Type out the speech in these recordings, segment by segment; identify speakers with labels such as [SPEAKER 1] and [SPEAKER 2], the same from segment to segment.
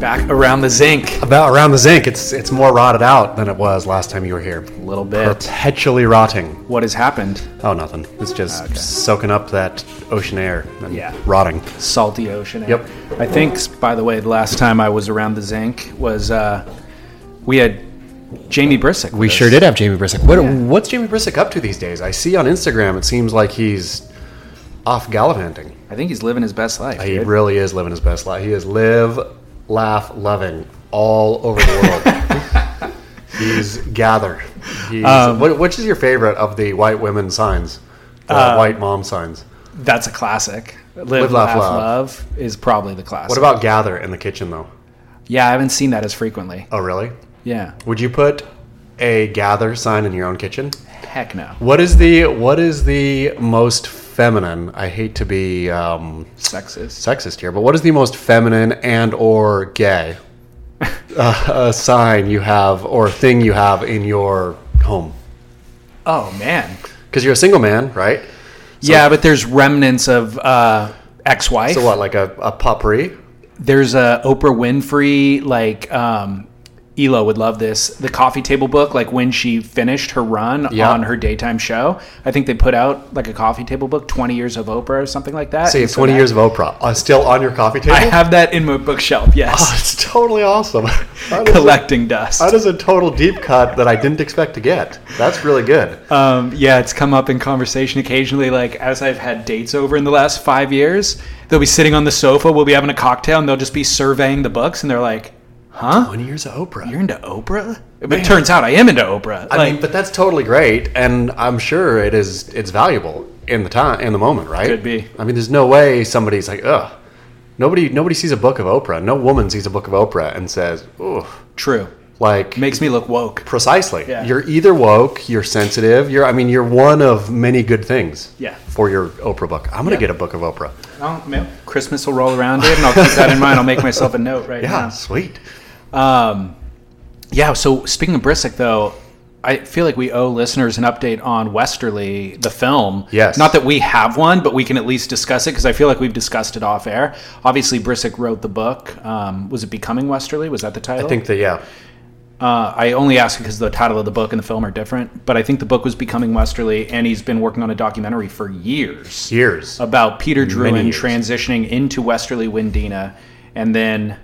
[SPEAKER 1] Back around the zinc.
[SPEAKER 2] About around the zinc, it's it's more rotted out than it was last time you were here.
[SPEAKER 1] A little bit.
[SPEAKER 2] Perpetually rotting.
[SPEAKER 1] What has happened?
[SPEAKER 2] Oh, nothing. It's just soaking up that ocean air and
[SPEAKER 1] Yeah.
[SPEAKER 2] rotting.
[SPEAKER 1] Salty ocean air.
[SPEAKER 2] Yep.
[SPEAKER 1] I think, by the way, the last time I was around the zinc was uh, we had Jamie Brissick.
[SPEAKER 2] We sure did have Jamie Brissick. What, What's Jamie Brissick up to these days? I see on Instagram it seems like he's off gallivanting.
[SPEAKER 1] I think he's living his best life.
[SPEAKER 2] He
[SPEAKER 1] dude.
[SPEAKER 2] really is living his best life. He is live, laugh, loving all over the world. he's gather. He's, what, which is your favorite of the white women signs? The white mom signs.
[SPEAKER 1] That's a classic. Live,
[SPEAKER 2] Laugh,
[SPEAKER 1] laugh,
[SPEAKER 2] Love.
[SPEAKER 1] love is probably the classic.
[SPEAKER 2] What about gather in the kitchen though?
[SPEAKER 1] Yeah, I haven't seen that as frequently.
[SPEAKER 2] Oh, really?
[SPEAKER 1] Yeah.
[SPEAKER 2] Would you put a gather sign in your own kitchen?
[SPEAKER 1] Heck no.
[SPEAKER 2] What is the what is the most feminine? I hate to be um,
[SPEAKER 1] Sexist.
[SPEAKER 2] sexist here, but what is the most feminine and or gay uh, uh, sign you have or thing you have in your home?
[SPEAKER 1] Oh man.
[SPEAKER 2] Because you're a single man, right?
[SPEAKER 1] yeah, but there's remnants of uh, ex-wife.
[SPEAKER 2] So what, like a, a potpourri?
[SPEAKER 1] there's a Oprah Winfrey like um Elo would love this. The coffee table book, like when she finished her run
[SPEAKER 2] Yeah.
[SPEAKER 1] on her daytime show, I think they put out like a coffee table book, Twenty Years of Oprah or something like that.
[SPEAKER 2] So you
[SPEAKER 1] And
[SPEAKER 2] have 20
[SPEAKER 1] that-
[SPEAKER 2] years of Oprah uh, still on your coffee table?
[SPEAKER 1] I have that in my bookshelf. Yes,
[SPEAKER 2] It's totally awesome. That is, a,
[SPEAKER 1] collecting dust.
[SPEAKER 2] that is a total deep cut that I didn't expect to get. That's really good.
[SPEAKER 1] Um, yeah, it's come up in conversation occasionally. Like as I've had dates over in the last five years, they'll be sitting on the sofa, we'll be having a cocktail, and they'll just be surveying the books, and they're like, "Huh?
[SPEAKER 2] 20 years of Oprah.
[SPEAKER 1] You're into Oprah?" But it turns out I am into Oprah.
[SPEAKER 2] I
[SPEAKER 1] like,
[SPEAKER 2] mean, but that's totally great, and I'm sure it is. It's valuable in the time, in the moment, right?
[SPEAKER 1] Could be.
[SPEAKER 2] I mean, there's no way somebody's like, ugh. Nobody, nobody sees a book of Oprah. No woman sees a book of Oprah and says, "Ooh,
[SPEAKER 1] true.
[SPEAKER 2] like
[SPEAKER 1] Makes me look woke.
[SPEAKER 2] precisely."
[SPEAKER 1] Yeah.
[SPEAKER 2] You're either woke, you're sensitive. You're, I mean, you're one of many good things.
[SPEAKER 1] Yeah.
[SPEAKER 2] For your Oprah book, I'm gonna
[SPEAKER 1] Yeah.
[SPEAKER 2] get a book of Oprah.
[SPEAKER 1] Christmas will roll around, dude, and I'll keep that in mind. I'll make myself a note right
[SPEAKER 2] Yeah,
[SPEAKER 1] now.
[SPEAKER 2] sweet.
[SPEAKER 1] Um, yeah. So speaking of Brissick, though, I feel like we owe listeners an update on Westerly, the film.
[SPEAKER 2] Yes.
[SPEAKER 1] Not that we have one, but we can at least discuss it because I feel like we've discussed it off air. Obviously, Brissick wrote the book. Um, was it Becoming Westerly? Was that the title?
[SPEAKER 2] I think that yeah,
[SPEAKER 1] Uh, I only ask because the title of the book and the film are different. But I think the book was Becoming Westerly, and he's been working on a documentary for years
[SPEAKER 2] years.
[SPEAKER 1] about Peter Druin
[SPEAKER 2] years.
[SPEAKER 1] transitioning into Westerly Windina, and then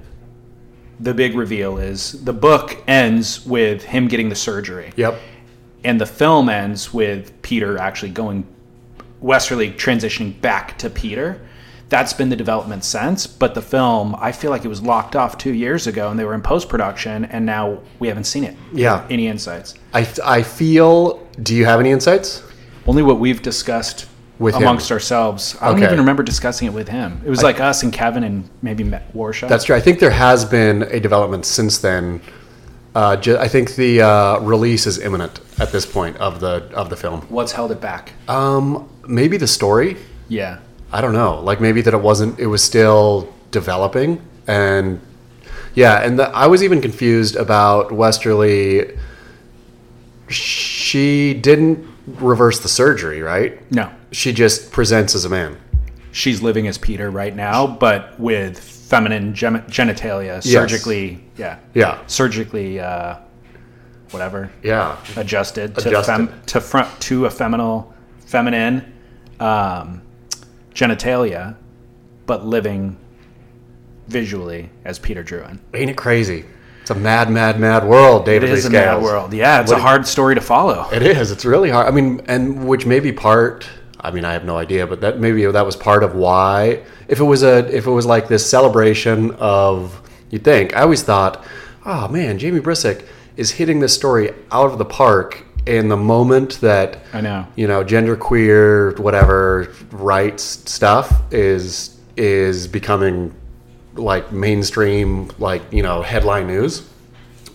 [SPEAKER 1] the big reveal is the book ends with him getting the surgery,
[SPEAKER 2] yep.
[SPEAKER 1] and the film ends with Peter actually going Westerly transitioning back to Peter. That's been the development since, but the film I feel like it was locked off two years ago, and they were in post production, and now we haven't seen it.
[SPEAKER 2] Yeah.
[SPEAKER 1] any insights?
[SPEAKER 2] I, I feel. Do you have any insights?
[SPEAKER 1] Only what we've discussed
[SPEAKER 2] With him.
[SPEAKER 1] amongst ourselves. I don't
[SPEAKER 2] Okay.
[SPEAKER 1] even remember discussing it with him. It was like us and Kevin and maybe Matt Warshaw.
[SPEAKER 2] That's true. I think there has been a development since then. Uh, ju- I think the uh, release is imminent at this point of the of the film.
[SPEAKER 1] what's held it back.
[SPEAKER 2] Um, maybe the story.
[SPEAKER 1] yeah,
[SPEAKER 2] I don't know. Like maybe that it wasn't. It was still developing, and yeah, and the, I was even confused about Westerly. She didn't reverse the surgery, right?
[SPEAKER 1] no,
[SPEAKER 2] She just presents as a man.
[SPEAKER 1] she's living as Peter right now, but with feminine gem- genitalia, surgically, yeah,
[SPEAKER 2] Yeah.
[SPEAKER 1] surgically, uh, whatever,
[SPEAKER 2] Yeah.
[SPEAKER 1] adjusted to
[SPEAKER 2] Adjusted.
[SPEAKER 1] fem- to front to a feminine, feminine um, genitalia, but living visually as Peter Druin.
[SPEAKER 2] Ain't it crazy? It's a mad, mad, mad world, David.
[SPEAKER 1] It
[SPEAKER 2] Lee
[SPEAKER 1] is a mad
[SPEAKER 2] Scales.
[SPEAKER 1] world. Yeah, it's
[SPEAKER 2] What
[SPEAKER 1] a
[SPEAKER 2] do-
[SPEAKER 1] hard story to follow.
[SPEAKER 2] It is. It's really hard. I mean, and which may be part. I mean, I have no idea, but that maybe that was part of why. If it was a, if it was like this celebration of, you would think I always thought, oh man, Jamie Brisick is hitting this story out of the park in the moment that
[SPEAKER 1] I know.
[SPEAKER 2] you know genderqueer whatever rights stuff is is becoming like mainstream like you know headline news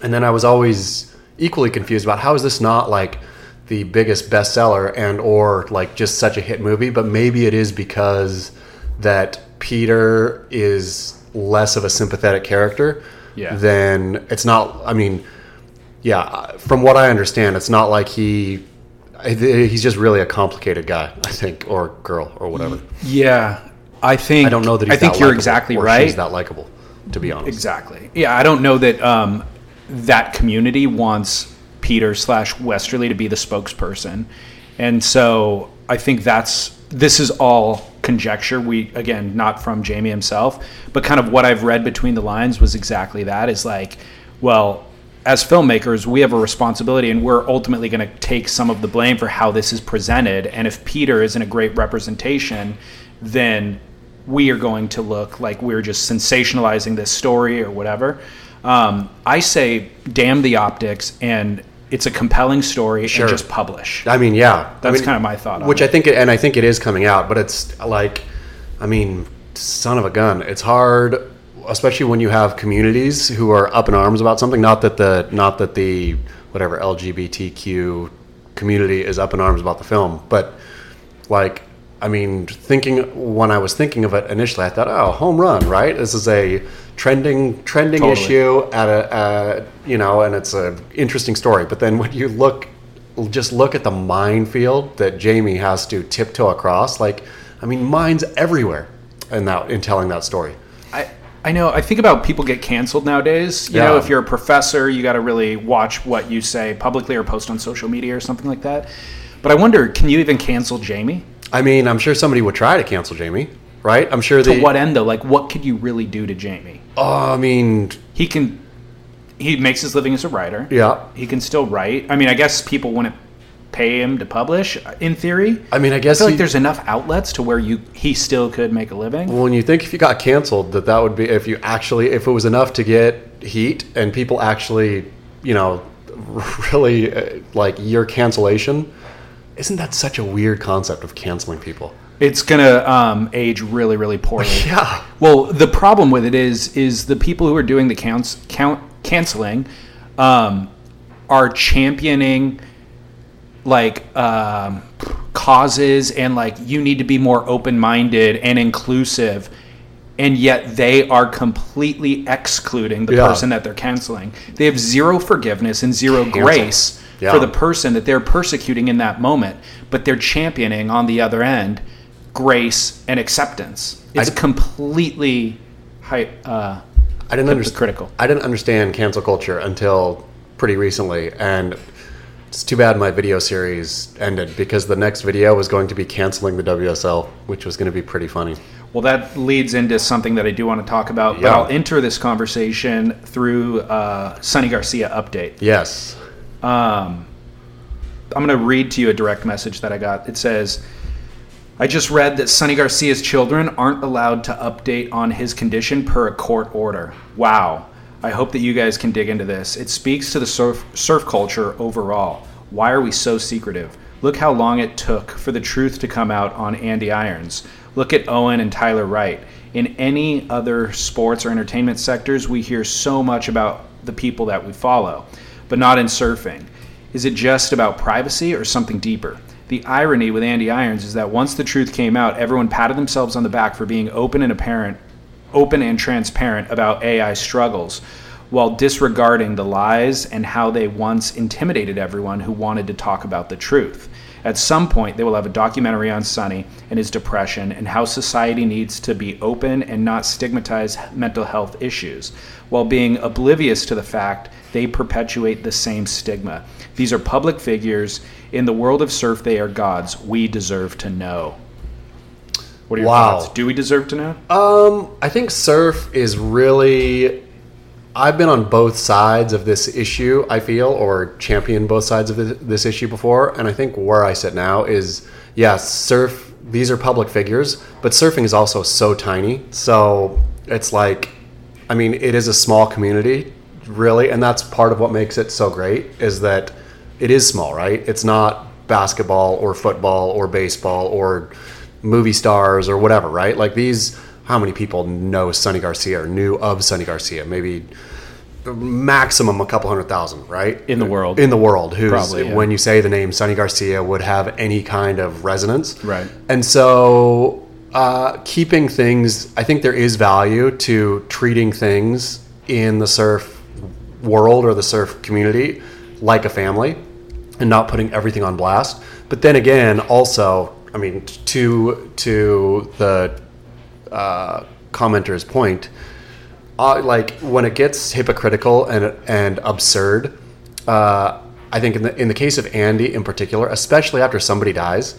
[SPEAKER 2] and then i was always equally confused about how is this not like the biggest bestseller and or like just such a hit movie but maybe it is because that peter is less of a sympathetic character
[SPEAKER 1] Yeah.
[SPEAKER 2] uh, than it's not i mean yeah, from what I understand, it's not like he I, he's just really a complicated guy, I think, or girl, or whatever.
[SPEAKER 1] Yeah, I think
[SPEAKER 2] I don't know that. He's
[SPEAKER 1] I think
[SPEAKER 2] that
[SPEAKER 1] you're
[SPEAKER 2] likable,
[SPEAKER 1] exactly
[SPEAKER 2] or
[SPEAKER 1] right.
[SPEAKER 2] She's that likable, to be honest.
[SPEAKER 1] Exactly. Yeah, I don't know that um, that community wants Peter slash Westerly to be the spokesperson, and so I think that's this is all conjecture. We again not from Jamie himself, but kind of what I've read between the lines was exactly that. Is like, well, as filmmakers, we have a responsibility and we're ultimately going to take some of the blame for how this is presented. And if Peter isn't a great representation, then we are going to look like we're just sensationalizing this story or whatever. Um, I say, damn the optics, and it's a compelling story, and just publish.
[SPEAKER 2] I mean, yeah,
[SPEAKER 1] That's kinda my thought on
[SPEAKER 2] Which
[SPEAKER 1] it.
[SPEAKER 2] I think, it, and I think it is coming out, but it's like, I mean, son of a gun, it's hard, especially when you have communities who are up in arms about something. Not that the, not that the whatever LGBTQ community is up in arms about the film, but like, I mean, thinking when I was thinking of it initially, I thought, oh, home run, right? This is a trending trending
[SPEAKER 1] Totally.
[SPEAKER 2] issue at a, uh you know, and it's an interesting story. But then when you look, just look at the minefield that Jamie has to tiptoe across. Like, I mean, mines everywhere in that in telling that story.
[SPEAKER 1] I, I know. I think about people get canceled nowadays. You
[SPEAKER 2] Yeah.
[SPEAKER 1] know, if you're a professor, you got to really watch what you say publicly or post on social media or something like that. But I wonder, can you even cancel Jamie?
[SPEAKER 2] I mean, I'm sure somebody would try to cancel Jamie, right? I'm sure they.
[SPEAKER 1] To what end though? Like, what could you really do to Jamie?
[SPEAKER 2] Oh, I mean,
[SPEAKER 1] He can. He makes his living as a writer.
[SPEAKER 2] yeah.
[SPEAKER 1] He can still write. I mean, I guess people wouldn't pay him to publish in theory.
[SPEAKER 2] I mean, I
[SPEAKER 1] I
[SPEAKER 2] guess
[SPEAKER 1] feel like
[SPEAKER 2] he-
[SPEAKER 1] there's enough outlets to where you he still could make a living.
[SPEAKER 2] Well, when you think if you got canceled, that that would be if you actually if it was enough to get heat and people actually, you know, really uh, like your cancellation. Isn't that such a weird concept of canceling people?
[SPEAKER 1] It's gonna um, age really, really poorly.
[SPEAKER 2] Yeah.
[SPEAKER 1] Well, the problem with it is is the people who are doing the counts count canceling um, are championing like um, causes and like you need to be more open minded and inclusive, and yet they are completely excluding the
[SPEAKER 2] Yeah.
[SPEAKER 1] person that they're canceling. They have zero forgiveness and zero grace
[SPEAKER 2] Yeah.
[SPEAKER 1] for the person that they're persecuting in that moment, but they're championing on the other end grace and acceptance. It's
[SPEAKER 2] I-
[SPEAKER 1] completely hy- uh,
[SPEAKER 2] I didn't understand.
[SPEAKER 1] hypocritical.
[SPEAKER 2] I didn't understand cancel culture until pretty recently, and it's too bad my video series ended because the next video was going to be canceling the WSL, which was going to be pretty funny.
[SPEAKER 1] Well, that leads into something that I do want to talk about, but
[SPEAKER 2] Yeah.
[SPEAKER 1] I'll enter this conversation through uh, Sonny Garcia update.
[SPEAKER 2] Yes.
[SPEAKER 1] I'm going to read to you a direct message that I got. It says, I just read that Sonny Garcia's children aren't allowed to update on his condition per a court order. Wow. I hope that you guys can dig into this. It speaks to the surf, surf culture overall. Why are we so secretive? Look how long it took for the truth to come out on Andy Irons. Look at Owen and Tyler Wright. In any other sports or entertainment sectors, we hear so much about the people that we follow, but not in surfing. Is it just about privacy or something deeper? The irony with Andy Irons is that once the truth came out, everyone patted themselves on the back for being open and apparent, open and transparent about AI struggles, while disregarding the lies and how they once intimidated everyone who wanted to talk about the truth. At some point, they will have a documentary on Sonny and his depression and how society needs to be open and not stigmatize mental health issues, while being oblivious to the fact they perpetuate the same stigma. These are public figures. In the world of surf, they are gods. We deserve to know. What are your
[SPEAKER 2] Wow.
[SPEAKER 1] thoughts? Do we deserve to know?
[SPEAKER 2] Um, I think surf is really. I've been on both sides of this issue. I feel, or championed both sides of this, this issue before, and I think where I sit now is, yeah, surf. These are public figures, but surfing is also so tiny. So it's like, I mean, it is a small community, really, and that's part of what makes it so great is that it is small, right? It's not basketball or football or baseball or movie stars or whatever, right? Like these, how many people know Sonny Garcia or knew of Sonny Garcia? Maybe maximum a couple hundred thousand, right?
[SPEAKER 1] In the world.
[SPEAKER 2] In the world, who's
[SPEAKER 1] Probably, yeah.
[SPEAKER 2] when you say the name Sonny Garcia would have any kind of resonance,
[SPEAKER 1] Right.
[SPEAKER 2] And so, uh, keeping things, I think there is value to treating things in the surf world or the surf community like a family and not putting everything on blast. But then again, also, I mean, to to the uh, commenter's point, uh, like when it gets hypocritical and and absurd, uh, I think in the in the case of Andy in particular, especially after somebody dies,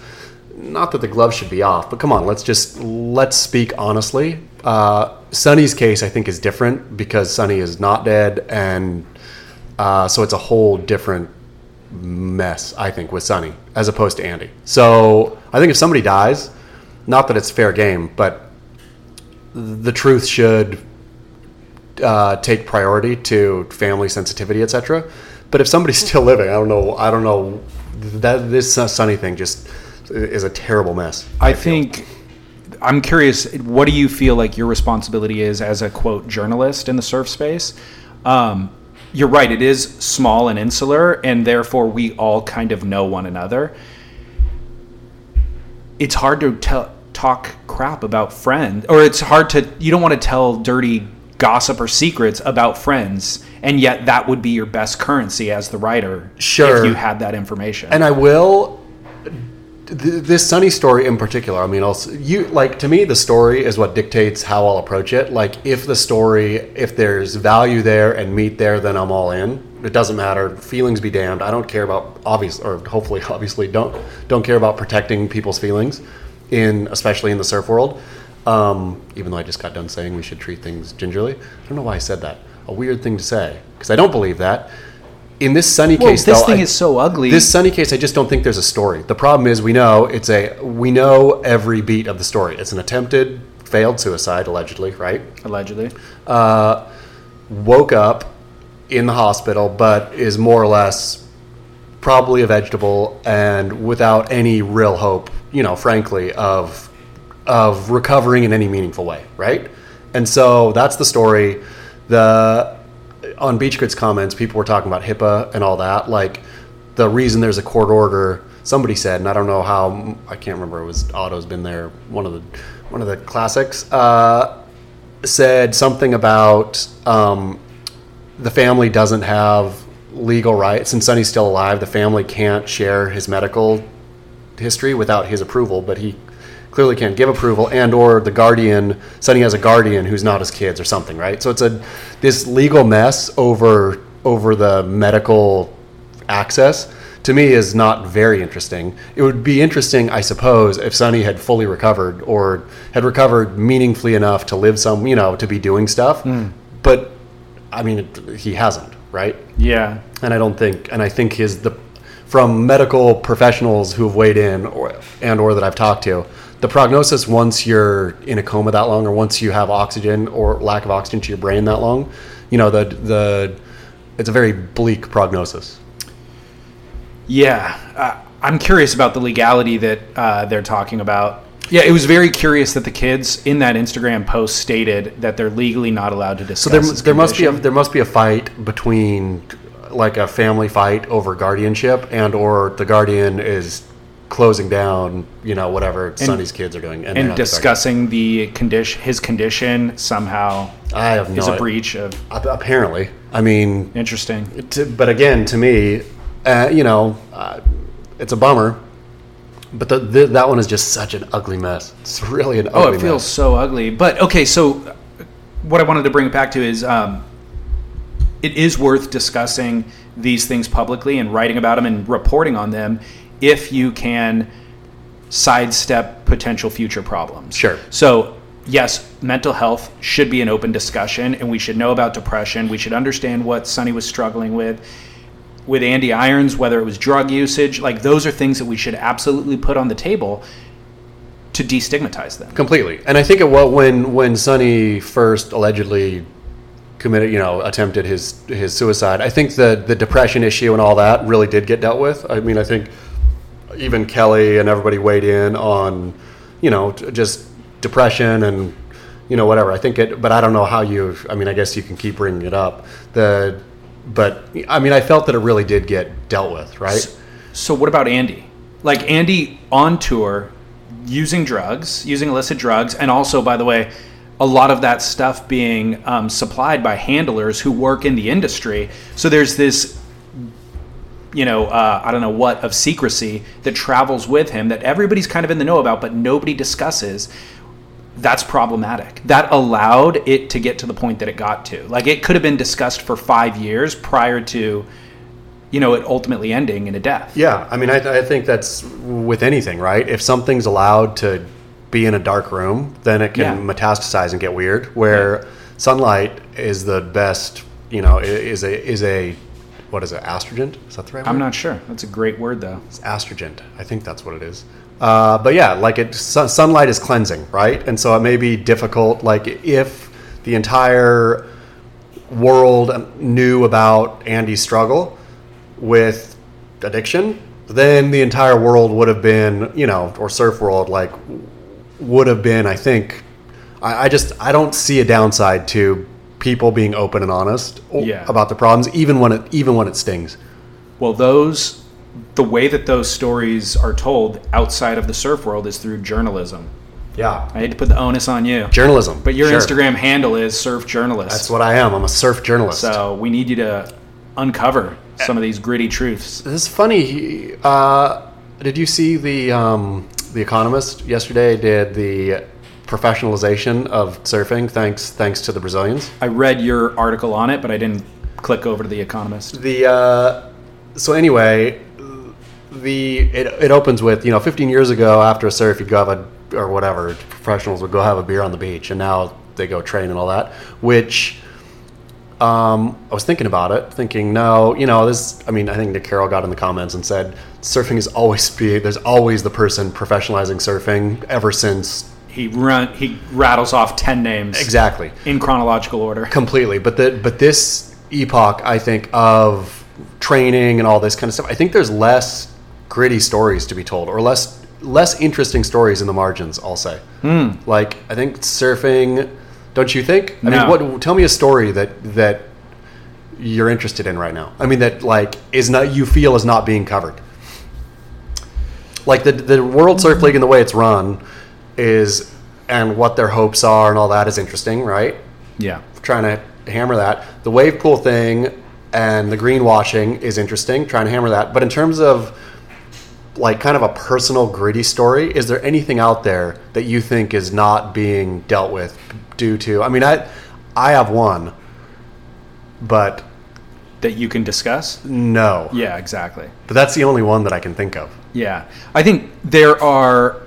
[SPEAKER 2] not that the gloves should be off, but come on, let's just let's speak honestly. Uh, Sonny's case, I think, is different because Sonny is not dead, and uh, so it's a whole different mess. I think with Sonny as opposed to Andy. So I think if somebody dies, not that it's fair game, but the truth should uh, take priority to family sensitivity, etc. But if somebody's still living, I don't know. I don't know. That this Sonny thing just is a terrible mess.
[SPEAKER 1] I, think I'm curious. What do you feel like your responsibility is as a quote journalist in the surf space? Um, you're right. It is small and insular, and therefore we all kind of know one another. It's hard to tell, talk crap about friends, or it's hard to. You don't want to tell dirty gossip or secrets about friends, and yet that would be your best currency as the writer.
[SPEAKER 2] Sure.
[SPEAKER 1] if you had that information.
[SPEAKER 2] And I will. th- This Sunny story in particular, I mean, also you like to me the story is what dictates how I'll approach it. Like if the story, if there's value there and meat there, then I'm all in. It doesn't matter. Feelings be damned. I don't care about obvious or hopefully obviously don't don't care about protecting people's feelings in especially in the surf world. Um, even though I just got done saying we should treat things gingerly, I don't know why I said that. A weird thing to say because I don't believe that. In this sunny
[SPEAKER 1] Well,
[SPEAKER 2] case,
[SPEAKER 1] this
[SPEAKER 2] though,
[SPEAKER 1] thing
[SPEAKER 2] I-
[SPEAKER 1] is so ugly.
[SPEAKER 2] this Sunny case, I just don't think there's a story. The problem is we know it's a we know every beat of the story. It's an attempted failed suicide, allegedly, right?
[SPEAKER 1] allegedly.
[SPEAKER 2] Woke up in the hospital, but is more or less probably a vegetable and without any real hope, you know, frankly, of of recovering in any meaningful way, right? And so that's the story. The on Beach Grit's comments, people were talking about HIPAA and all that. Like the reason there's a court order, somebody said, and I don't know how I can't remember. It was Otto's been there, one of the one of the classics. Uh, said something about um, the family doesn't have legal rights, and Sonny's still alive. The family can't share his medical history without his approval, but he clearly can't give approval and or the guardian sonny has a guardian who's not his kids or something right so it's a this legal mess over over the medical access to me is not very interesting it would be interesting i suppose if sonny had fully recovered or had recovered meaningfully enough to live some you know to be doing stuff but i mean it, he hasn't right
[SPEAKER 1] Yeah.
[SPEAKER 2] and I don't think, and I think his the from medical professionals who have weighed in or and or that I've talked to, the prognosis once you're in a coma that long or once you have oxygen or lack of oxygen to your brain that long, you know the the it's a very bleak prognosis.
[SPEAKER 1] Yeah, uh, I'm curious about the legality that uh, they're talking about. Yeah, it was very curious that the kids in that Instagram post stated that they're legally not allowed to discuss.
[SPEAKER 2] So there,
[SPEAKER 1] his
[SPEAKER 2] there must be a,
[SPEAKER 1] condition.
[SPEAKER 2] there must be a fight between like a family fight over guardianship and or the guardian is closing down you know whatever Sonny's kids are doing and, they're
[SPEAKER 1] and
[SPEAKER 2] not the guardian.
[SPEAKER 1] discussing the condition, his condition somehow
[SPEAKER 2] I have no
[SPEAKER 1] is a
[SPEAKER 2] idea.
[SPEAKER 1] breach of.
[SPEAKER 2] Ap- Apparently, I mean,
[SPEAKER 1] Interesting.
[SPEAKER 2] to, but again, to me, uh, you know, uh, it's a bummer. But the, the, that one is just such an ugly mess. It's really an ugly
[SPEAKER 1] Oh, it feels
[SPEAKER 2] mess.
[SPEAKER 1] so ugly. But okay, so what I wanted to bring it back to is um, it is worth discussing these things publicly and writing about them and reporting on them if you can sidestep potential future problems.
[SPEAKER 2] Sure.
[SPEAKER 1] So, yes, mental health should be an open discussion and we should know about depression. We should understand what Sonny was struggling with. With Andy Irons, whether it was drug usage, like those are things that we should absolutely put on the table to destigmatize them.
[SPEAKER 2] completely. And I think it well when when Sonny first allegedly committed, you know, attempted his his suicide. I think the the depression issue and all that really did get dealt with. I mean, I think even Kelly and everybody weighed in on, you know, t- just depression and you know whatever. I think it, but I don't know how you. I mean, I guess you can keep bringing it up. The, but I mean, I felt that it really did get dealt with, right?
[SPEAKER 1] So what about Andy? Like Andy on tour, using drugs, using illicit drugs, and also, by the way, a lot of that stuff being um, supplied by handlers who work in the industry. So there's this you know, uh, I don't know what of secrecy that travels with him that everybody's kind of in the know about, but nobody discusses. That's problematic. That allowed it to get to the point that it got to. Like it could have been discussed for five years prior to, you know, it ultimately ending in a death.
[SPEAKER 2] Yeah, I mean, I, I think that's with anything, right? If something's allowed to be in a dark room, then it can
[SPEAKER 1] Yeah.
[SPEAKER 2] metastasize and get weird. Where sunlight is the best, you know, i- is a is a what is it? Astringent? Is that the right word?
[SPEAKER 1] I'm not sure. That's a great word though.
[SPEAKER 2] It's astringent. I think that's what it is. Uh, but yeah, like it, sun, sunlight is cleansing, right? And so it may be difficult. Like if the entire world knew about Andy's struggle with addiction, then the entire world would have been, you know, or surf world, like would have been. I think. I, I just I don't see a downside to people being open and honest o-
[SPEAKER 1] Yeah.
[SPEAKER 2] about the problems, even when it even when it stings.
[SPEAKER 1] Well, those the way that those stories are told outside of the surf world is through journalism.
[SPEAKER 2] Yeah.
[SPEAKER 1] I hate to put the onus on you.
[SPEAKER 2] Journalism,
[SPEAKER 1] But your
[SPEAKER 2] sure.
[SPEAKER 1] Instagram handle is surf journalist.
[SPEAKER 2] That's what I am. I'm a surf journalist.
[SPEAKER 1] so we need you to uncover some of these gritty truths.
[SPEAKER 2] This is funny. He, uh, did you see the um, the Economist yesterday? Did the professionalization of surfing thanks thanks to the Brazilians?
[SPEAKER 1] I read your article on it, but I didn't click over to the Economist.
[SPEAKER 2] The uh, so anyway, the it, it opens with you know 15 years ago after a surf you'd go have a or whatever professionals would go have a beer on the beach and now they go train and all that which um, I was thinking about it thinking no you know this I mean I think Nick Carroll got in the comments and said surfing is always be there's always the person professionalizing surfing ever since
[SPEAKER 1] He run he rattles off ten names
[SPEAKER 2] exactly
[SPEAKER 1] in chronological order.
[SPEAKER 2] completely but the but this epoch i think of training and all this kind of stuff i think there's less gritty stories to be told or less less interesting stories in the margins i'll say like i think surfing don't you think
[SPEAKER 1] No.
[SPEAKER 2] i mean what tell me a story that that you're interested in right now i mean that like is not you feel is not being covered like the the World Surf League and the way it's run is and what their hopes are and all that is interesting, right?
[SPEAKER 1] Yeah.
[SPEAKER 2] trying to hammer that. The wave pool thing and the greenwashing is interesting, trying to hammer that. But in terms of like kind of a personal gritty story, is there anything out there that you think is not being dealt with due to I mean I I have one, but
[SPEAKER 1] That you can discuss?
[SPEAKER 2] no.
[SPEAKER 1] Yeah, exactly.
[SPEAKER 2] But that's the only one that I can think of.
[SPEAKER 1] Yeah. I think there are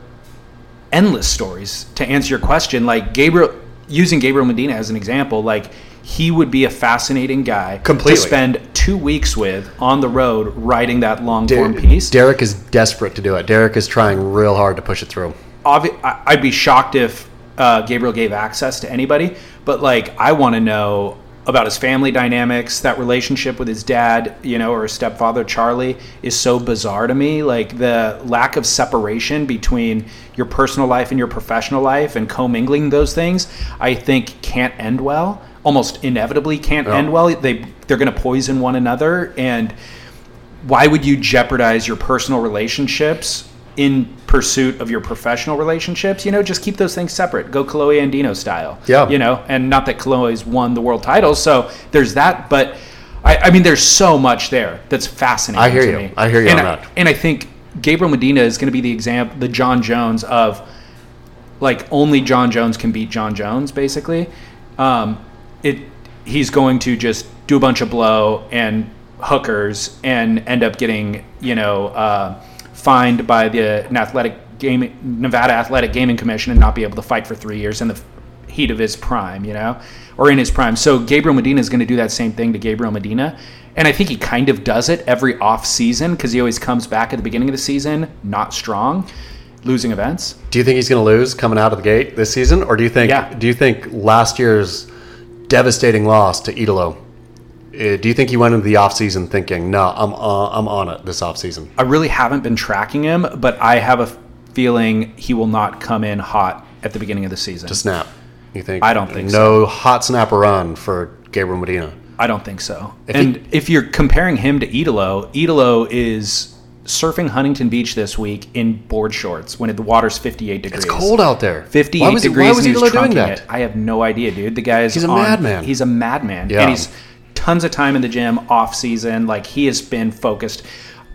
[SPEAKER 1] endless stories to answer your question. Like Gabriel, using Gabriel Medina as an example, like he would be a fascinating guy
[SPEAKER 2] Completely.
[SPEAKER 1] to spend two weeks with on the road writing that long form
[SPEAKER 2] Der-
[SPEAKER 1] piece.
[SPEAKER 2] Derek is desperate to do it. Derek is trying real hard to push it through.
[SPEAKER 1] Obvi- I- I'd be shocked if uh, Gabriel gave access to anybody, but like I want to know about his family dynamics. That relationship with his dad, you know, or his stepfather Charlie, is so bizarre to me. Like the lack of separation between your personal life and your professional life, and commingling those things, I think can't end well. Almost inevitably can't end well. They they're going to poison one another and why would you jeopardize your personal relationships in pursuit of your professional relationships? You know, just keep those things separate. Go Chloe Andino style.
[SPEAKER 2] Yeah.
[SPEAKER 1] You know, and not that Chloe's won the world title, so there's that. But I, I mean, there's so much there that's fascinating.
[SPEAKER 2] I hear
[SPEAKER 1] to
[SPEAKER 2] you.
[SPEAKER 1] Me.
[SPEAKER 2] I hear you
[SPEAKER 1] and
[SPEAKER 2] on
[SPEAKER 1] I,
[SPEAKER 2] that.
[SPEAKER 1] And I think Gabriel Medina is going to be the example, the John Jones of like only John Jones can beat John Jones, basically. Um, it he's going to just do a bunch of blow and hookers and end up getting you know uh, fined by the athletic game Nevada Athletic Gaming Commission and not be able to fight for three years in the heat of his prime, you know, or in his prime. So Gabriel Medina is going to do that same thing to Gabriel Medina. And I think he kind of does it every off season because he always comes back at the beginning of the season not strong, losing events.
[SPEAKER 2] Do you think he's going to lose coming out of the gate this season, or do you think
[SPEAKER 1] Yeah.
[SPEAKER 2] do you think last year's devastating loss to Idolo? Uh, do you think he went into the offseason thinking, "No, I'm uh, I'm on it this offseason"?
[SPEAKER 1] I really haven't been tracking him, but I have a feeling he will not come in hot at the beginning of the season.
[SPEAKER 2] To snap, you think?
[SPEAKER 1] I don't think
[SPEAKER 2] no hot snap or run for Gabriel Medina.
[SPEAKER 1] I don't think so.
[SPEAKER 2] he-
[SPEAKER 1] and if you're comparing him to Idolo, Idolo is surfing Huntington Beach this week in board shorts when the water's 58 degrees.
[SPEAKER 2] It's cold out there.
[SPEAKER 1] 58
[SPEAKER 2] Why was he-
[SPEAKER 1] degrees
[SPEAKER 2] Why was
[SPEAKER 1] and
[SPEAKER 2] Idolo
[SPEAKER 1] he's
[SPEAKER 2] doing
[SPEAKER 1] trunking
[SPEAKER 2] that?
[SPEAKER 1] it. I have no idea, dude. The guy is
[SPEAKER 2] He's a
[SPEAKER 1] on-
[SPEAKER 2] madman.
[SPEAKER 1] He's a madman.
[SPEAKER 2] Yeah.
[SPEAKER 1] And he's tons of time in the gym off season. Like he has been focused.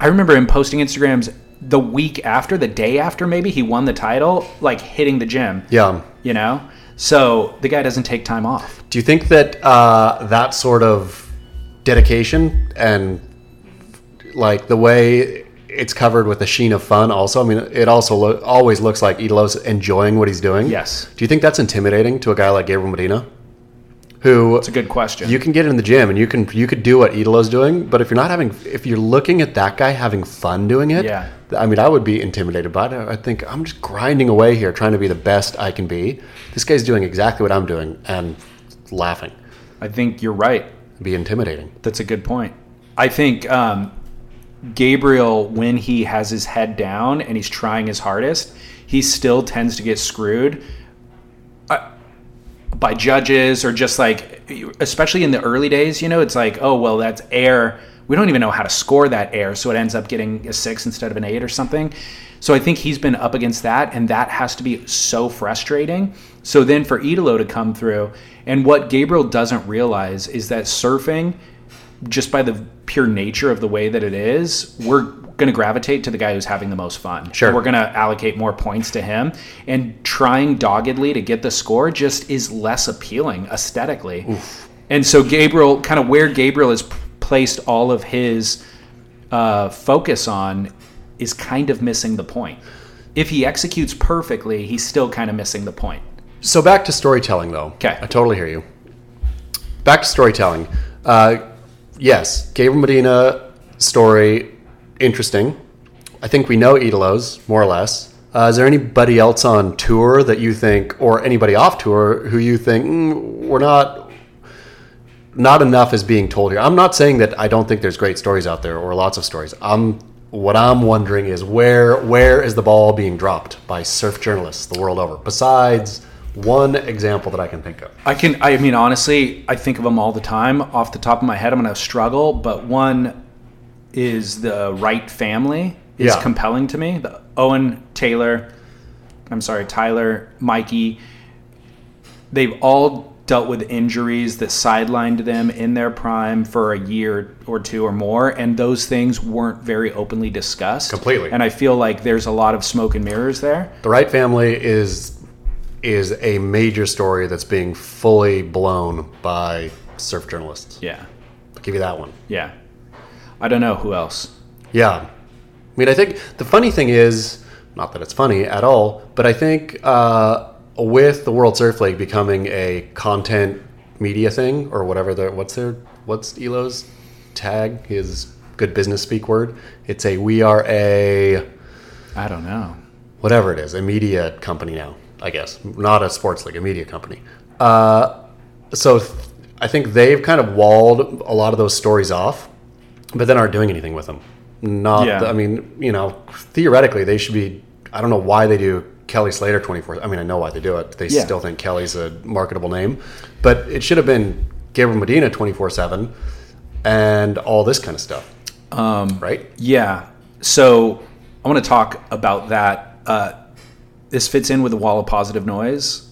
[SPEAKER 1] I remember him posting Instagrams the week after, the day after maybe he won the title, like hitting the gym.
[SPEAKER 2] Yeah.
[SPEAKER 1] You know? So the guy doesn't take time off.
[SPEAKER 2] Do you think that uh, that sort of dedication and like the way it's covered with a sheen of fun also? I mean, it also lo- always looks like Idolo's enjoying what he's doing.
[SPEAKER 1] Yes.
[SPEAKER 2] Do you think that's intimidating to a guy like Gabriel Medina? Who
[SPEAKER 1] It's a good question.
[SPEAKER 2] you can get in the gym and you can you could do what Idolo's doing, but if you're not having if you're looking at that guy having fun doing it,
[SPEAKER 1] Yeah.
[SPEAKER 2] I mean I would be intimidated by it. I think I'm just grinding away here trying to be the best I can be. This guy's doing exactly what I'm doing and laughing.
[SPEAKER 1] I think you're right.
[SPEAKER 2] It'd be intimidating.
[SPEAKER 1] That's a good point. I think um, Gabriel, when he has his head down and he's trying his hardest, he still tends to get screwed uh, by judges or just like, especially in the early days, you know, it's like, oh, well, that's air. We don't even know how to score that air. So it ends up getting a six instead of an eight or something. So I think he's been up against that, and that has to be so frustrating. So then for Idolo to come through, and what Gabriel doesn't realize is that surfing just by the pure nature of the way that it is, we're going to gravitate to the guy who's having the most fun.
[SPEAKER 2] Sure.
[SPEAKER 1] We're going to allocate more points to him. And trying doggedly to get the score just is less appealing aesthetically. And so, Gabriel, kind of where Gabriel has p- placed all of his uh, focus on is kind of missing the point. If he executes perfectly, he's still kind of missing the point.
[SPEAKER 2] So back to storytelling, though.
[SPEAKER 1] 'Kay.
[SPEAKER 2] I totally hear you. Back to storytelling. Uh, yes, Gabriel Medina story, interesting. I think we know Idolo's more or less. Uh, is there anybody else on tour that you think, or anybody off tour who you think mm, we're not? Not enough is being told here. I'm not saying that I don't think there's great stories out there or lots of stories. I'm what I'm wondering is where where is the ball being dropped by surf journalists the world over? Besides one example that I can think of.
[SPEAKER 1] I can. I mean, honestly, I think of them all the time. Off the top of my head, I'm going to struggle, but one is the right family is
[SPEAKER 2] Yeah.
[SPEAKER 1] compelling to me. The Owen Taylor, I'm sorry, Tyler, Mikey. They've all dealt with injuries that sidelined them in their prime for a year or two or more, and those things weren't very openly discussed.
[SPEAKER 2] Completely.
[SPEAKER 1] And I feel like there's a lot of smoke and mirrors there.
[SPEAKER 2] The Wright family is is a major story that's being fully blown by surf journalists.
[SPEAKER 1] Yeah.
[SPEAKER 2] I'll give you that one.
[SPEAKER 1] Yeah. I don't know who else.
[SPEAKER 2] Yeah. I mean, I think the funny thing is, not that it's funny at all, but I think uh, with the World Surf League becoming a content media thing or whatever the what's their what's Elo's tag his good business speak word. It's a we are a
[SPEAKER 1] I don't know.
[SPEAKER 2] whatever it is, a media company now, I guess. Not a sports league, a media company. Uh, so th- I think they've kind of walled a lot of those stories off, but then aren't doing anything with them. Not,
[SPEAKER 1] Yeah.
[SPEAKER 2] I mean, you know, theoretically, they should be. I don't know why they do Kelly Slater 24. I mean, I know why they do it. They
[SPEAKER 1] Yeah.
[SPEAKER 2] still think Kelly's a marketable name, but it should have been Gabriel Medina 24 7 and all this kind of stuff. Um, right?
[SPEAKER 1] Yeah. So I want to talk about that. Uh, this fits in with the wall of positive noise,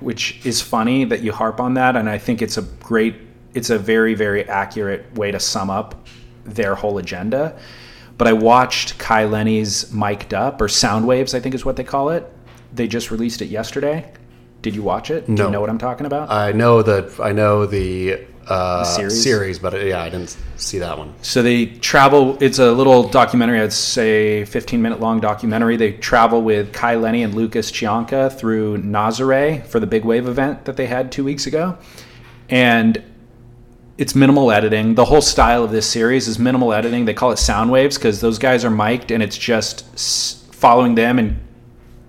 [SPEAKER 1] which is funny that you harp on that. And I think it's a great, it's a very, very accurate way to sum up their whole agenda. But I watched Kai Lenny's Mic'd Up, or Soundwaves, I think is what they call it. They just released it yesterday. Did you watch it? Do
[SPEAKER 2] No.
[SPEAKER 1] you know what I'm talking about?
[SPEAKER 2] I know that I know the, uh,
[SPEAKER 1] series?
[SPEAKER 2] series? but uh, yeah, I didn't see that one.
[SPEAKER 1] So they travel. It's a little documentary. I'd say 15 minute long documentary. They travel with Kai Lenny and Lucas Chianca through Nazare for the big wave event that they had two weeks ago, and it's minimal editing. The whole style of this series is minimal editing. They call it sound waves because those guys are mic'd and it's just s- following them and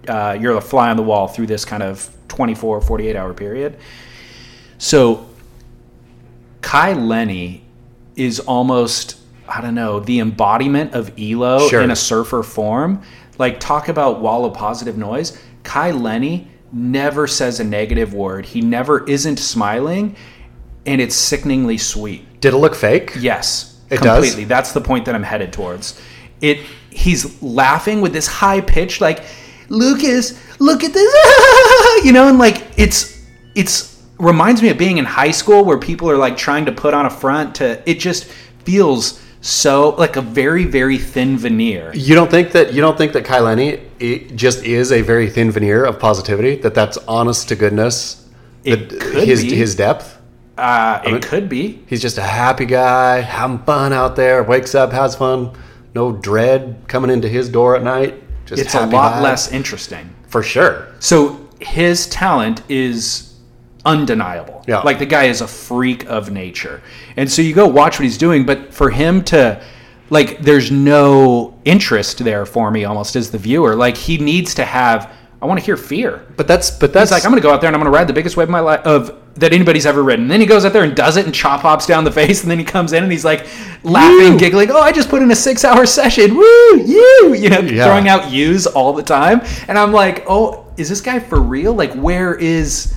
[SPEAKER 1] uh, you're a fly on the wall through this kind of 24 48 hour period. So Kai Lenny is almost I don't know the embodiment of Elo
[SPEAKER 2] Sure.
[SPEAKER 1] in a surfer form. Like talk about wall of positive noise. Kai Lenny never says a negative word. He never isn't smiling, and it's sickeningly sweet.
[SPEAKER 2] Did it look fake?
[SPEAKER 1] Yes,
[SPEAKER 2] It does?
[SPEAKER 1] completely. That's the point that I'm headed towards. It he's laughing with this high pitch, like Lucas, look at this, you know, and like it's it's reminds me of being in high school where people are like trying to put on a front to it just feels so like a very very thin veneer
[SPEAKER 2] You don't think that you don't think that Kyleni it just is a very thin veneer of positivity. That that's honest to goodness.
[SPEAKER 1] It
[SPEAKER 2] that
[SPEAKER 1] could
[SPEAKER 2] his
[SPEAKER 1] be.
[SPEAKER 2] his depth.
[SPEAKER 1] uh it could be
[SPEAKER 2] He's just a happy guy, having fun out there. Wakes up, has fun. No dread coming into his door at night. Just
[SPEAKER 1] it's a
[SPEAKER 2] happy
[SPEAKER 1] lot
[SPEAKER 2] vibes.
[SPEAKER 1] less interesting
[SPEAKER 2] for sure.
[SPEAKER 1] so his talent is undeniable
[SPEAKER 2] Yeah.
[SPEAKER 1] like the guy is a freak of nature and so you go watch what he's doing but for him to like there's no interest there for me almost as the viewer like he needs to have i want to hear fear
[SPEAKER 2] But that's but that's
[SPEAKER 1] He's like, I'm going to go out there and I'm going to ride the biggest wave of my life of that anybody's ever ridden. And then he goes out there and does it and chop hops down the face. And then he comes in and he's like laughing,
[SPEAKER 2] Woo!
[SPEAKER 1] giggling. Oh, I just put in a six hour session. Woo, you, you know,
[SPEAKER 2] Yeah.
[SPEAKER 1] throwing out yous all the time. And I'm like, oh, is this guy for real? Like, where is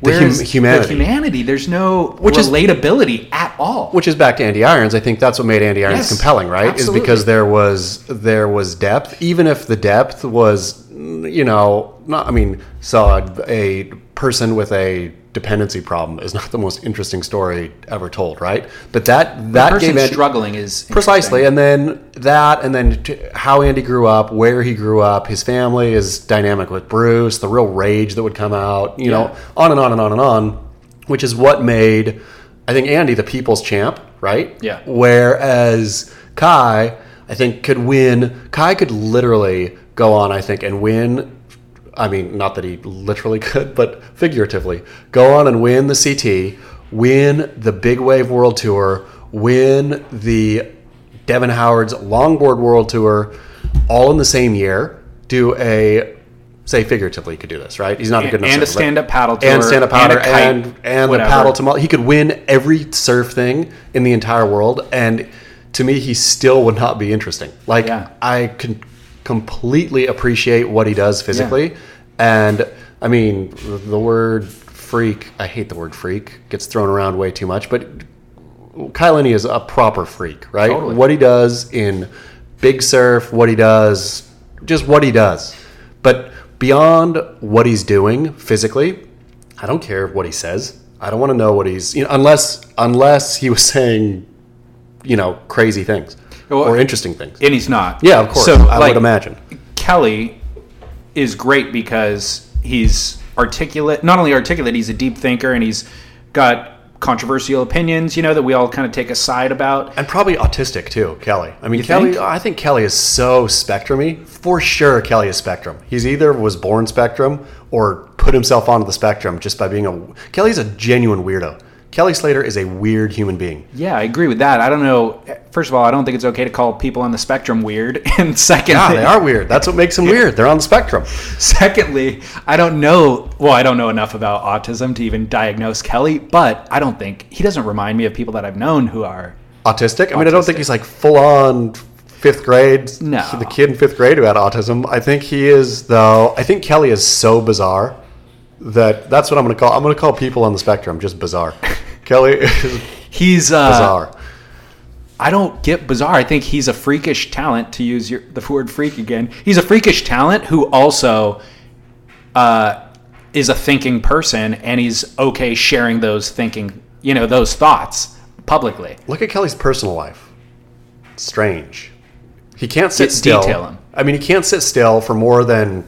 [SPEAKER 1] where
[SPEAKER 2] hum-
[SPEAKER 1] is
[SPEAKER 2] humanity.
[SPEAKER 1] The humanity? There's no
[SPEAKER 2] Which is-
[SPEAKER 1] relatability at all.
[SPEAKER 2] which is back to Andy Irons. I think that's what made Andy Irons
[SPEAKER 1] Yes,
[SPEAKER 2] compelling, right?
[SPEAKER 1] absolutely.
[SPEAKER 2] Is because there was there was depth, even if the depth was, you know, not. I mean, saw a, a person with a dependency problem is not the most interesting story ever told, right? But that
[SPEAKER 1] the
[SPEAKER 2] that
[SPEAKER 1] person
[SPEAKER 2] gave Andy,
[SPEAKER 1] struggling is
[SPEAKER 2] precisely,
[SPEAKER 1] interesting.
[SPEAKER 2] and then that, and then t- how Andy grew up, where he grew up, his family, his dynamic with Bruce, the real rage that would come out, you know, on and on and on and on, which is what made, I think, Andy the people's champ, right?
[SPEAKER 1] Yeah.
[SPEAKER 2] Whereas Kai, I think, could win. Kai could literally go on, I think, and win. I mean, not that he literally could, but figuratively, go on and win the CT, win the Big Wave World Tour, win the Devin Howard's Longboard World Tour, all in the same year. Do a say figuratively, he could do this, right? He's not a good
[SPEAKER 1] and,
[SPEAKER 2] enough
[SPEAKER 1] and a
[SPEAKER 2] surfer, but-
[SPEAKER 1] stand up paddle tour
[SPEAKER 2] and stand up paddle
[SPEAKER 1] a kite,
[SPEAKER 2] and and the
[SPEAKER 1] whatever.
[SPEAKER 2] paddle tomorrow. He could win every surf thing in the entire world, and to me, he still would not be interesting. Like
[SPEAKER 1] Yeah.
[SPEAKER 2] I can completely appreciate what he does physically, and I mean the- the word freak. I hate the word freak. Gets thrown around way too much, but Kyleni is a proper freak, right?
[SPEAKER 1] Totally.
[SPEAKER 2] What he does in big surf, what he does, just what he does. But beyond what he's doing physically, I don't care what he says. I don't want to know what he's you know, unless unless he was saying, you know, crazy things
[SPEAKER 1] Well,
[SPEAKER 2] or interesting things.
[SPEAKER 1] and he's not.
[SPEAKER 2] yeah, of course.
[SPEAKER 1] So
[SPEAKER 2] I
[SPEAKER 1] like,
[SPEAKER 2] would imagine.
[SPEAKER 1] Kelly is great because he's articulate. Not only articulate, he's a deep thinker and he's got controversial opinions, you know, that we all kind of take a side about.
[SPEAKER 2] And probably autistic too, Kelly. I mean,
[SPEAKER 1] You
[SPEAKER 2] Kelly.
[SPEAKER 1] think?
[SPEAKER 2] I think Kelly is so spectrumy. For sure, Kelly is spectrum. He's either was born spectrum or put himself onto the spectrum just by being a. Kelly's a genuine weirdo. Kelly Slater is a weird human being.
[SPEAKER 1] Yeah, I agree with that. I don't know. First of all, I don't think it's okay to call people on the spectrum weird. And second,
[SPEAKER 2] Ah, they are weird. That's what makes them weird. They're on the spectrum.
[SPEAKER 1] Secondly, I don't know. Well, I don't know enough about autism to even diagnose Kelly, but I don't think he doesn't remind me of people that I've known who are.
[SPEAKER 2] Autistic. I mean, I don't think he's like full on fifth grade.
[SPEAKER 1] No.
[SPEAKER 2] The kid in fifth grade who had autism. I think he is though. I think Kelly is so bizarre that that's what I'm going to call. I'm going to call people on the spectrum just bizarre. Kelly is
[SPEAKER 1] He's uh,
[SPEAKER 2] bizarre.
[SPEAKER 1] I don't get bizarre. I think he's a freakish talent to use your, the word freak again. He's a freakish talent who also uh, is a thinking person, and he's okay sharing those thinking, you know, those thoughts publicly.
[SPEAKER 2] Look at Kelly's personal life. Strange. He can't sit
[SPEAKER 1] D-
[SPEAKER 2] still.
[SPEAKER 1] detail him.
[SPEAKER 2] I mean, he can't sit still for more than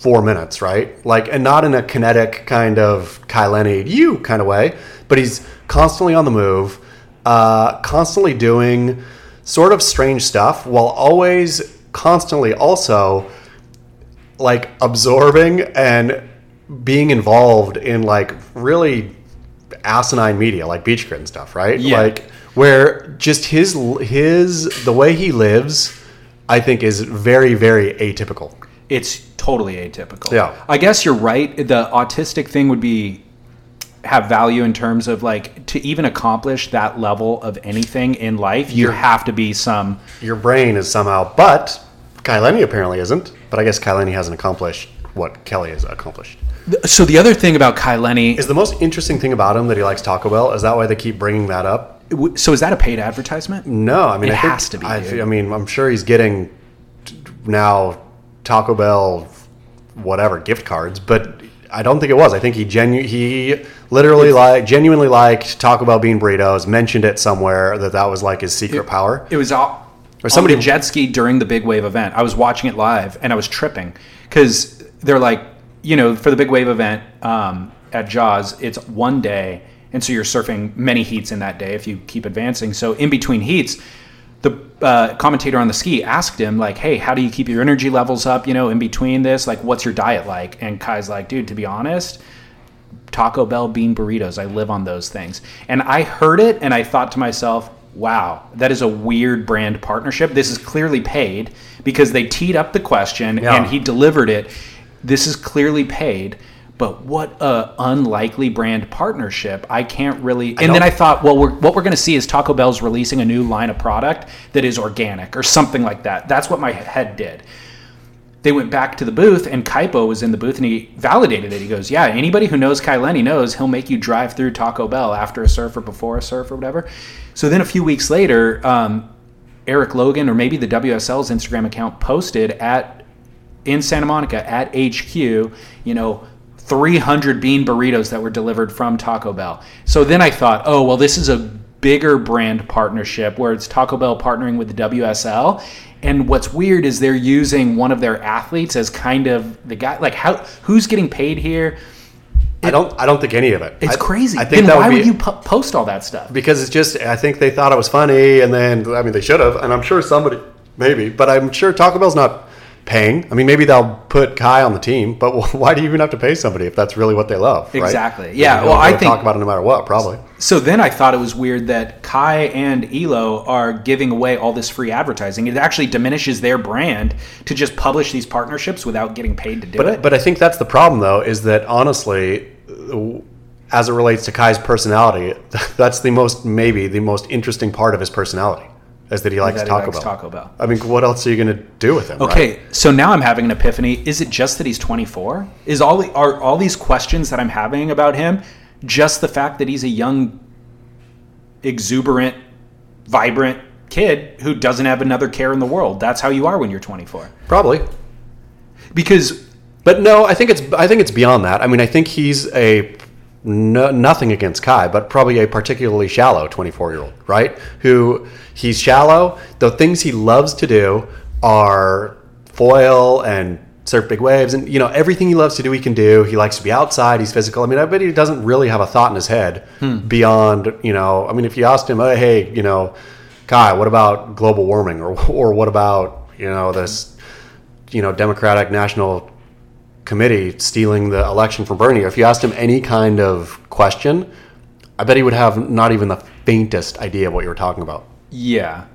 [SPEAKER 2] four minutes, right? Like, and not in a kinetic kind of Kyle Lenny, you kind of way, but he's constantly on the move, uh, constantly doing sort of strange stuff while always constantly also like absorbing and being involved in like really asinine media like beach grit and stuff right
[SPEAKER 1] Yeah.
[SPEAKER 2] like where just his his the way he lives i think is very very atypical
[SPEAKER 1] It's totally atypical.
[SPEAKER 2] Yeah.
[SPEAKER 1] I guess you're right. The autistic thing would be have value in terms of like to even accomplish that level of anything in life, you
[SPEAKER 2] You're-
[SPEAKER 1] have to be some
[SPEAKER 2] your brain is somehow but kyleni apparently isn't but i guess kyleni hasn't accomplished what kelly has accomplished
[SPEAKER 1] So the other thing about Kai Lenny
[SPEAKER 2] is the most interesting thing about him that he likes taco bell is that why they keep bringing that up
[SPEAKER 1] W- So is that a paid advertisement?
[SPEAKER 2] No, I mean
[SPEAKER 1] It
[SPEAKER 2] I think-
[SPEAKER 1] has to be,
[SPEAKER 2] I,
[SPEAKER 1] dude.
[SPEAKER 2] I mean, I'm sure he's getting t- now Taco Bell, whatever gift cards, but I don't think it was. I think he genu- he literally like genuinely liked Taco Bell bean burritos. Mentioned it somewhere that that was like his secret power.
[SPEAKER 1] It was all
[SPEAKER 2] Or
[SPEAKER 1] or somebody
[SPEAKER 2] somebody-
[SPEAKER 1] jet ski during the big wave event. I was watching it live and I was tripping because they're like, you know, for the big wave event um, at Jaws, it's one day, and so you're surfing many heats in that day if you keep advancing. So in between heats, the uh, commentator on the ski asked him like, "Hey, how do you keep your energy levels up? You know, in between this, like, what's your diet like?" And Kai's like, "Dude, to be honest." Taco Bell bean burritos. I live on those things. And I heard it and I thought to myself, wow, that is a weird brand partnership. This is clearly paid because they teed up the question
[SPEAKER 2] Yeah.
[SPEAKER 1] and he delivered it. This is clearly paid. But what a unlikely brand partnership! I can't really. And
[SPEAKER 2] don't-
[SPEAKER 1] then I thought, well, we're, what we're going to see is Taco Bell's releasing a new line of product that is organic or something like that. That's what my head did they went back to the booth and Kaipo was in the booth and he validated it. He goes, Yeah, anybody who knows Kai Lenny knows he'll make you drive through Taco Bell after a surf or before a surf or whatever. So then a few weeks later, um, Eric Logan or maybe the WSL's Instagram account posted at in Santa Monica at HQ, you know, 300 bean burritos that were delivered from Taco Bell. So then I thought, oh, well, this is a bigger brand partnership where it's Taco Bell partnering with the WSL. And what's weird is they're using one of their athletes as kind of the guy. Like, how who's getting paid here?
[SPEAKER 2] I don't I don't think any of it.
[SPEAKER 1] It's
[SPEAKER 2] I-
[SPEAKER 1] crazy.
[SPEAKER 2] I
[SPEAKER 1] then
[SPEAKER 2] think that
[SPEAKER 1] why
[SPEAKER 2] would
[SPEAKER 1] would,
[SPEAKER 2] be
[SPEAKER 1] you po- post all that stuff?
[SPEAKER 2] because it's just I think they thought it was funny, and then I mean they should have, and I'm sure somebody maybe, but I'm sure Taco Bell's not paying. I mean maybe they'll put Kai on the team, but why do you even have to pay somebody if that's really what they love? right?
[SPEAKER 1] Exactly. Yeah,
[SPEAKER 2] They're
[SPEAKER 1] well, I
[SPEAKER 2] gonna
[SPEAKER 1] think-
[SPEAKER 2] talk about it no matter what, probably.
[SPEAKER 1] So then I thought it was weird that Kai and Elo are giving away all this free advertising. It actually diminishes their brand to just publish these partnerships without getting paid to do
[SPEAKER 2] But
[SPEAKER 1] it.
[SPEAKER 2] but I think that's the problem though, is that honestly, uh, as it relates to Kai's personality, that's the most maybe the most interesting part of his personality is that he likes
[SPEAKER 1] That he
[SPEAKER 2] Taco
[SPEAKER 1] likes
[SPEAKER 2] Bell.
[SPEAKER 1] Taco Bell.
[SPEAKER 2] I mean, what else are you going to do with him? right?
[SPEAKER 1] Okay, so now I'm having an epiphany. Is it just that he's 24? Is all the, are all these questions that I'm having about him just the fact that he's a young, exuberant, vibrant kid who doesn't have another care in the world? That's how you are when you're 24.
[SPEAKER 2] probably.
[SPEAKER 1] Because
[SPEAKER 2] But no, I think it's I think it's beyond that. I mean, I think he's a no, nothing against Kai, but probably a particularly shallow 24 year old, right? Who he's shallow. The things he loves to do are foil and surf big waves, and you know everything he loves to do, he can do. He likes to be outside. He's physical. I mean, I bet he doesn't really have a thought in his head beyond you know. I mean, if you asked him, oh, hey, you know, Kai, what about global warming, or or what about you know this you know Democratic National committee stealing the election from Bernie, if you asked him any kind of question, I bet he would have not even the faintest idea of what you were talking about.
[SPEAKER 1] Yeah.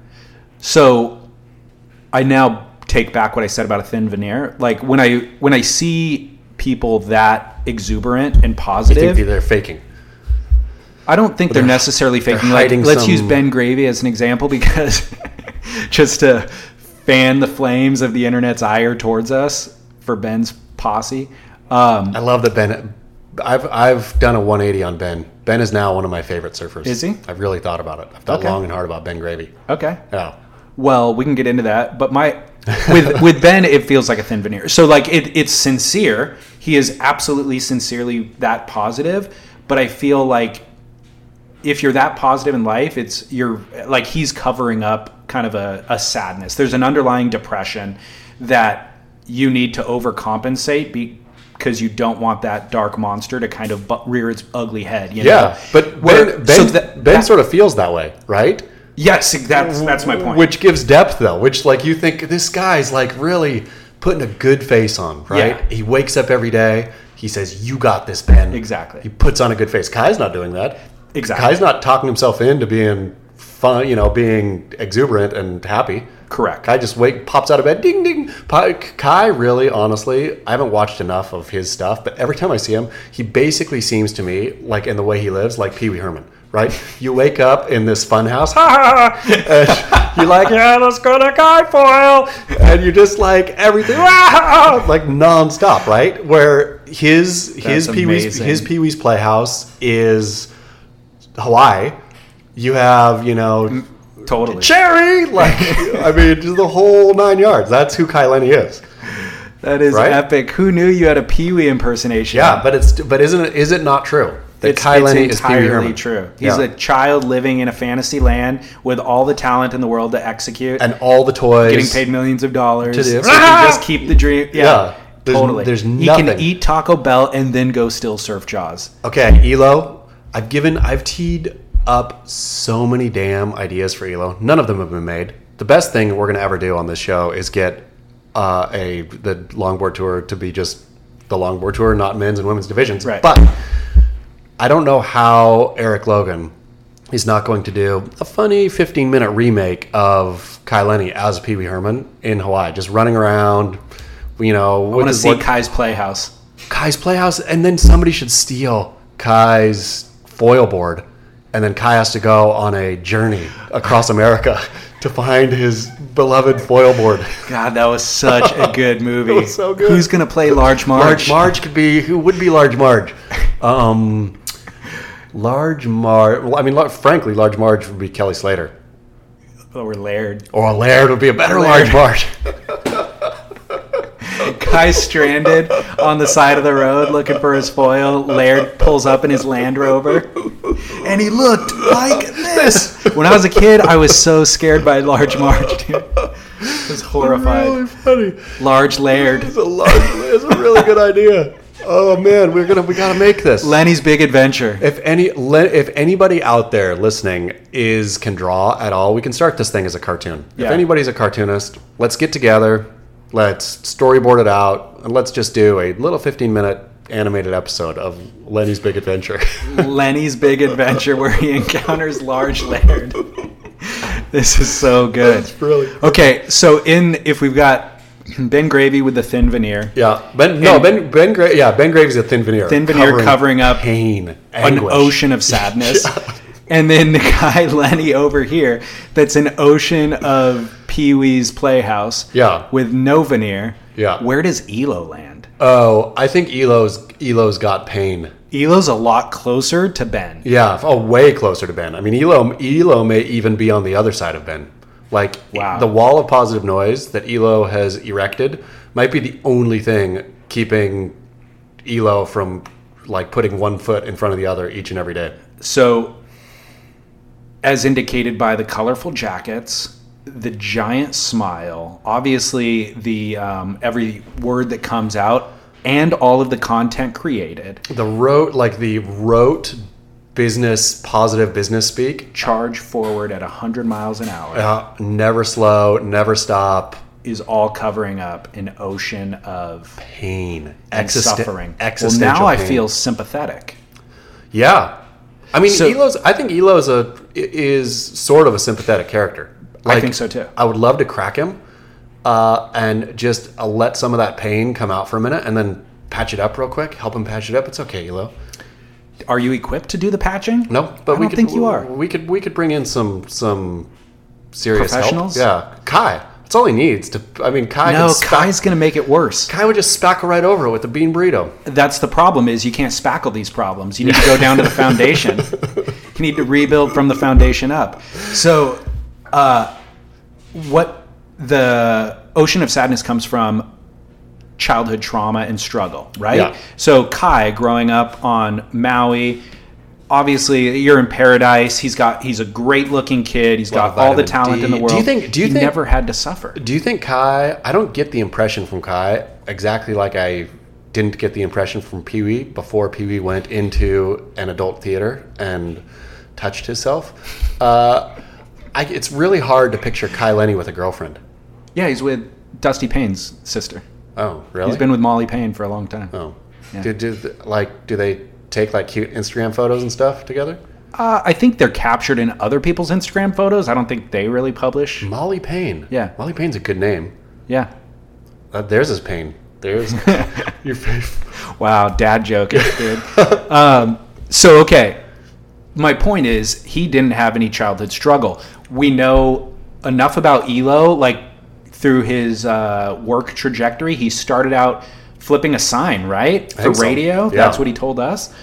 [SPEAKER 1] So I now take back what I said about a thin veneer. Like when I when I see people that exuberant and
[SPEAKER 2] I think
[SPEAKER 1] positive,
[SPEAKER 2] they're faking.
[SPEAKER 1] I don't think they're,
[SPEAKER 2] they're-
[SPEAKER 1] necessarily faking.
[SPEAKER 2] they're
[SPEAKER 1] like,
[SPEAKER 2] hiding
[SPEAKER 1] let's
[SPEAKER 2] some-
[SPEAKER 1] use Ben Gravy as an example because just to fan the flames of the internet's ire towards us for Ben's posse. Um,
[SPEAKER 2] I love that Ben. I've I've done a 180 on Ben. Ben is now one of my favorite surfers.
[SPEAKER 1] Is he?
[SPEAKER 2] I've really thought about it. I've thought
[SPEAKER 1] Okay.
[SPEAKER 2] long and hard about Ben Gravy.
[SPEAKER 1] okay.
[SPEAKER 2] Yeah.
[SPEAKER 1] Well, we can get into that, but my with with Ben, it feels like a thin veneer. So like it, it's sincere. He is absolutely sincerely that positive, but I feel like if you're that positive in life, it's you're like he's covering up kind of a, a sadness. There's an underlying depression that you need to overcompensate because you don't want that dark monster to kind of bu- rear its ugly head. You know?
[SPEAKER 2] Yeah, but
[SPEAKER 1] Where-
[SPEAKER 2] Ben
[SPEAKER 1] so
[SPEAKER 2] Ben,
[SPEAKER 1] that-
[SPEAKER 2] ben
[SPEAKER 1] that-
[SPEAKER 2] sort of feels that way, right?
[SPEAKER 1] yes, that's that's my point.
[SPEAKER 2] Which gives depth, though. Which, like, you think this guy's like really putting a good face on, right?
[SPEAKER 1] Yeah.
[SPEAKER 2] He wakes up every day. He says, "You got this, Ben."
[SPEAKER 1] Exactly.
[SPEAKER 2] He puts on a good face. Kai's not doing that.
[SPEAKER 1] Exactly.
[SPEAKER 2] Kai's not talking himself into being fun, you know, being exuberant and happy.
[SPEAKER 1] Correct.
[SPEAKER 2] Kai just wake pops out of bed, ding ding. Pa- Kai really, honestly, I haven't watched enough of his stuff, but every time I see him, he basically seems to me like in the way he lives, like Pee Wee Herman. Right? You wake up in this fun house, ha ha, and you're like, yeah, let's go to Kai Foil, and you're just like everything, "Ah!" like nonstop, right? Where his his
[SPEAKER 1] That's
[SPEAKER 2] Pee Wee's
[SPEAKER 1] amazing.
[SPEAKER 2] his Pee Wee's Playhouse is Hawaii. You have, you know,
[SPEAKER 1] totally.
[SPEAKER 2] Cherry! Like, I mean, just the whole nine yards. That's who Kai Lenny is.
[SPEAKER 1] That is
[SPEAKER 2] Right?
[SPEAKER 1] epic. Who knew you had a Pee Wee impersonation?
[SPEAKER 2] Yeah, but it's but isn't it is it not true that
[SPEAKER 1] it's,
[SPEAKER 2] Kai
[SPEAKER 1] it's
[SPEAKER 2] Lenny is Pee Wee
[SPEAKER 1] entirely
[SPEAKER 2] Herman?
[SPEAKER 1] true. He's
[SPEAKER 2] Yeah.
[SPEAKER 1] a child living in a fantasy land with all the talent in the world to execute,
[SPEAKER 2] and all the toys
[SPEAKER 1] getting paid millions of dollars.
[SPEAKER 2] To do-
[SPEAKER 1] so he can just keep the dream. Yeah,
[SPEAKER 2] Yeah. There's-
[SPEAKER 1] totally.
[SPEAKER 2] there's
[SPEAKER 1] He
[SPEAKER 2] nothing.
[SPEAKER 1] can eat Taco Bell and then go still surf Jaws.
[SPEAKER 2] Okay, Elo, I've given, I've teed up so many damn ideas for Elo. None of them have been made. The best thing we're gonna ever do on this show is get uh, a the longboard tour to be just the longboard tour, not men's and women's divisions.
[SPEAKER 1] Right.
[SPEAKER 2] But I don't know how Eric Logan is not going to do a funny 15 minute remake of Kai Lenny as Pee Wee Herman in Hawaii, just running around. You know,
[SPEAKER 1] I want to see Kai's Playhouse.
[SPEAKER 2] Kai's Playhouse, and then somebody should steal Kai's foil board, and then Kai has to go on a journey across America to find his beloved foil board.
[SPEAKER 1] God, that was such a good movie.
[SPEAKER 2] was so good.
[SPEAKER 1] Who's gonna play Large Marge?
[SPEAKER 2] Large Marge could be who would be Large Marge? Um, Large Marge. Well, I mean, lar- frankly, Large Marge would be Kelly Slater,
[SPEAKER 1] or Laird?
[SPEAKER 2] or Laird would be a better
[SPEAKER 1] Laird.
[SPEAKER 2] Large Marge.
[SPEAKER 1] Guy stranded on the side of the road looking for his foil. Laird pulls up in his Land Rover, and he looked like this. When I was a kid, I was so scared by Large Marge. Dude. I was horrified.
[SPEAKER 2] Oh, really funny.
[SPEAKER 1] Large Laird.
[SPEAKER 2] It's a large. It's a really good idea. Oh man, we're gonna we gotta make this.
[SPEAKER 1] Lenny's Big Adventure.
[SPEAKER 2] If any, le- if anybody out there listening is can draw at all, we can start this thing as a cartoon.
[SPEAKER 1] Yeah.
[SPEAKER 2] If anybody's a cartoonist, let's get together, let's storyboard it out, and let's just do a little fifteen-minute animated episode of Lenny's Big Adventure.
[SPEAKER 1] Lenny's Big Adventure, where he encounters Large Laird. This is so good.
[SPEAKER 2] brilliant.
[SPEAKER 1] Okay, so in if we've got Ben Gravy with the thin veneer,
[SPEAKER 2] Yeah, Ben. No,
[SPEAKER 1] And-
[SPEAKER 2] Ben. Ben. Gra- yeah, Ben Graves is a thin veneer.
[SPEAKER 1] Thin veneer covering up
[SPEAKER 2] pain,
[SPEAKER 1] an
[SPEAKER 2] anguish.
[SPEAKER 1] ocean of sadness. And then the guy Lenny over here, that's an ocean of Pee Wee's Playhouse.
[SPEAKER 2] Yeah.
[SPEAKER 1] With no veneer.
[SPEAKER 2] Yeah.
[SPEAKER 1] Where does Elo land?
[SPEAKER 2] Oh, I think Elo's Elo's got pain.
[SPEAKER 1] Elo's a lot closer to Ben.
[SPEAKER 2] Yeah, oh, way closer to Ben. I mean, Elo Elo may even be on the other side of Ben. Like
[SPEAKER 1] Wow.
[SPEAKER 2] the wall of positive noise that Elo has erected might be the only thing keeping Elo from like putting one foot in front of the other each and every day.
[SPEAKER 1] So, as indicated by the colorful jackets, the giant smile, obviously the um, every word that comes out, and all of the content created,
[SPEAKER 2] The rote, like the rote business positive business speak.
[SPEAKER 1] charge forward at 100 miles an hour.
[SPEAKER 2] Uh, never slow, never stop.
[SPEAKER 1] is all covering up an ocean of
[SPEAKER 2] Pain,
[SPEAKER 1] and
[SPEAKER 2] Existen-
[SPEAKER 1] suffering.
[SPEAKER 2] existential.
[SPEAKER 1] well, now I
[SPEAKER 2] pain.
[SPEAKER 1] feel sympathetic.
[SPEAKER 2] Yeah, I mean,
[SPEAKER 1] So-
[SPEAKER 2] Elo's. I think Elo's a is sort of a sympathetic character.
[SPEAKER 1] I think so, too.
[SPEAKER 2] I would love to crack him, uh, and just uh, let some of that pain come out for a minute, and then patch it up real quick. Help him patch it up. It's okay, Elo.
[SPEAKER 1] Are you equipped to do the patching?
[SPEAKER 2] No, but
[SPEAKER 1] I
[SPEAKER 2] we
[SPEAKER 1] don't
[SPEAKER 2] could,
[SPEAKER 1] think you are.
[SPEAKER 2] We could we could bring in some some serious help.
[SPEAKER 1] Professionals?
[SPEAKER 2] Yeah, Kai. That's all he needs to. I mean, Kai.
[SPEAKER 1] No,
[SPEAKER 2] could spack-
[SPEAKER 1] Kai's going to make it worse.
[SPEAKER 2] Kai would just spackle right over it with the bean burrito.
[SPEAKER 1] That's the problem is you can't spackle these problems. You need to go down to the foundation. you need to rebuild from the foundation up. So, uh, what the ocean of sadness comes from childhood trauma and struggle, right?
[SPEAKER 2] Yeah.
[SPEAKER 1] So Kai growing up on Maui, obviously you're in paradise. He's got he's a great looking kid. He's
[SPEAKER 2] Lot
[SPEAKER 1] got
[SPEAKER 2] of
[SPEAKER 1] all the
[SPEAKER 2] vitamin
[SPEAKER 1] talent in
[SPEAKER 2] D.
[SPEAKER 1] the world.
[SPEAKER 2] Do you think- do you
[SPEAKER 1] he
[SPEAKER 2] think-
[SPEAKER 1] never had to suffer?
[SPEAKER 2] Do you think Kai? I don't get the impression from Kai exactly like I didn't get the impression from Pee Wee before Pee Wee went into an adult theater and touched himself. Uh, I, it's really hard to picture Kai Lenny with a girlfriend.
[SPEAKER 1] Yeah, he's with Dusty Payne's sister.
[SPEAKER 2] Oh, really?
[SPEAKER 1] He's been with Molly Payne for a long time.
[SPEAKER 2] Oh,
[SPEAKER 1] Yeah.
[SPEAKER 2] do, do, like do they take like cute Instagram photos and stuff together?
[SPEAKER 1] Uh, I think they're captured in other people's Instagram photos. I don't think they really publish.
[SPEAKER 2] Molly Payne.
[SPEAKER 1] Yeah.
[SPEAKER 2] Molly Payne's a good name.
[SPEAKER 1] Yeah.
[SPEAKER 2] Uh, there's his pain. There's your face.
[SPEAKER 1] Wow, dad joke, is good. um, so okay, my point is he didn't have any childhood struggle. We know enough about Elo, like through his uh, work trajectory. He started out flipping a sign, right, for
[SPEAKER 2] think so.
[SPEAKER 1] radio.
[SPEAKER 2] Yeah.
[SPEAKER 1] That's what he told us.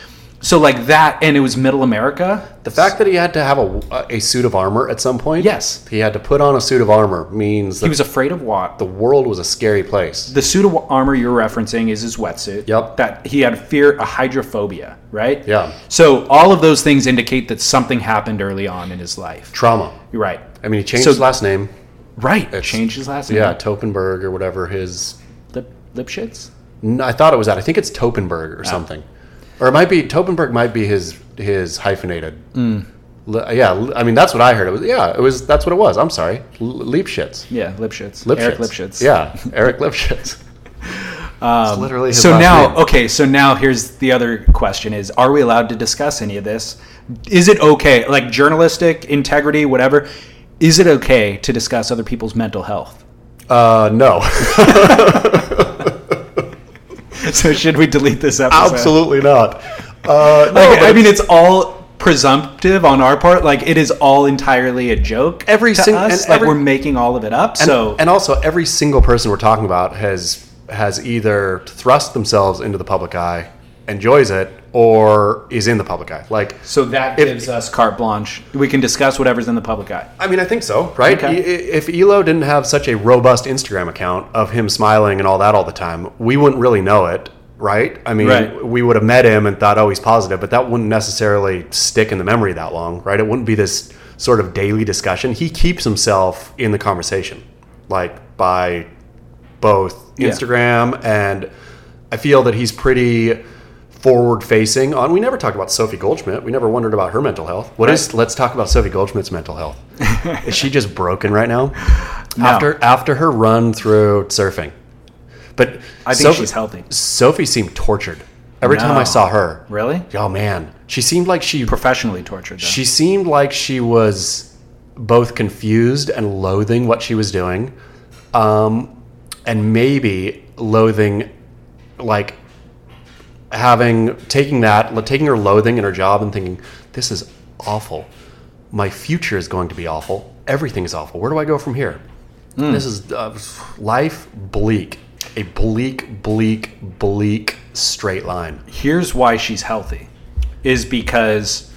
[SPEAKER 1] So like that, and it was Middle America.
[SPEAKER 2] The fact that he had to have a, a suit of armor at some point.
[SPEAKER 1] Yes.
[SPEAKER 2] He had to put on a suit of armor means
[SPEAKER 1] He
[SPEAKER 2] that
[SPEAKER 1] was afraid of what?
[SPEAKER 2] the world was a scary place.
[SPEAKER 1] The suit of armor you're referencing is his wetsuit.
[SPEAKER 2] Yep.
[SPEAKER 1] That he had fear, a hydrophobia, right?
[SPEAKER 2] Yeah.
[SPEAKER 1] So all of those things indicate that something happened early on in his life.
[SPEAKER 2] Trauma.
[SPEAKER 1] You're right.
[SPEAKER 2] I mean, he changed
[SPEAKER 1] So- Mhm.
[SPEAKER 2] his last name.
[SPEAKER 1] Right. Changed his last name.
[SPEAKER 2] Yeah, Topenberg or whatever his.
[SPEAKER 1] Lip, Lipschitz?
[SPEAKER 2] n- I thought it was that. I think it's Topenberg or something, or it might be Topenberg. Might be his his hyphenated.
[SPEAKER 1] Mm.
[SPEAKER 2] L- yeah, l- I mean that's what I heard. It was yeah, it was that's what it was. I'm sorry, L- Leapshits.
[SPEAKER 1] Yeah, Lipschitz.
[SPEAKER 2] Lipschitz.
[SPEAKER 1] Eric Lipschitz.
[SPEAKER 2] Yeah, Eric Lipschitz. it's literally his
[SPEAKER 1] Um, So
[SPEAKER 2] last
[SPEAKER 1] now,
[SPEAKER 2] name.
[SPEAKER 1] okay, so now here's the other question is are we allowed to discuss any of this? Is it okay, like journalistic integrity, whatever, is it okay to discuss other people's mental health?
[SPEAKER 2] uh, no, Uh,
[SPEAKER 1] So should we delete this episode?
[SPEAKER 2] absolutely not. Uh, no,
[SPEAKER 1] Like,
[SPEAKER 2] but
[SPEAKER 1] I mean, it's all presumptive on our part. Like it is all entirely a joke.
[SPEAKER 2] Every
[SPEAKER 1] to
[SPEAKER 2] sing-
[SPEAKER 1] us.
[SPEAKER 2] and
[SPEAKER 1] like
[SPEAKER 2] every-
[SPEAKER 1] we're making all of it up.
[SPEAKER 2] And,
[SPEAKER 1] so
[SPEAKER 2] and also every single person we're talking about has has either thrust themselves into the public eye, enjoys it, or is in the public eye. Like
[SPEAKER 1] so that
[SPEAKER 2] if-
[SPEAKER 1] gives us carte blanche. We can discuss whatever's in the public eye.
[SPEAKER 2] I mean, I think so, right?
[SPEAKER 1] Okay.
[SPEAKER 2] I- i- If Elo didn't have such a robust Instagram account of him smiling and all that all the time, we wouldn't really know it, right? I mean,
[SPEAKER 1] Right.
[SPEAKER 2] we would have met him and thought, oh, he's positive, but that wouldn't necessarily stick in the memory that long, right? It wouldn't be this sort of daily discussion. He keeps himself in the conversation, like by both
[SPEAKER 1] Yeah.
[SPEAKER 2] Instagram and I feel that he's pretty forward facing on we never talked about Sophie Goldschmidt. We never wondered about her mental health. What is- let's talk about Sophie Goldschmidt's mental health. is she just broken right now? After after her run through surfing. But
[SPEAKER 1] I think she's healthy.
[SPEAKER 2] Sophie seemed tortured. Every time
[SPEAKER 1] No.
[SPEAKER 2] I saw her.
[SPEAKER 1] Really?
[SPEAKER 2] Oh man. She seemed like she
[SPEAKER 1] Professionally tortured. Though.
[SPEAKER 2] she seemed like she was both confused and loathing what she was doing, um, and maybe loathing, like having taking that, like, taking her loathing in her job and thinking, "This is awful. My future is going to be awful. Everything is awful. Where do I go from here?
[SPEAKER 1] Hmm.
[SPEAKER 2] This is uh, life bleak, a bleak, bleak, bleak straight line."
[SPEAKER 1] here's why she's healthy is because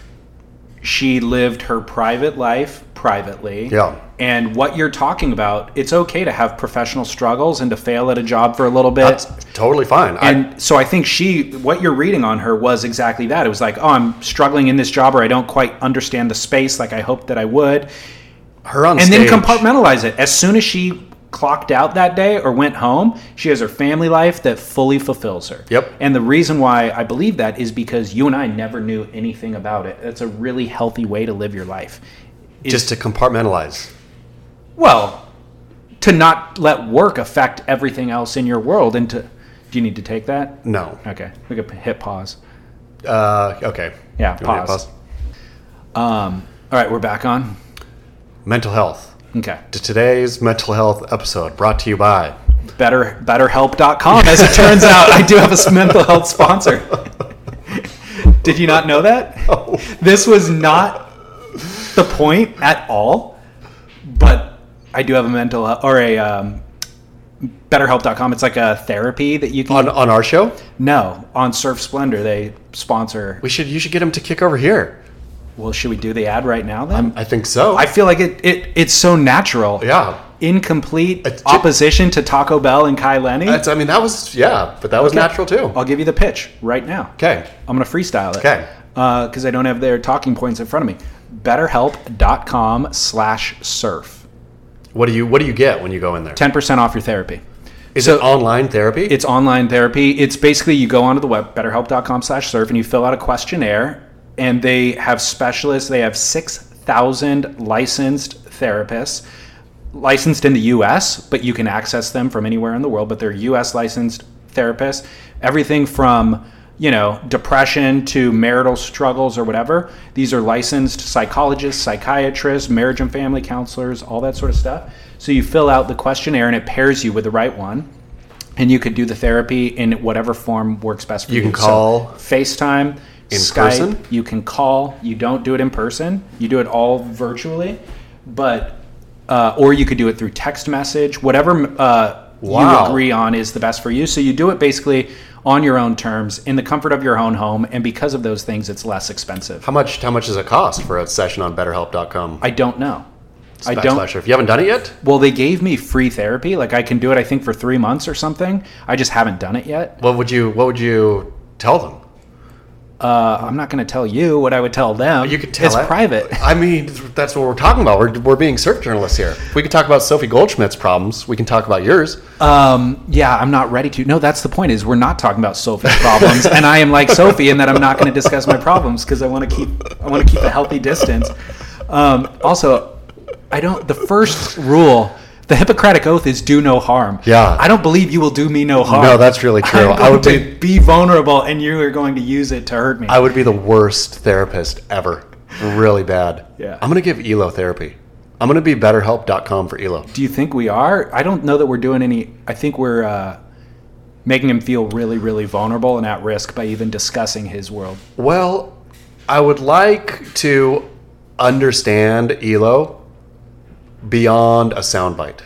[SPEAKER 1] she lived her private life privately.
[SPEAKER 2] Yeah.
[SPEAKER 1] And what you're talking about, it's okay to have professional struggles and to fail at a job for a little bit.
[SPEAKER 2] That's totally fine. I-
[SPEAKER 1] and so I think she, what you're reading on her was exactly that. It was like, oh, I'm struggling in this job or I don't quite understand the space like I hoped that I would.
[SPEAKER 2] her on
[SPEAKER 1] And then
[SPEAKER 2] stage-
[SPEAKER 1] compartmentalize it. As soon as she clocked out that day or went home, she has her family life that fully fulfills her.
[SPEAKER 2] Yep.
[SPEAKER 1] And the reason why I believe that is because you and I never knew anything about it. That's a really healthy way to live your life. Is-
[SPEAKER 2] just to compartmentalize.
[SPEAKER 1] well, to not let work affect everything else in your world and to do you need to take that?
[SPEAKER 2] No.
[SPEAKER 1] Okay. We could hit pause.
[SPEAKER 2] Uh, okay.
[SPEAKER 1] Yeah,
[SPEAKER 2] You want me to
[SPEAKER 1] pause. Um, All right, we're back on.
[SPEAKER 2] Mental health.
[SPEAKER 1] Okay.
[SPEAKER 2] To today's mental health episode brought to you by
[SPEAKER 1] better betterhelp.com as it turns out i do have a mental health sponsor did you not know that this was not the point at all but i do have a mental he- or a um, betterhelp.com it's like a therapy that you can
[SPEAKER 2] on on our show.
[SPEAKER 1] no on surf splendor they sponsor
[SPEAKER 2] We should you should get him to kick over here.
[SPEAKER 1] well should we do the ad right now then
[SPEAKER 2] I think so.
[SPEAKER 1] i feel like it, it it's so natural
[SPEAKER 2] yeah.
[SPEAKER 1] incomplete
[SPEAKER 2] It's ju-
[SPEAKER 1] opposition to taco bell and kai lenny
[SPEAKER 2] That's I mean that was yeah, but that was natural too.
[SPEAKER 1] I'll give you the pitch right now.
[SPEAKER 2] Okay.
[SPEAKER 1] I'm going to freestyle it.
[SPEAKER 2] Okay.
[SPEAKER 1] Because I don't have their talking points in front of me. BetterHelp.com slash surf.
[SPEAKER 2] What do you what do you get when you go in there?
[SPEAKER 1] 10% off your therapy.
[SPEAKER 2] Is
[SPEAKER 1] so-
[SPEAKER 2] it online therapy?
[SPEAKER 1] It's online therapy. It's basically you go onto the web, betterhelp.com slash surf, and you fill out a questionnaire, and they have specialists. They have 6,000 licensed therapists, licensed in the US, but you can access them from anywhere in the world, but they're US licensed therapists. Everything from you know, depression to marital struggles or whatever. These are licensed psychologists, psychiatrists, marriage and family counselors, all that sort of stuff. So you fill out the questionnaire and it pairs you with the right one and you could do the therapy in whatever form works best for you.
[SPEAKER 2] You can
[SPEAKER 1] So
[SPEAKER 2] call
[SPEAKER 1] FaceTime, in Skype.
[SPEAKER 2] person?
[SPEAKER 1] You can call. You don't do it in person. You do it all virtually, but uh, or you could do it through text message. Whatever uh,
[SPEAKER 2] Wow.
[SPEAKER 1] you agree on is the best for you. So you do it basically on your own terms in the comfort of your own home. And because of those things, it's less expensive.
[SPEAKER 2] How much? How much does it cost for a session on BetterHelp.com?
[SPEAKER 1] I don't know. I
[SPEAKER 2] Backslash
[SPEAKER 1] don't.
[SPEAKER 2] or If you haven't done it yet,
[SPEAKER 1] Well, they gave me free therapy. Like I can do it, I think, for three months or something. I just haven't done it yet.
[SPEAKER 2] what would you? What would you tell them?
[SPEAKER 1] Uh, I'm not going to tell you what I would tell them.
[SPEAKER 2] You could tell
[SPEAKER 1] It's
[SPEAKER 2] it.
[SPEAKER 1] private.
[SPEAKER 2] I mean, that's what we're talking about. We're, we're being surf journalists here. We could talk about Sophie Goldschmidt's problems. We can talk about yours.
[SPEAKER 1] Um, yeah, I'm not ready to. No, that's the point. Is we're not talking about Sophie's problems, and I am like Sophie, in that I'm not going to discuss my problems because I want to keep I want to keep a healthy distance. Um, also, I don't. The first rule, the Hippocratic Oath, is do no harm.
[SPEAKER 2] Yeah.
[SPEAKER 1] I don't believe you will do me no harm.
[SPEAKER 2] No, that's really true.
[SPEAKER 1] I'm
[SPEAKER 2] I
[SPEAKER 1] going
[SPEAKER 2] would
[SPEAKER 1] to be, vulnerable, and you are going to use it to hurt me.
[SPEAKER 2] I would be the worst therapist ever. Really bad.
[SPEAKER 1] Yeah.
[SPEAKER 2] I'm gonna give Elo therapy. I'm gonna be BetterHelp.com for Elo.
[SPEAKER 1] do you think we are? I don't know that we're doing any. I think we're. Uh, Making him feel really, really vulnerable and at risk by even discussing his world.
[SPEAKER 2] Well, I would like to understand Elo beyond a soundbite.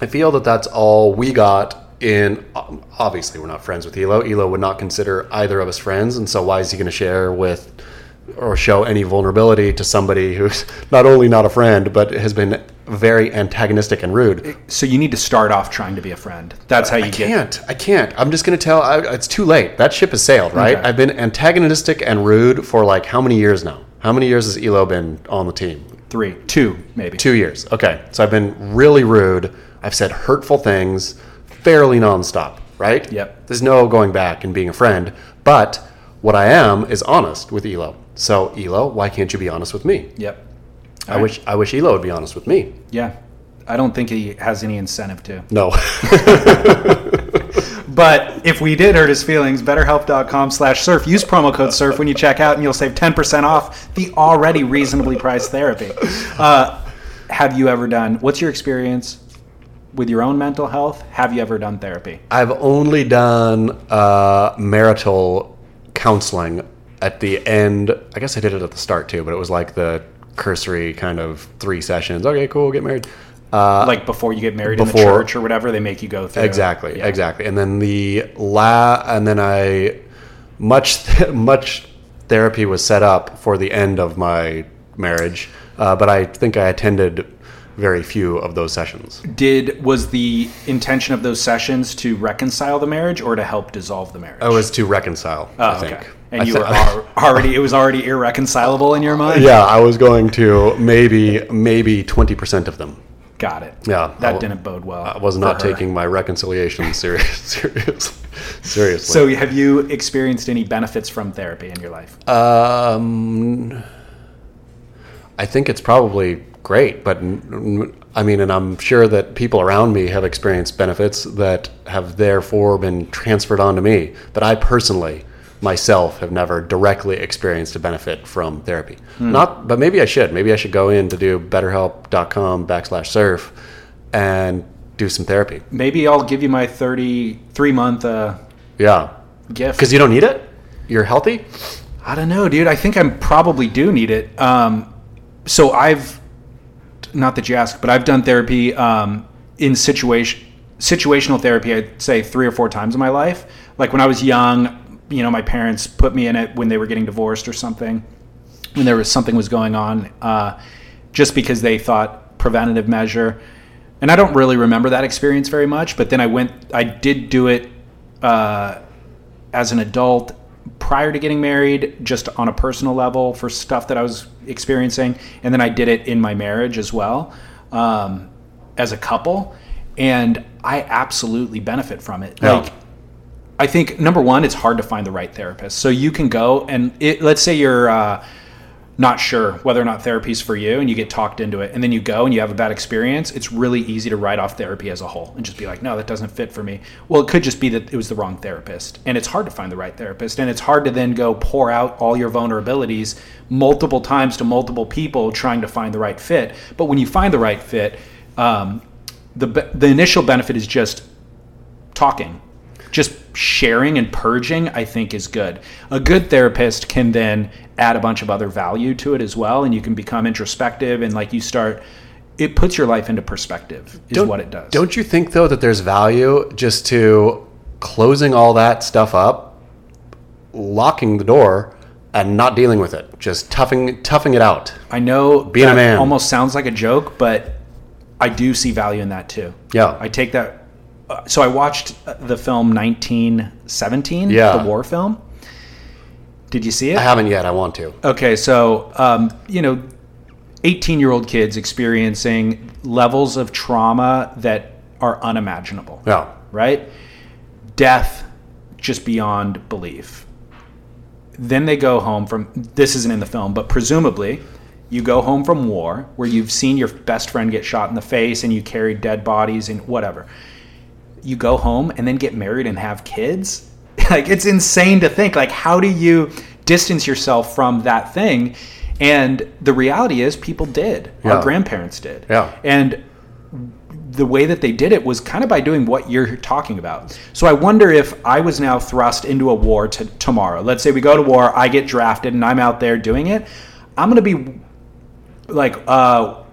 [SPEAKER 2] I feel that that's all we got. In um, obviously, we're not friends with Elo. Elo would not consider either of us friends, and so why is he going to share with or show any vulnerability to somebody who's not only not a friend but has been very antagonistic and rude?
[SPEAKER 1] So you need to start off trying to be a friend. That's how you
[SPEAKER 2] I
[SPEAKER 1] get.
[SPEAKER 2] can't. I can't. I'm just going to tell. I, it's too late. That ship has sailed, right?
[SPEAKER 1] Okay.
[SPEAKER 2] I've been antagonistic and rude for like how many years now? How many years has Elo been on the team?
[SPEAKER 1] Three, two, maybe.
[SPEAKER 2] Two years. Okay. So I've been really rude. I've said hurtful things fairly nonstop, right?
[SPEAKER 1] Yep.
[SPEAKER 2] There's no going back and being a friend. But what I am is honest with Elo. So, Elo, why can't you be honest with me?
[SPEAKER 1] Yep.
[SPEAKER 2] I wish I wish Elo would be honest with me.
[SPEAKER 1] Yeah. I don't think he has any incentive to.
[SPEAKER 2] No.
[SPEAKER 1] But if we did hurt his feelings, betterhelp.com slash surf. Use promo code surf when you check out and you'll save 10% off the already reasonably priced therapy. Uh, have you ever done, what's your experience with your own mental health? Have you ever done therapy?
[SPEAKER 2] I've only done uh, marital counseling at the end. I guess I did it at the start too, but it was like the cursory kind of three sessions. Okay, cool, get married. Uh,
[SPEAKER 1] like before you get married in the
[SPEAKER 2] before-
[SPEAKER 1] church or whatever, they make you go through.
[SPEAKER 2] exactly,
[SPEAKER 1] Yeah.
[SPEAKER 2] exactly. And then the la, and then I much much therapy was set up for the end of my marriage, uh, but I think I attended very few of those sessions.
[SPEAKER 1] Did was the intention of those sessions to reconcile the marriage or to help dissolve the marriage? Oh,
[SPEAKER 2] I was to reconcile. I think.
[SPEAKER 1] And
[SPEAKER 2] I
[SPEAKER 1] you
[SPEAKER 2] thi-
[SPEAKER 1] were al- already, it was already irreconcilable in your mind?
[SPEAKER 2] Yeah, I was going to maybe maybe twenty percent of them.
[SPEAKER 1] Got it.
[SPEAKER 2] Yeah, I
[SPEAKER 1] That
[SPEAKER 2] wa-
[SPEAKER 1] didn't bode well.
[SPEAKER 2] I was
[SPEAKER 1] for
[SPEAKER 2] not
[SPEAKER 1] her.
[SPEAKER 2] taking my reconciliation serious, serious, seriously.
[SPEAKER 1] So, have you experienced any benefits from therapy in your life?
[SPEAKER 2] um, I think it's probably great, but n- n- I mean, and I'm sure that people around me have experienced benefits that have therefore been transferred onto me. But I personally, myself, have never directly experienced a benefit from therapy. Not, but maybe I should. Maybe I should go in to do BetterHelp.com backslash surf and do some therapy.
[SPEAKER 1] Maybe I'll give you my 33 month uh,
[SPEAKER 2] Yeah,
[SPEAKER 1] gift.
[SPEAKER 2] because you don't need it. You're healthy.
[SPEAKER 1] I don't know, dude. I think I probably do need it. Um, so I've not that you asked, but I've done therapy um, in situation situational therapy. I'd say three or four times in my life. Like when I was young, you know, my parents put me in it when they were getting divorced or something, when there was something was going on, uh, just because they thought preventative measure. And I don't really remember that experience very much. But then I went, I did do it. Uh, as an adult prior to getting married just on a personal level for stuff that i was experiencing and then i did it in my marriage as well um, as a couple and i absolutely benefit from it
[SPEAKER 2] Yeah.
[SPEAKER 1] like i think number one it's hard to find the right therapist so you can go and it, let's say you're uh, not sure whether or not therapy's for you and you get talked into it and then you go and you have a bad experience it's really easy to write off therapy as a whole and just be like no that doesn't fit for me well it could just be that it was the wrong therapist and it's hard to find the right therapist and it's hard to then go pour out all your vulnerabilities multiple times to multiple people trying to find the right fit but when you find the right fit um, the, be- the initial benefit is just talking just sharing and purging i think is good a good therapist can then add a bunch of other value to it as well and you can become introspective and like you start it puts your life into perspective is what it does
[SPEAKER 2] Don't you think though that there's value just to closing all that stuff up, locking the door, and not dealing with it. Just toughing toughing it out.
[SPEAKER 1] I know
[SPEAKER 2] Being a
[SPEAKER 1] that
[SPEAKER 2] man.
[SPEAKER 1] almost sounds like a joke, but I do see value in that too.
[SPEAKER 2] Yeah.
[SPEAKER 1] I take that. Uh, so I watched uh, the film 1917,
[SPEAKER 2] Yeah.
[SPEAKER 1] the war film. Did you see it?
[SPEAKER 2] I haven't yet. I want to.
[SPEAKER 1] Okay, so um, you know, eighteen-year-old kids experiencing levels of trauma that are unimaginable,
[SPEAKER 2] Yeah.
[SPEAKER 1] right? Death, just beyond belief. Then they go home from. This isn't in the film, but presumably, you go home from war where you've seen your best friend get shot in the face and you carry dead bodies and whatever. You go home and then get married and have kids. like it's insane to think. Like how do you distance yourself from that thing? And the reality is, people did.
[SPEAKER 2] Yeah.
[SPEAKER 1] Our grandparents did.
[SPEAKER 2] Yeah.
[SPEAKER 1] And the way that they did it was kind of by doing what you're talking about. So I wonder if I was now thrust into a war to tomorrow. Let's say we go to war, I get drafted, and I'm out there doing it. I'm going to be like, uh,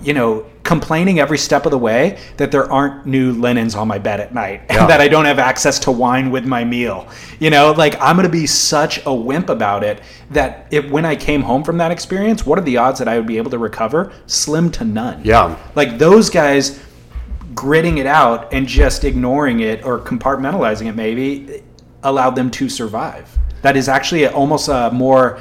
[SPEAKER 1] you know, complaining every step of the way that there aren't new linens on my bed at night
[SPEAKER 2] Yeah.
[SPEAKER 1] and that I don't have access to wine with my meal. You know, like I'm going to be such a wimp about it that if when I came home from that experience, what are the odds that I would be able to recover? Slim to none.
[SPEAKER 2] Yeah.
[SPEAKER 1] Like those guys gritting it out and just ignoring it or compartmentalizing it maybe allowed them to survive. That is actually almost a more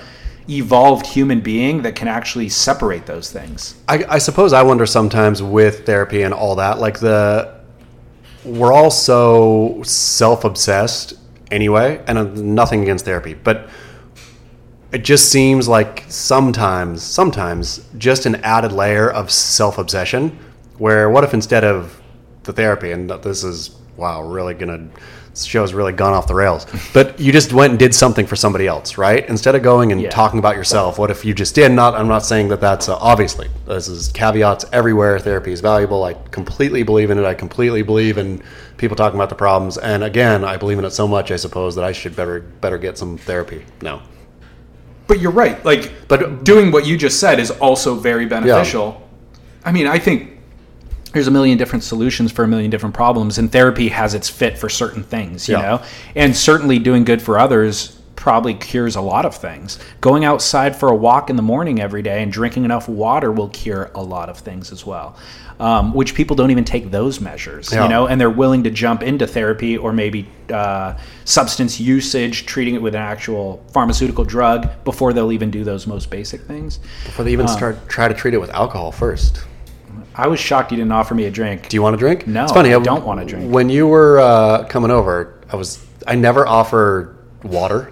[SPEAKER 1] evolved human being that can actually separate those things.
[SPEAKER 2] I, I suppose I wonder sometimes with therapy and all that, like the we're all so self-obsessed anyway, and uh, nothing against therapy, but it just seems like sometimes, sometimes just an added layer of self-obsession. Where what if instead of the therapy, and this is wow, really gonna this show's really gone off the rails, but you just went and did something for somebody else, right? Instead of going and
[SPEAKER 1] Yeah.
[SPEAKER 2] talking talking about yourself. What if you just did not? I'm not saying that that's uh, obviously. This is caveats everywhere. Therapy is valuable. I completely believe in it. I completely believe in people talking about the problems. And again, I believe in it so much. I suppose that I should better better get some therapy now.
[SPEAKER 1] But you're right. Like,
[SPEAKER 2] But-
[SPEAKER 1] but doing what you just said is also very beneficial. I mean, I think there's a million different solutions for a million different problems, and therapy has its fit for certain things, you
[SPEAKER 2] Yeah.
[SPEAKER 1] know? And certainly doing good for others probably cures a lot of things. Going outside for a walk in the morning every day and drinking enough water will cure a lot of things as well. Um, which people don't even take those measures,
[SPEAKER 2] Yeah.
[SPEAKER 1] you know, and they're willing to jump into therapy or maybe uh, substance usage, treating it with an actual pharmaceutical drug before they'll even do those most basic things.
[SPEAKER 2] Before they even start try to treat it with alcohol first.
[SPEAKER 1] I was shocked you didn't offer me a drink.
[SPEAKER 2] Do you want to drink?
[SPEAKER 1] No,
[SPEAKER 2] it's funny.
[SPEAKER 1] I don't wanna drink.
[SPEAKER 2] When you were uh, coming over, I was I never offer water,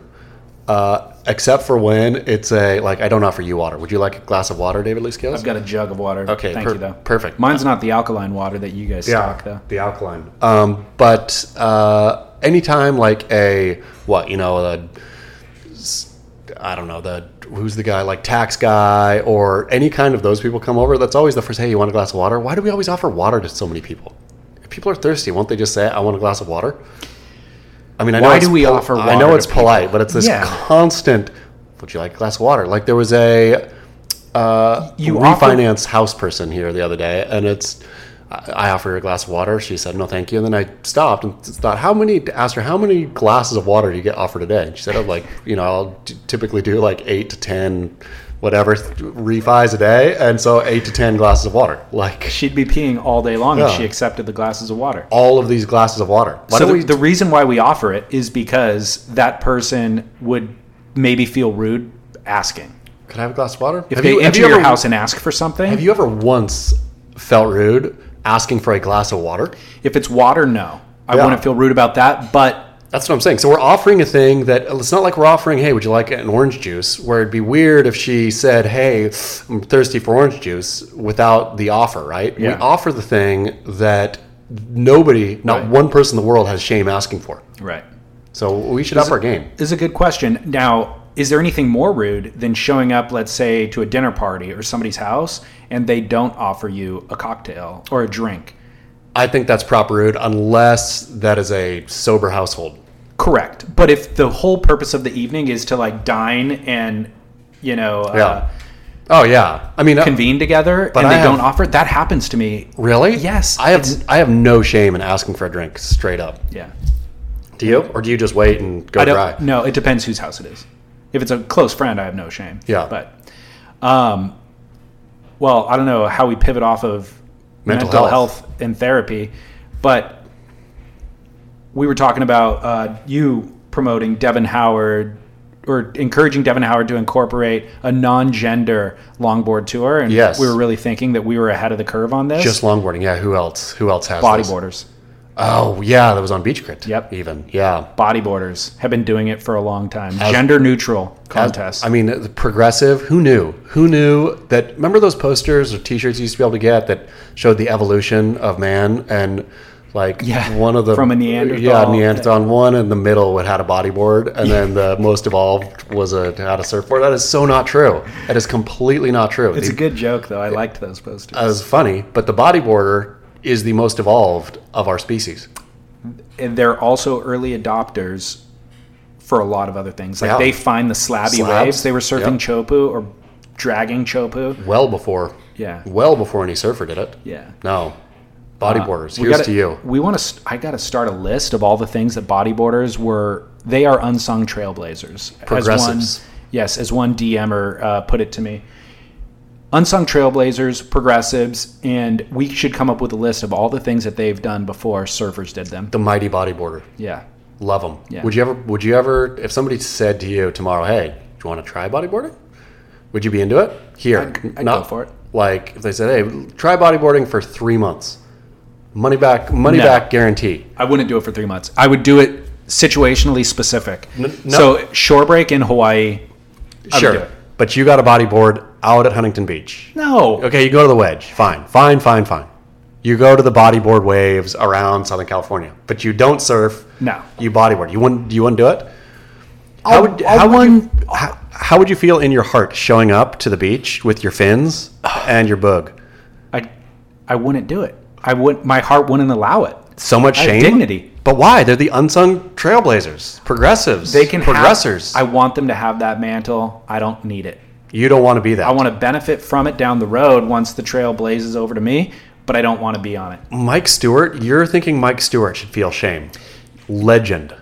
[SPEAKER 2] uh, except for when it's a like I don't offer you water. Would you like a glass of water, David Lee Scales?
[SPEAKER 1] I've got a jug of water.
[SPEAKER 2] Okay,
[SPEAKER 1] thank
[SPEAKER 2] per-
[SPEAKER 1] you though.
[SPEAKER 2] perfect.
[SPEAKER 1] Mine's not the alkaline water that you guys stock though.
[SPEAKER 2] The alkaline. Um, but uh, anytime like a what you know a s- I don't know the who's the guy like tax guy or any kind of those people come over. That's always the first. Hey, you want a glass of water? Why do we always offer water to so many people? If people are thirsty, won't they just say, "I want a glass of water"? I mean, I know
[SPEAKER 1] Why
[SPEAKER 2] it's
[SPEAKER 1] do we offer
[SPEAKER 2] I know
[SPEAKER 1] water
[SPEAKER 2] it's
[SPEAKER 1] to people?
[SPEAKER 2] polite, but it's this
[SPEAKER 1] Yeah.
[SPEAKER 2] constant. Would you like a glass of water? Like there was a uh,
[SPEAKER 1] You offer-
[SPEAKER 2] refinance house person here the other day, and it's I I offered her a glass of water. She said no, thank you. And then I stopped and thought, how many? Asked her how many glasses of water do you get offered a day? And she said, oh, like you know, I'll t- typically do like eight to ten, whatever th- refis a day, and so eight to ten glasses of water. Like
[SPEAKER 1] She'd be peeing all day long if
[SPEAKER 2] Yeah.
[SPEAKER 1] she accepted the glasses of water.
[SPEAKER 2] all of these glasses of water. Why
[SPEAKER 1] so
[SPEAKER 2] don't
[SPEAKER 1] the,
[SPEAKER 2] we?
[SPEAKER 1] the reason why we offer it is because that person would maybe feel rude asking.
[SPEAKER 2] could I have a glass of water?
[SPEAKER 1] If
[SPEAKER 2] Have
[SPEAKER 1] they
[SPEAKER 2] you- have
[SPEAKER 1] enter
[SPEAKER 2] you
[SPEAKER 1] your
[SPEAKER 2] ever-
[SPEAKER 1] house and ask for something,
[SPEAKER 2] Have you ever once felt rude asking for a glass of water?
[SPEAKER 1] if it's water, no. I
[SPEAKER 2] Yeah.
[SPEAKER 1] wouldn't feel rude about that, but
[SPEAKER 2] That's what I'm saying. So we're offering a thing that it's not like we're offering, hey, would you like an orange juice? Where it'd be weird if she said, hey, I'm thirsty for orange juice without the offer, right? We
[SPEAKER 1] Yeah.
[SPEAKER 2] offer the thing that nobody, not
[SPEAKER 1] Right.
[SPEAKER 2] one person in the world has shame asking for.
[SPEAKER 1] right.
[SPEAKER 2] So we should up our game.
[SPEAKER 1] This is a good question. Now, is there anything more rude than showing up, let's say, to a dinner party or somebody's house and they don't offer you a cocktail or a drink?
[SPEAKER 2] I think that's proper rude unless that is a sober household.
[SPEAKER 1] Correct. But if the whole purpose of the evening is to like dine and, you know, uh,
[SPEAKER 2] Yeah. oh, yeah. I mean, uh,
[SPEAKER 1] convene together
[SPEAKER 2] But
[SPEAKER 1] and
[SPEAKER 2] I
[SPEAKER 1] they
[SPEAKER 2] have-
[SPEAKER 1] don't offer it, that happens to me.
[SPEAKER 2] really?
[SPEAKER 1] Yes,
[SPEAKER 2] I have,
[SPEAKER 1] it's-
[SPEAKER 2] I have no shame in asking for a drink straight up.
[SPEAKER 1] Yeah.
[SPEAKER 2] Do you? Or do you just wait and go
[SPEAKER 1] I don't
[SPEAKER 2] dry?
[SPEAKER 1] no. It depends whose house it is. If it's a close friend, I have no shame.
[SPEAKER 2] Yeah.
[SPEAKER 1] But, um, well, I don't know how we pivot off of
[SPEAKER 2] Mental
[SPEAKER 1] mental,
[SPEAKER 2] health.
[SPEAKER 1] health. and therapy, but we were talking about uh, you promoting Devin Howard or encouraging Devin Howard to incorporate a non-gender longboard tour, and
[SPEAKER 2] Yes.
[SPEAKER 1] we were really thinking that we were ahead of the curve on this.
[SPEAKER 2] Just longboarding. Yeah. Who else? Who else has this?
[SPEAKER 1] bodyboarders.
[SPEAKER 2] Oh yeah, that was on Beach Crit.
[SPEAKER 1] Yep.
[SPEAKER 2] Even yeah.
[SPEAKER 1] Bodyboarders have been doing it for a long time. Gender neutral contests.
[SPEAKER 2] I mean, the progressive. Who knew? Who knew that? Remember those posters or T-shirts you used to be able to get that showed the evolution of man and like
[SPEAKER 1] Yeah,
[SPEAKER 2] one of the
[SPEAKER 1] from a Neanderthal.
[SPEAKER 2] Yeah, Neanderthal one in the middle would had a bodyboard, and then the most evolved was a had a surfboard. That is so not true. That is completely not true.
[SPEAKER 1] It's
[SPEAKER 2] The-
[SPEAKER 1] a good joke, though. I liked those posters.
[SPEAKER 2] that was funny, but the bodyboarder is the most evolved of our species.
[SPEAKER 1] and they're also early adopters for a lot of other things. Like
[SPEAKER 2] Yeah.
[SPEAKER 1] they find the slabby
[SPEAKER 2] Slabs.
[SPEAKER 1] waves. They were surfing
[SPEAKER 2] Yep.
[SPEAKER 1] Chopu or dragging Chopu.
[SPEAKER 2] Well before,
[SPEAKER 1] Yeah.
[SPEAKER 2] well before any surfer did it.
[SPEAKER 1] Yeah. Uh,
[SPEAKER 2] No, bodyboarders.
[SPEAKER 1] We
[SPEAKER 2] Here's
[SPEAKER 1] gotta-
[SPEAKER 2] to you.
[SPEAKER 1] We want to. I got to start a list of all the things that bodyboarders were. They are unsung trailblazers.
[SPEAKER 2] Progressives.
[SPEAKER 1] As one, yes, as one DMer uh, put it to me. Unsung trailblazers, progressives, and we should come up with a list of all the things that they've done before surfers did them.
[SPEAKER 2] The mighty bodyboarder.
[SPEAKER 1] Yeah.
[SPEAKER 2] Love them.
[SPEAKER 1] Yeah.
[SPEAKER 2] Would you ever? Would you ever? If somebody said to you tomorrow, "Hey, do you want to try bodyboarding?" Would you be into it? Here,
[SPEAKER 1] I'd- I'd
[SPEAKER 2] not
[SPEAKER 1] go for it.
[SPEAKER 2] Like if they said, "Hey, try bodyboarding for three months, money back, money
[SPEAKER 1] No.
[SPEAKER 2] back guarantee."
[SPEAKER 1] I wouldn't do it for three months. I would do it situationally specific.
[SPEAKER 2] no.
[SPEAKER 1] So shore break in Hawaii. I would do
[SPEAKER 2] Sure,
[SPEAKER 1] it.
[SPEAKER 2] but you got a bodyboard out at Huntington Beach.
[SPEAKER 1] No.
[SPEAKER 2] Okay, you go to the wedge. Fine, fine, fine, fine. You go to the bodyboard waves around Southern California, but you don't surf.
[SPEAKER 1] No.
[SPEAKER 2] you bodyboard. You wouldn't. You wouldn't do it.
[SPEAKER 1] I'll-
[SPEAKER 2] How would
[SPEAKER 1] I'll
[SPEAKER 2] how would you,
[SPEAKER 1] one-
[SPEAKER 2] how, how would you feel in your heart showing up to the beach with your fins and your bug?
[SPEAKER 1] I I wouldn't do it. I would. My heart wouldn't allow it.
[SPEAKER 2] So much
[SPEAKER 1] I have
[SPEAKER 2] shame,
[SPEAKER 1] dignity.
[SPEAKER 2] But why? They're the unsung trailblazers, progressives.
[SPEAKER 1] They can have-
[SPEAKER 2] progressors.
[SPEAKER 1] I want them to have that mantle. I don't need it.
[SPEAKER 2] you don't want to be that.
[SPEAKER 1] I want to benefit from it down the road once the trail blazes over to me, but I don't want to be on it.
[SPEAKER 2] Mike Stewart. You're thinking Mike Stewart should feel shame. Legend.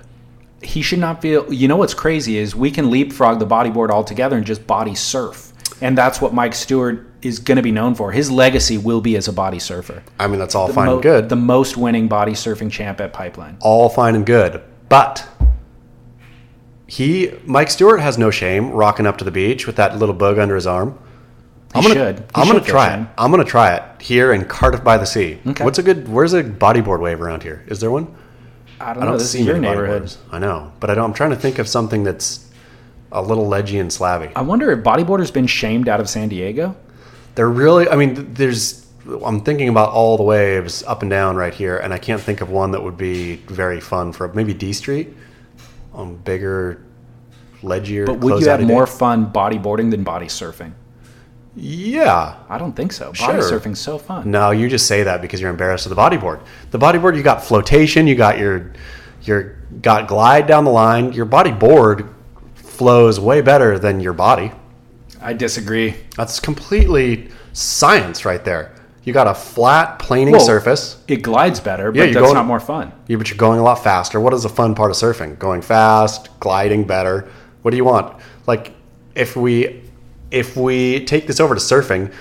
[SPEAKER 1] He should not feel. You know what's crazy is we can leapfrog the bodyboard altogether and just body surf, and that's what Mike Stewart is going to be known for. His legacy will be as a body surfer.
[SPEAKER 2] I mean, that's all fine
[SPEAKER 1] mo-
[SPEAKER 2] and good.
[SPEAKER 1] The most winning body surfing champ at Pipeline.
[SPEAKER 2] all fine and good. But he, Mike Stewart, has no shame rocking up to the beach with that little bug under his arm.
[SPEAKER 1] He
[SPEAKER 2] I'm gonna,
[SPEAKER 1] should. He
[SPEAKER 2] I'm gonna
[SPEAKER 1] should feel
[SPEAKER 2] try it.
[SPEAKER 1] shame.
[SPEAKER 2] I'm gonna try it here in Cardiff by the Sea.
[SPEAKER 1] Okay.
[SPEAKER 2] What's a good? Where's a bodyboard wave around here? Is there one?
[SPEAKER 1] I don't
[SPEAKER 2] I
[SPEAKER 1] know.
[SPEAKER 2] don't
[SPEAKER 1] This
[SPEAKER 2] see
[SPEAKER 1] is your
[SPEAKER 2] many
[SPEAKER 1] neighborhood.
[SPEAKER 2] bodyboarders. I know, but I don't. I'm trying to think of something that's a little ledgy and slabby.
[SPEAKER 1] I wonder if bodyboarder's been shamed out of San Diego.
[SPEAKER 2] They're really. I mean, th- there's. I'm thinking about all the waves up and down right here, and I can't think of one that would be very fun for maybe D Street, on bigger, ledgier.
[SPEAKER 1] But would you
[SPEAKER 2] close-outy
[SPEAKER 1] have more
[SPEAKER 2] day.
[SPEAKER 1] fun bodyboarding than body surfing?
[SPEAKER 2] yeah.
[SPEAKER 1] I don't think so. Body
[SPEAKER 2] Sure.
[SPEAKER 1] surfing's so fun.
[SPEAKER 2] No, you just say that because you're embarrassed of the bodyboard. The bodyboard, you got flotation, you got your, your got glide down the line. Your bodyboard flows way better than your body.
[SPEAKER 1] I disagree.
[SPEAKER 2] That's completely science right there. You got a flat planing
[SPEAKER 1] Well,
[SPEAKER 2] surface.
[SPEAKER 1] It glides better, but
[SPEAKER 2] Yeah, you
[SPEAKER 1] that's
[SPEAKER 2] go-
[SPEAKER 1] not more fun.
[SPEAKER 2] Yeah, but you're going a lot faster. What is the fun part of surfing? Going fast, gliding better. What do you want? Like, if we, if we take this over to surfing,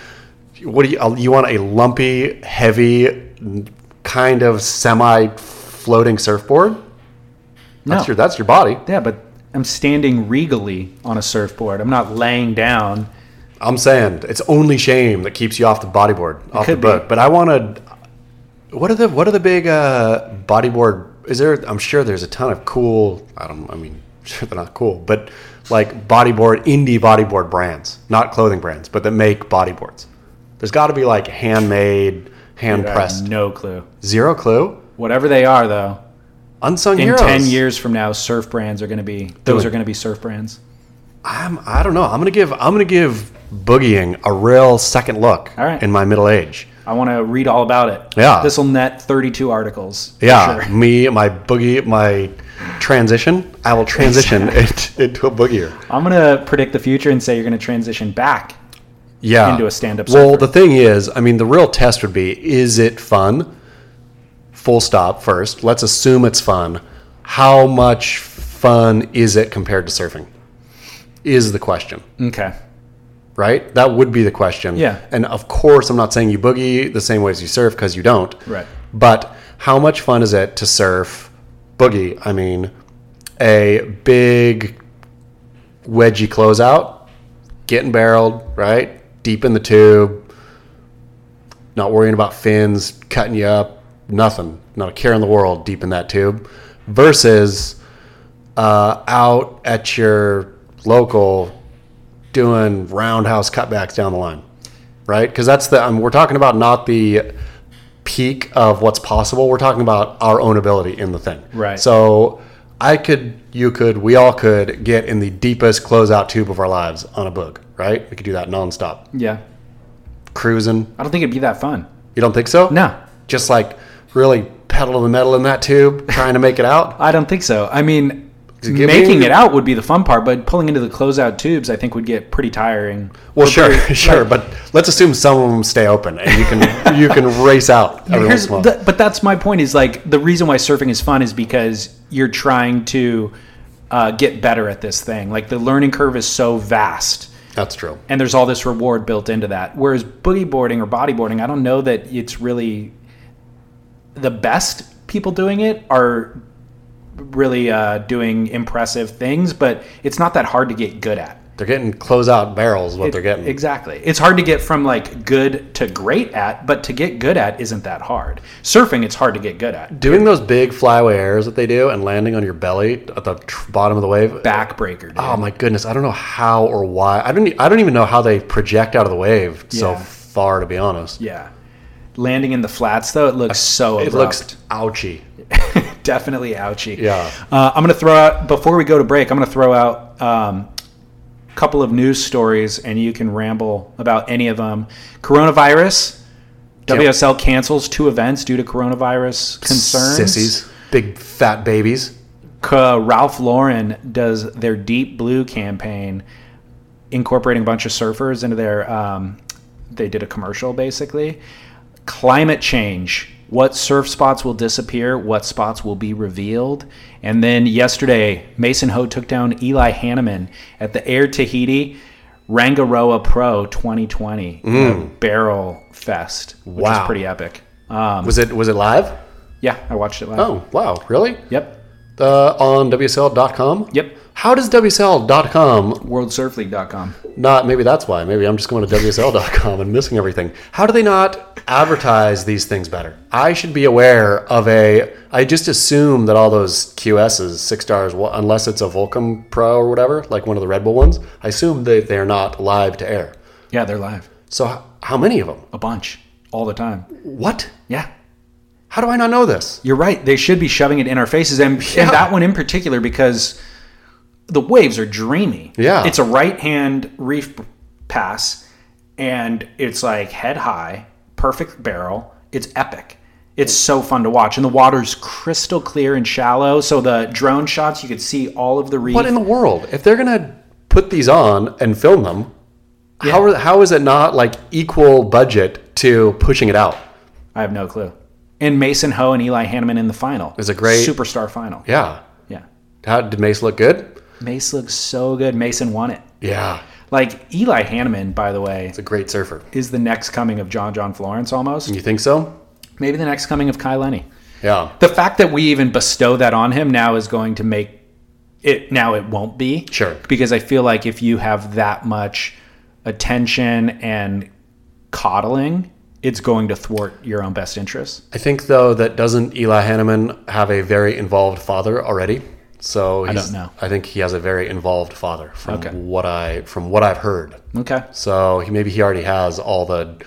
[SPEAKER 2] what do you? You want a lumpy, heavy, kind of semi-floating surfboard?
[SPEAKER 1] No.
[SPEAKER 2] That's your that's your body.
[SPEAKER 1] yeah, but I'm standing regally on a surfboard. I'm not laying down.
[SPEAKER 2] I'm saying it's only shame that keeps you off the bodyboard, off the
[SPEAKER 1] could be.
[SPEAKER 2] book. But I want to. What are the what are the big uh, bodyboard? Is there? I'm sure there's a ton of cool. I don't. I mean, sure they're not cool, but like bodyboard indie bodyboard brands, not clothing brands, but that make bodyboards. There's got to be like handmade, hand
[SPEAKER 1] Dude, I have
[SPEAKER 2] pressed.
[SPEAKER 1] No clue.
[SPEAKER 2] Zero clue.
[SPEAKER 1] Whatever they are, though,
[SPEAKER 2] Unsung
[SPEAKER 1] in
[SPEAKER 2] heroes.
[SPEAKER 1] 10 years from now, surf brands are going to be, those
[SPEAKER 2] it.
[SPEAKER 1] are going to be surf brands.
[SPEAKER 2] I'm. I don't know. I'm gonna give. I'm gonna give boogieing a real second look.
[SPEAKER 1] All right.
[SPEAKER 2] In my middle age.
[SPEAKER 1] I want to read all about it.
[SPEAKER 2] Yeah.
[SPEAKER 1] This will net 32 articles. for
[SPEAKER 2] Yeah,
[SPEAKER 1] sure.
[SPEAKER 2] me, my boogie, my transition. I will transition it, into a boogier.
[SPEAKER 1] I'm going to predict the future and say you're going to transition back.
[SPEAKER 2] Yeah,
[SPEAKER 1] Into a stand-up
[SPEAKER 2] Well,
[SPEAKER 1] surfer.
[SPEAKER 2] the thing is, I mean, the real test would be: is it fun? Full stop. First, let's assume it's fun. how much fun is it compared to surfing? Is the question
[SPEAKER 1] Okay.
[SPEAKER 2] right? That would be the question.
[SPEAKER 1] Yeah.
[SPEAKER 2] And of course, I'm not saying you boogie the same way as you surf because you don't.
[SPEAKER 1] Right.
[SPEAKER 2] But how much fun is it to surf boogie? I mean, a big wedgie closeout, getting barreled, right? Deep in the tube, not worrying about fins, cutting you up, nothing, not a care in the world deep in that tube versus uh, out at your local doing roundhouse cutbacks down the line, right? Because that's the um, we're talking about not the peak of what's possible. We're talking about our own ability in the thing,
[SPEAKER 1] Right.
[SPEAKER 2] So I could, you could, we all could get in the deepest closeout tube of our lives on a book, right? We could do that nonstop,
[SPEAKER 1] Yeah.
[SPEAKER 2] cruising.
[SPEAKER 1] I don't think it'd be that fun.
[SPEAKER 2] You don't think so?
[SPEAKER 1] No,
[SPEAKER 2] Just like really pedal to the metal in that tube, trying to make it out.
[SPEAKER 1] I don't think so. I mean,
[SPEAKER 2] it get
[SPEAKER 1] making
[SPEAKER 2] me-
[SPEAKER 1] it out would be the fun part, but pulling into the closeout tubes, I think, would get pretty tiring.
[SPEAKER 2] Well, sure, sure, but let's assume some of them stay open and you can you can race out every once
[SPEAKER 1] Here's-
[SPEAKER 2] in a while.
[SPEAKER 1] th- but that's my point is like the reason why surfing is fun is because you're trying to uh, get better at this thing. Like the learning curve is so vast.
[SPEAKER 2] That's true.
[SPEAKER 1] and there's all this reward built into that. Whereas boogie boarding or bodyboarding, I don't know that it's really the best people doing it are really uh, doing impressive things, but it's not that hard to get good at.
[SPEAKER 2] They're getting closeout barrels. What they're getting.
[SPEAKER 1] Exactly. It's hard to get from like good to great at, but to get good at isn't that hard. Surfing, it's hard to get good at.
[SPEAKER 2] Doing those big flyaway airs that they do and landing on your belly at the tr- bottom of the wave.
[SPEAKER 1] Backbreaker. Dude.
[SPEAKER 2] Oh my goodness! I don't know how or why. I don't. e- I don't even know how they project out of the wave so
[SPEAKER 1] Yeah.
[SPEAKER 2] far. To be honest,
[SPEAKER 1] Yeah. Landing in the flats though, it looks so.
[SPEAKER 2] it
[SPEAKER 1] abrupt.
[SPEAKER 2] looks ouchy.
[SPEAKER 1] definitely ouchy.
[SPEAKER 2] Yeah.
[SPEAKER 1] Uh, I'm going to throw out, before we go to break, I'm going to throw out a couple of news stories and you can ramble about any of them. Coronavirus. WSL cancels two events due to coronavirus concerns.
[SPEAKER 2] Sissies, big fat babies.
[SPEAKER 1] Ca- Ralph Lauren does their Deep Blue campaign, incorporating a bunch of surfers into their. Um, they did a commercial basically. Climate change. What surf spots will disappear? What spots will be revealed? And then yesterday, Mason Ho took down Eli Hanneman at the Air Tahiti Rangaroa Pro 2020 in a barrel fest, which is
[SPEAKER 2] Mm. Wow.
[SPEAKER 1] pretty epic. Um,
[SPEAKER 2] Was it? Was it live?
[SPEAKER 1] yeah, I watched it live.
[SPEAKER 2] Oh wow! Really?
[SPEAKER 1] Yep.
[SPEAKER 2] Uh, on WSL.com.
[SPEAKER 1] Yep.
[SPEAKER 2] How does WSL.com
[SPEAKER 1] WorldSurfLeague.com.
[SPEAKER 2] not? Maybe that's why. Maybe I'm just going to WSL.com and missing everything. How do they not advertise these things better? I should be aware of a. I just assume that all those QSs, six stars, wha- unless it's a Volcom Pro or whatever, like one of the Red Bull ones, I assume that they're not live to air.
[SPEAKER 1] Yeah, they're live.
[SPEAKER 2] So h- how many of them?
[SPEAKER 1] a bunch all the time.
[SPEAKER 2] What?
[SPEAKER 1] Yeah.
[SPEAKER 2] How do I not know this?
[SPEAKER 1] You're right. They should be shoving it in our faces. And,
[SPEAKER 2] Yeah.
[SPEAKER 1] and that one in particular, because the waves are dreamy.
[SPEAKER 2] Yeah.
[SPEAKER 1] It's a right hand reef pass, and it's like head high, perfect barrel. It's epic. It's so fun to watch. And the water's crystal clear and shallow. So the drone shots, you could see all of the reef.
[SPEAKER 2] What in the world? If they're gonna put these on and film them, how are, how is it not like equal budget to pushing it out?
[SPEAKER 1] I have no clue. And Mason Ho and Eli Hanneman in the final.
[SPEAKER 2] was a great-
[SPEAKER 1] superstar final.
[SPEAKER 2] Yeah.
[SPEAKER 1] Yeah.
[SPEAKER 2] How did Mace look good?
[SPEAKER 1] Mace looks so good. Mason won it.
[SPEAKER 2] Yeah,
[SPEAKER 1] Like Eli Hanneman, by the way,
[SPEAKER 2] it's a great surfer.
[SPEAKER 1] is the next coming of John John Florence almost.
[SPEAKER 2] You think so?
[SPEAKER 1] Maybe the next coming of Kai Lenny.
[SPEAKER 2] Yeah,
[SPEAKER 1] The fact that we even bestow that on him now is going to make it now it won't be.
[SPEAKER 2] Sure.
[SPEAKER 1] Because I feel like if you have that much attention and coddling, it's going to thwart your own best interests.
[SPEAKER 2] I think though that doesn't Eli Hanneman have a very involved father already? So he's,
[SPEAKER 1] don't know.
[SPEAKER 2] I think he has a very involved father from
[SPEAKER 1] Okay.
[SPEAKER 2] what I from what I've heard.
[SPEAKER 1] Okay.
[SPEAKER 2] So he maybe he already has all the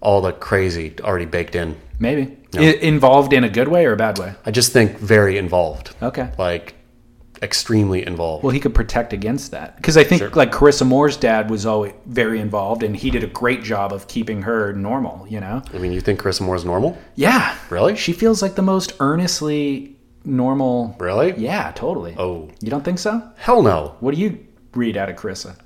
[SPEAKER 2] all the crazy already baked in.
[SPEAKER 1] Maybe. I- involved in a good way or a bad way?
[SPEAKER 2] I just think very involved,
[SPEAKER 1] Okay.
[SPEAKER 2] like extremely involved.
[SPEAKER 1] Well, he could protect against that because I think like Carissa Moore's dad was always very involved, and he did a great job of keeping her normal. You know,
[SPEAKER 2] I mean, you think Chris Moore's normal?
[SPEAKER 1] Yeah.
[SPEAKER 2] Really?
[SPEAKER 1] She feels like the most earnestly normal.
[SPEAKER 2] Really?
[SPEAKER 1] Yeah, totally.
[SPEAKER 2] Oh.
[SPEAKER 1] You don't think so?
[SPEAKER 2] Hell no.
[SPEAKER 1] What do you read out of Carissa?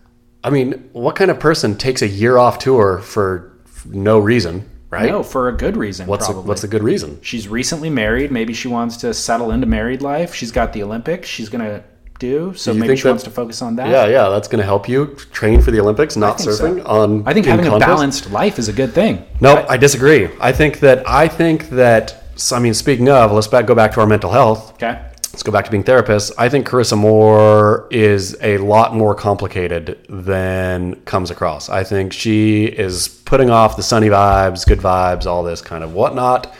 [SPEAKER 2] I mean, what kind of person takes a year off tour for no reason? right?
[SPEAKER 1] No, for a good reason.
[SPEAKER 2] what's a,
[SPEAKER 1] probably.
[SPEAKER 2] what's a good reason?
[SPEAKER 1] She's recently married. Maybe she wants to settle into married life. She's got the Olympics. She's gonna do so.
[SPEAKER 2] You
[SPEAKER 1] Maybe
[SPEAKER 2] think
[SPEAKER 1] she
[SPEAKER 2] that-
[SPEAKER 1] wants to focus on that.
[SPEAKER 2] Yeah, yeah, that's going to help you train for the Olympics, not
[SPEAKER 1] think so.
[SPEAKER 2] surfing on.
[SPEAKER 1] I think
[SPEAKER 2] in
[SPEAKER 1] having a
[SPEAKER 2] contest.
[SPEAKER 1] balanced life is a good thing.
[SPEAKER 2] No, I, disagree. I think that I think that. so, I mean, speaking of, let's back go back to our mental health.
[SPEAKER 1] Okay.
[SPEAKER 2] Let's go back to being therapists. I think Carissa Moore is a lot more complicated than comes across. I think she is putting off the sunny vibes, good vibes, all this kind of whatnot.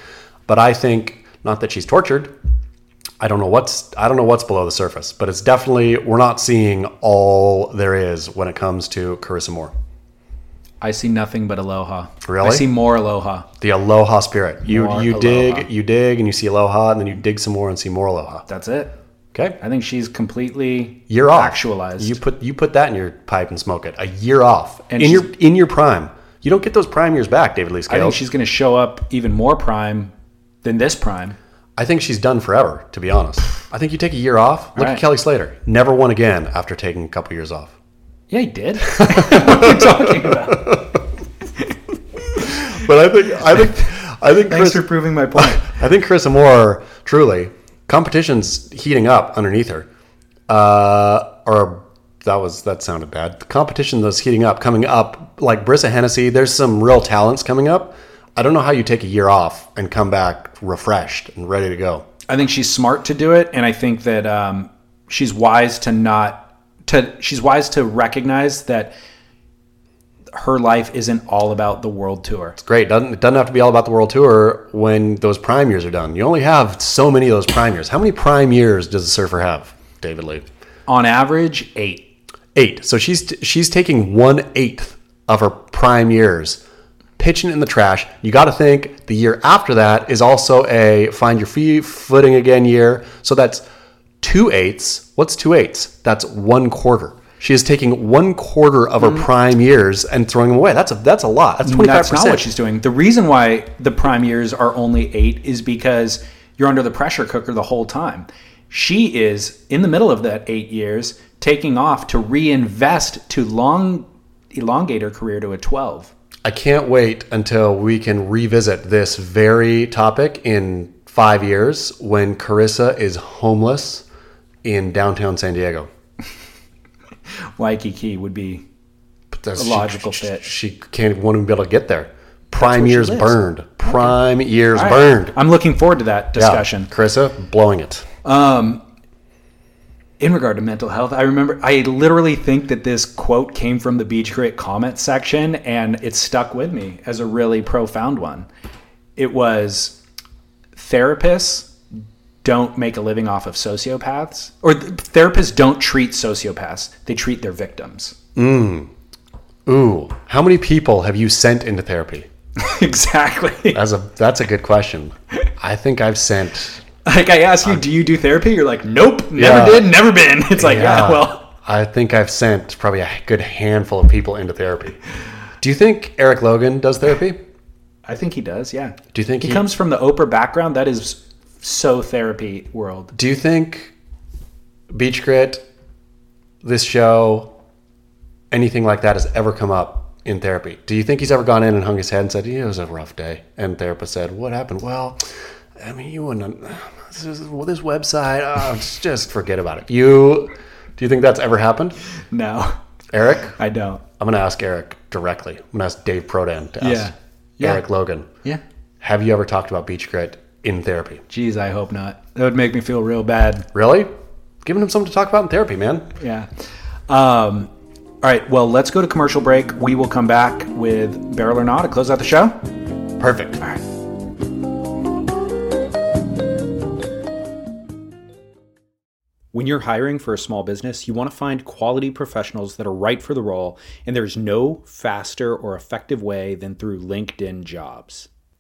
[SPEAKER 2] But I think not that she's tortured. I don't know what's I don't know what's below the surface, but it's definitely we're not seeing all there is when it comes to Carissa Moore.
[SPEAKER 1] I see nothing but aloha. I
[SPEAKER 2] Really?
[SPEAKER 1] see more aloha.
[SPEAKER 2] The aloha spirit. You
[SPEAKER 1] More
[SPEAKER 2] you
[SPEAKER 1] aloha.
[SPEAKER 2] dig, you dig, and you see aloha, and then you dig some more and see more aloha.
[SPEAKER 1] That's it.
[SPEAKER 2] Okay,
[SPEAKER 1] I think she's completely
[SPEAKER 2] you're off.
[SPEAKER 1] actualized.
[SPEAKER 2] You put you put that in your pipe and smoke it. A year off
[SPEAKER 1] And
[SPEAKER 2] in
[SPEAKER 1] she's-
[SPEAKER 2] your in your prime. You don't get those prime years back, David Lee
[SPEAKER 1] I
[SPEAKER 2] Scales.
[SPEAKER 1] think she's going to show up even more prime than this prime.
[SPEAKER 2] she's done forever. To be honest, I think you take a year off. Look at
[SPEAKER 1] Right.
[SPEAKER 2] Kelly Slater. Never won again after taking a couple years off.
[SPEAKER 1] Yeah, he did. what are you talking about?
[SPEAKER 2] But I think I think I think
[SPEAKER 1] Thanks
[SPEAKER 2] Chris,
[SPEAKER 1] for proving my point.
[SPEAKER 2] I think Chris Moore truly competition's heating up underneath her. Uh, or that was that sounded bad. The competition that's heating up coming up like Brissa Hennessy. There's some real talents coming up. I don't know how you take a year off and come back refreshed and ready to go.
[SPEAKER 1] I think she's smart to do it, and I think that um, she's wise to not to. She's wise to recognize that her life isn't all about the world tour.
[SPEAKER 2] Great. Doesn't it doesn't have to be all about the world tour when those prime years are done. You only have so many of those prime years. How many prime years does a surfer have, David Lee?
[SPEAKER 1] On average, eight.
[SPEAKER 2] eight. So she's she's taking one eighth of her prime years, pitching it in the trash. You got to think the year after that is also a find your feet footing again year. So that's two eighths. What's two eighths? That's one quarter. She is taking one quarter of her prime years and throwing them away. That's a that's a lot. That's twenty five
[SPEAKER 1] Mm-hmm. That's not what
[SPEAKER 2] percent.
[SPEAKER 1] she's doing. The reason why the prime years are only eight is because you're under the pressure cooker the whole time. She is in the middle of that eight years taking off to reinvest to long elongate her career to a twelve.
[SPEAKER 2] I can't wait until we can revisit this very topic in five years when Carissa is homeless in downtown San Diego.
[SPEAKER 1] Waikiki would be
[SPEAKER 2] That's-
[SPEAKER 1] A
[SPEAKER 2] she-
[SPEAKER 1] logical
[SPEAKER 2] she,
[SPEAKER 1] fit.
[SPEAKER 2] She can't won't even be able to get there. Prime
[SPEAKER 1] where she
[SPEAKER 2] years
[SPEAKER 1] lives.
[SPEAKER 2] burned. Prime years
[SPEAKER 1] All right.
[SPEAKER 2] burned.
[SPEAKER 1] I'm looking forward to that
[SPEAKER 2] Yeah.
[SPEAKER 1] discussion.
[SPEAKER 2] Carissa, blowing it.
[SPEAKER 1] In regard to mental health, I remember I literally think that this quote came from the Beach Crit comment section and it stuck with me as a really profound one. It was therapists don't make a living off of sociopaths or th- therapists don't treat sociopaths, they treat their victims.
[SPEAKER 2] Ooh, how many people have you sent into therapy?
[SPEAKER 1] exactly.
[SPEAKER 2] That's a that's a good question. I think I've sent.
[SPEAKER 1] Like I asked you, do you do therapy? You're like, nope, never
[SPEAKER 2] Yeah.
[SPEAKER 1] did, never been. It's like, yeah well,
[SPEAKER 2] I think I've sent probably a good handful of people into therapy. Do you think Eric Logan does therapy?
[SPEAKER 1] I think he does. Yeah.
[SPEAKER 2] Do you think
[SPEAKER 1] he,
[SPEAKER 2] he-
[SPEAKER 1] comes from the Oprah background? That is so therapy world.
[SPEAKER 2] Do you think Beach Grit, this show, anything like that has ever come up in therapy? Do you think he's ever gone in and hung his head and said, yeah, it was a rough day? And therapist said, what happened? Well, I mean, you wouldn't, this, is, well, this website, oh, just- just forget about it. You, do you think that's ever happened?
[SPEAKER 1] No,
[SPEAKER 2] Eric,
[SPEAKER 1] I don't.
[SPEAKER 2] I'm going to ask Eric directly. I'm going to ask Dave Prodan to ask
[SPEAKER 1] Yeah.
[SPEAKER 2] Eric Logan,
[SPEAKER 1] Yeah.
[SPEAKER 2] have you ever talked about Beach Grit in therapy?
[SPEAKER 1] Geez, I hope not. That would make me feel real bad.
[SPEAKER 2] Really? Giving him something to talk about in therapy, man.
[SPEAKER 1] Yeah. Um, all right. Well, let's go to commercial break. We will come back with Barrel or Not to close out the show.
[SPEAKER 2] Perfect.
[SPEAKER 1] All right. When you're hiring for a small business, you want to find quality professionals that are right for the role, and there's no faster or effective way than through LinkedIn jobs.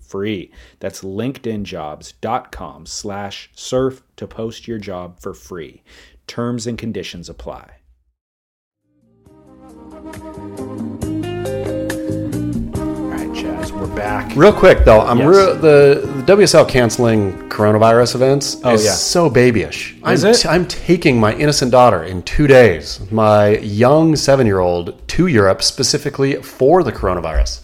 [SPEAKER 3] free. That's linkedinjobs.com slash surf to post your job for free. Terms and conditions apply.
[SPEAKER 1] All right, Chaz, we're back.
[SPEAKER 2] Real quick though, I'm
[SPEAKER 1] Yes.
[SPEAKER 2] real, the, the WSL canceling coronavirus events
[SPEAKER 1] Oh,
[SPEAKER 2] is
[SPEAKER 1] yeah.
[SPEAKER 2] so babyish.
[SPEAKER 1] Is
[SPEAKER 2] I'm,
[SPEAKER 1] it?
[SPEAKER 2] I'm taking my innocent daughter in two days, my young seven year old, to Europe specifically for the coronavirus.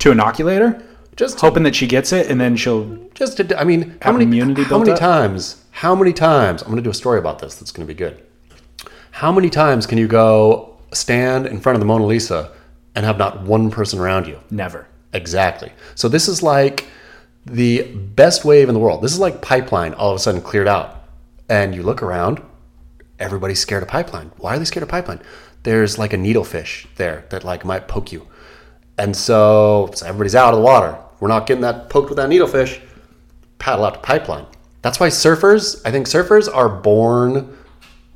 [SPEAKER 1] To inoculate her,
[SPEAKER 2] Just
[SPEAKER 1] hoping that she gets it, and then she'll.
[SPEAKER 2] just to, I mean, how
[SPEAKER 1] Have
[SPEAKER 2] many
[SPEAKER 1] immunity
[SPEAKER 2] how
[SPEAKER 1] built
[SPEAKER 2] many
[SPEAKER 1] up?
[SPEAKER 2] times? How many times? I'm going to do a story about this. That's going to be good. How many times can you go stand in front of the Mona Lisa and have not one person around you?
[SPEAKER 1] Never.
[SPEAKER 2] Exactly. So this is like the best wave in the world. This is like pipeline all of a sudden cleared out. And you look around, everybody's scared of pipeline. Why are they scared of pipeline? There's like a needlefish there that like might poke you. And so, so everybody's out of the water. We're not getting that poked with that needlefish. Paddle out to pipeline. That's why surfers, I think surfers are born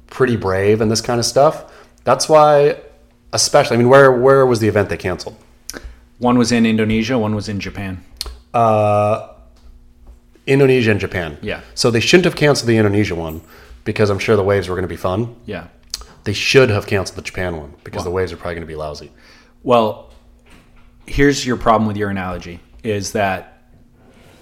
[SPEAKER 2] pretty brave and this kind of stuff. That's why especially I mean where where was the event they canceled?
[SPEAKER 1] One was in Indonesia, one was in Japan.
[SPEAKER 2] Uh, Indonesia and Japan.
[SPEAKER 1] Yeah.
[SPEAKER 2] So they shouldn't have canceled the Indonesia one because I'm sure the waves were going to be fun.
[SPEAKER 1] Yeah.
[SPEAKER 2] They should have canceled the Japan one because the waves are probably going to be lousy.
[SPEAKER 1] Well, here's your problem with your analogy is that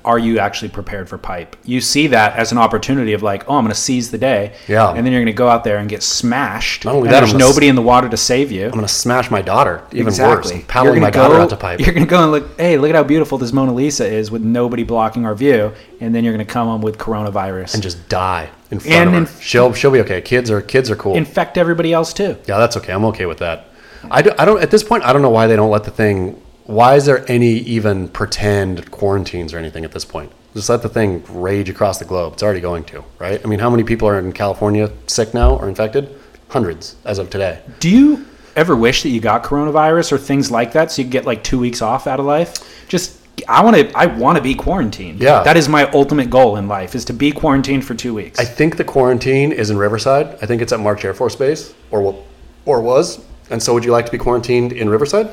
[SPEAKER 1] are you actually prepared for pipe? You see that as an opportunity of like, oh, I'm going to seize the day.
[SPEAKER 2] Yeah.
[SPEAKER 1] And then you're going to go out there and get smashed.
[SPEAKER 2] Not only
[SPEAKER 1] and
[SPEAKER 2] that,
[SPEAKER 1] there's
[SPEAKER 2] I'm gonna
[SPEAKER 1] nobody in the water to save you.
[SPEAKER 2] I'm going to smash my daughter even worse. I'm
[SPEAKER 1] You're
[SPEAKER 2] paddling
[SPEAKER 1] gonna
[SPEAKER 2] my daughter
[SPEAKER 1] go-
[SPEAKER 2] out to pipe.
[SPEAKER 1] You're going to go and look, hey, look at how beautiful this Mona Lisa is with nobody blocking our view. And then you're going to come on with coronavirus.
[SPEAKER 2] and just die in front
[SPEAKER 1] And
[SPEAKER 2] of her.
[SPEAKER 1] in-
[SPEAKER 2] she'll she'll be okay. Kids are kids are cool.
[SPEAKER 1] infect everybody else too.
[SPEAKER 2] yeah, that's okay. I'm okay with that. I, do, I don't at this point. I don't know why they don't let the thing. Why is there any even pretend quarantines or anything at this point? Just let the thing rage across the globe. It's already going to, right? I mean, how many people are in California sick now or infected? Hundreds as of today.
[SPEAKER 1] Do you ever wish that you got coronavirus or things like that so you could get like two weeks off out of life? Just I want to I want to be quarantined.
[SPEAKER 2] Yeah.
[SPEAKER 1] that is my ultimate goal in life is to be quarantined for two weeks.
[SPEAKER 2] I think the quarantine is in Riverside. I think it's at March Air Force Base or wa- or was. And so, would you like to be quarantined in Riverside?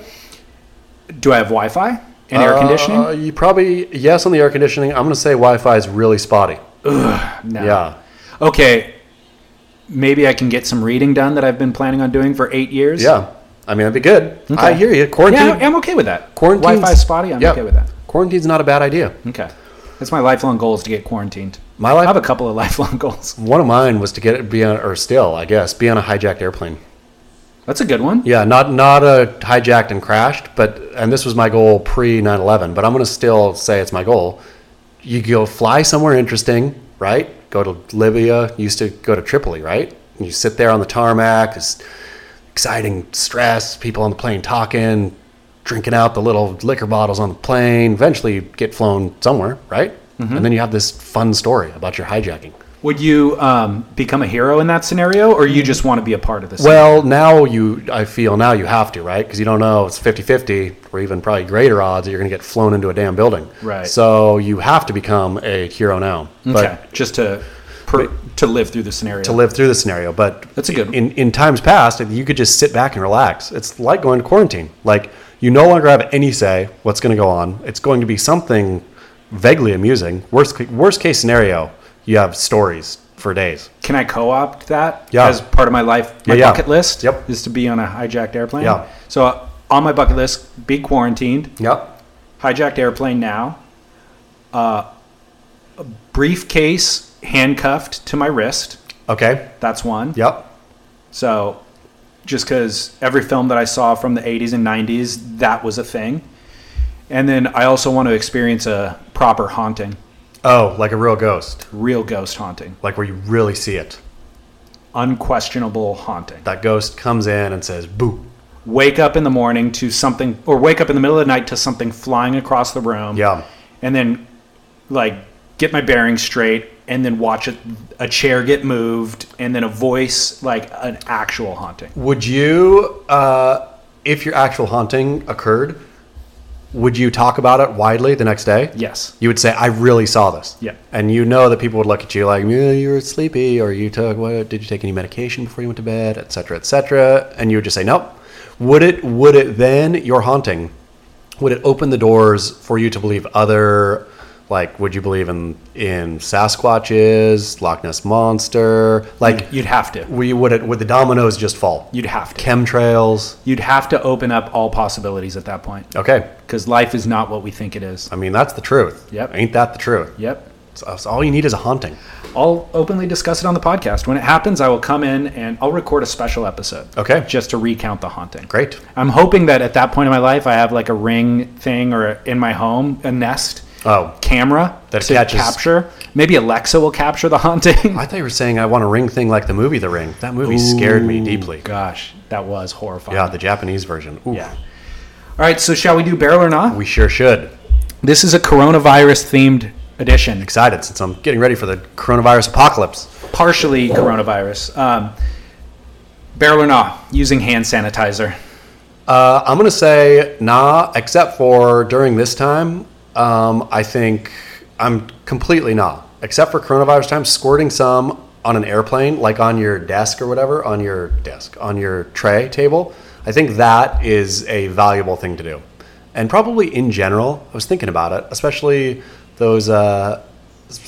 [SPEAKER 1] Do I have Wi-Fi and air
[SPEAKER 2] Uh,
[SPEAKER 1] conditioning?
[SPEAKER 2] you probably yes on the air conditioning. I'm going to say Wi-Fi is really spotty.
[SPEAKER 1] No.
[SPEAKER 2] Uh, Yeah.
[SPEAKER 1] Okay. Maybe I can get some reading done that I've been planning on doing for eight years.
[SPEAKER 2] Yeah. I mean, that'd be good. I hear you.
[SPEAKER 1] Yeah,
[SPEAKER 2] Quarantine.
[SPEAKER 1] I'm- I'm okay with that.
[SPEAKER 2] quarantine's-
[SPEAKER 1] Wi-Fi spotty. I'm
[SPEAKER 2] yeah.
[SPEAKER 1] okay with that.
[SPEAKER 2] Quarantine's not a bad idea.
[SPEAKER 1] Okay. That's my lifelong goal is to get quarantined.
[SPEAKER 2] My life-
[SPEAKER 1] I have a couple of lifelong goals.
[SPEAKER 2] One of mine was to get it be on, or still, I guess, be on a hijacked airplane.
[SPEAKER 1] That's a good one.
[SPEAKER 2] Yeah, not not a hijacked and crashed, but and this was my goal pre 9/11, but I'm going to still say it's my goal. You go fly somewhere interesting, right? Go to Libya, used to go to Tripoli, right? And you sit there on the tarmac, this exciting stress, people on the plane talking, drinking out the little liquor bottles on the plane, eventually you get flown somewhere, right? And then you have this fun story about your hijacking.
[SPEAKER 1] Would you um, become a hero in that scenario, or you just want to be a part of this?
[SPEAKER 2] Well, now you, I feel now you have to, right? Because you don't know it's 50 50 or even probably greater odds that you're going to get flown into a damn building.
[SPEAKER 1] Right.
[SPEAKER 2] So you have to become a hero now.
[SPEAKER 1] okay, just to per, to live through the scenario.
[SPEAKER 2] to live through the scenario. But
[SPEAKER 1] That's a good one.
[SPEAKER 2] In, in times past, you could just sit back and relax. It's like going to quarantine. Like you no longer have any say what's going to go on. It's going to be something vaguely amusing. Worst, ca- worst case scenario, you have stories for days.
[SPEAKER 1] Can I co-opt that
[SPEAKER 2] Yeah.
[SPEAKER 1] as part of my life, my
[SPEAKER 2] Yeah, yeah.
[SPEAKER 1] bucket list?
[SPEAKER 2] Yep.
[SPEAKER 1] Is to be on a hijacked airplane.
[SPEAKER 2] Yeah.
[SPEAKER 1] So uh, on my bucket list, be quarantined,
[SPEAKER 2] Yep.
[SPEAKER 1] hijacked airplane now, uh, a briefcase handcuffed to my wrist.
[SPEAKER 2] Okay.
[SPEAKER 1] That's one.
[SPEAKER 2] Yep.
[SPEAKER 1] So just because every film that I saw from the 80s and 90s, that was a thing. And then I also want to experience a proper haunting,
[SPEAKER 2] Oh, like a real ghost,
[SPEAKER 1] real ghost haunting,
[SPEAKER 2] like where you really see it.
[SPEAKER 1] unquestionable haunting.
[SPEAKER 2] That ghost comes in and says, "Boo."
[SPEAKER 1] Wake up in the morning to something, or wake up in the middle of the night to something flying across the room.
[SPEAKER 2] Yeah.
[SPEAKER 1] And then, like, get my bearings straight and then watch a, a chair get moved and then a voice, like an actual haunting.
[SPEAKER 2] Would you, uh, if your actual haunting occurred, would you talk about it widely the next day?
[SPEAKER 1] Yes.
[SPEAKER 2] You would say, "I really saw this."
[SPEAKER 1] Yeah.
[SPEAKER 2] And you know that people would look at you like, "Yeah, you were sleepy, or you took what? Did you take any medication before you went to bed, etc., cetera, etc." Cetera. And you would just say, "Nope." Would it? Would it then your haunting? Would it open the doors for you to believe other? Like, would you believe in in Sasquatches, Loch Ness monster? Like,
[SPEAKER 1] You'd have to.
[SPEAKER 2] we would it? Would the dominoes just fall?
[SPEAKER 1] You'd have to.
[SPEAKER 2] Chemtrails.
[SPEAKER 1] You'd have to open up all possibilities at that point.
[SPEAKER 2] Okay.
[SPEAKER 1] because life is not what we think it is.
[SPEAKER 2] I mean, that's the truth.
[SPEAKER 1] Yep.
[SPEAKER 2] Ain't that the truth?
[SPEAKER 1] Yep.
[SPEAKER 2] So, so all you need is a haunting.
[SPEAKER 1] I'll openly discuss it on the podcast. When it happens, I will come in and I'll record a special episode.
[SPEAKER 2] Okay.
[SPEAKER 1] Just to recount the haunting.
[SPEAKER 2] Great.
[SPEAKER 1] I'm hoping that at that point in my life, I have like a ring thing or in my home, a nest
[SPEAKER 2] Oh.
[SPEAKER 1] camera
[SPEAKER 2] That
[SPEAKER 1] to
[SPEAKER 2] catches-
[SPEAKER 1] capture. Maybe Alexa will capture the haunting.
[SPEAKER 2] I thought you were saying I want a ring thing like the movie The Ring. That movie scared me
[SPEAKER 1] Ooh,
[SPEAKER 2] deeply.
[SPEAKER 1] Gosh, that was horrifying.
[SPEAKER 2] Yeah, the Japanese version. Ooh,
[SPEAKER 1] yeah. All right, so shall we do barrel or not?
[SPEAKER 2] We sure should.
[SPEAKER 1] This is a coronavirus themed edition.
[SPEAKER 2] Excited since I'm getting ready for the coronavirus apocalypse.
[SPEAKER 1] partially coronavirus. Um, barrel or not, using hand sanitizer.
[SPEAKER 2] Uh, I'm gonna say nah, except for during this time. Um, I think I'm completely nah, except for coronavirus time. Squirting some on an airplane, like on your desk or whatever, on your desk, on your tray table. I think that is a valuable thing to do, and probably in general. I was thinking about it, especially those. Uh,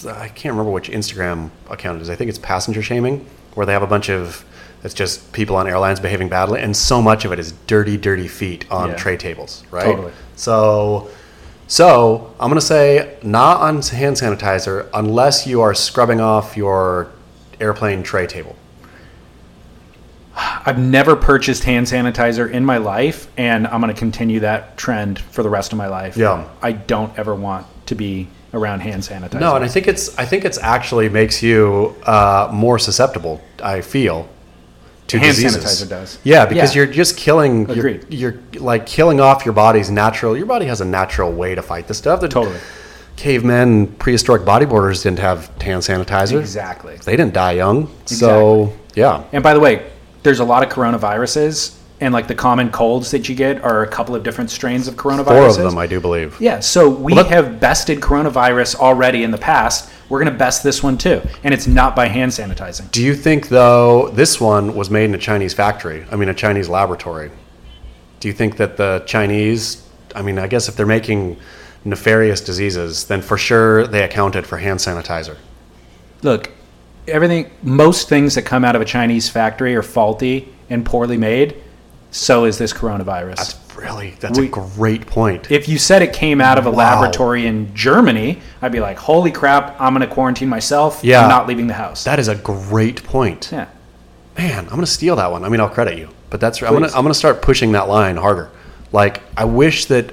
[SPEAKER 2] I can't remember which Instagram account it is. I think it's passenger shaming, where they have a bunch of it's just people on airlines behaving badly, and so much of it is dirty, dirty feet on
[SPEAKER 1] Yeah.
[SPEAKER 2] tray tables, right?
[SPEAKER 1] Totally.
[SPEAKER 2] So, so I'm gonna say not on hand sanitizer unless you are scrubbing off your airplane tray table.
[SPEAKER 1] I've never purchased hand sanitizer in my life, and I'm going to continue that trend for the rest of my life.
[SPEAKER 2] Yeah.
[SPEAKER 1] I don't ever want to be around hand sanitizer.
[SPEAKER 2] No, and I think it's I think it's actually makes you uh, more susceptible. I feel to
[SPEAKER 1] Hand
[SPEAKER 2] diseases.
[SPEAKER 1] sanitizer does.
[SPEAKER 2] Yeah, because
[SPEAKER 1] Yeah.
[SPEAKER 2] you're just killing.
[SPEAKER 1] Agreed.
[SPEAKER 2] You're, you're like killing off your body's natural. Your body has a natural way to fight this stuff. That
[SPEAKER 1] Totally.
[SPEAKER 2] Cavemen, prehistoric bodybuilders didn't have hand sanitizer.
[SPEAKER 1] Exactly.
[SPEAKER 2] They didn't die young. So yeah,
[SPEAKER 1] And by the way, there's a lot of coronaviruses, and like the common colds that you get are a couple of different strains of coronaviruses.
[SPEAKER 2] four of them, I do believe.
[SPEAKER 1] Yeah, so we
[SPEAKER 2] Well, that-
[SPEAKER 1] have bested coronavirus already in the past. We're going to best this one too, and it's not by hand sanitizing.
[SPEAKER 2] Do you think though this one was made in a Chinese factory? I mean, a Chinese laboratory. Do you think that the Chinese? I mean, I guess if they're making nefarious diseases, then for sure they accounted for hand sanitizer.
[SPEAKER 1] Look, everything, most things that come out of a Chinese factory are faulty and poorly made. So is this coronavirus.
[SPEAKER 2] Really, that's
[SPEAKER 1] We-
[SPEAKER 2] a great point.
[SPEAKER 1] if you said it came out of a laboratory in Germany, I'd be like, holy crap, I'm going to quarantine myself.
[SPEAKER 2] Yeah.
[SPEAKER 1] I'm not leaving the house.
[SPEAKER 2] that is a great point.
[SPEAKER 1] yeah.
[SPEAKER 2] Man, I'm gonna steal that one. I mean, I'll credit you, but that's I'm gonna I'm gonna start pushing that line harder. Like, I wish that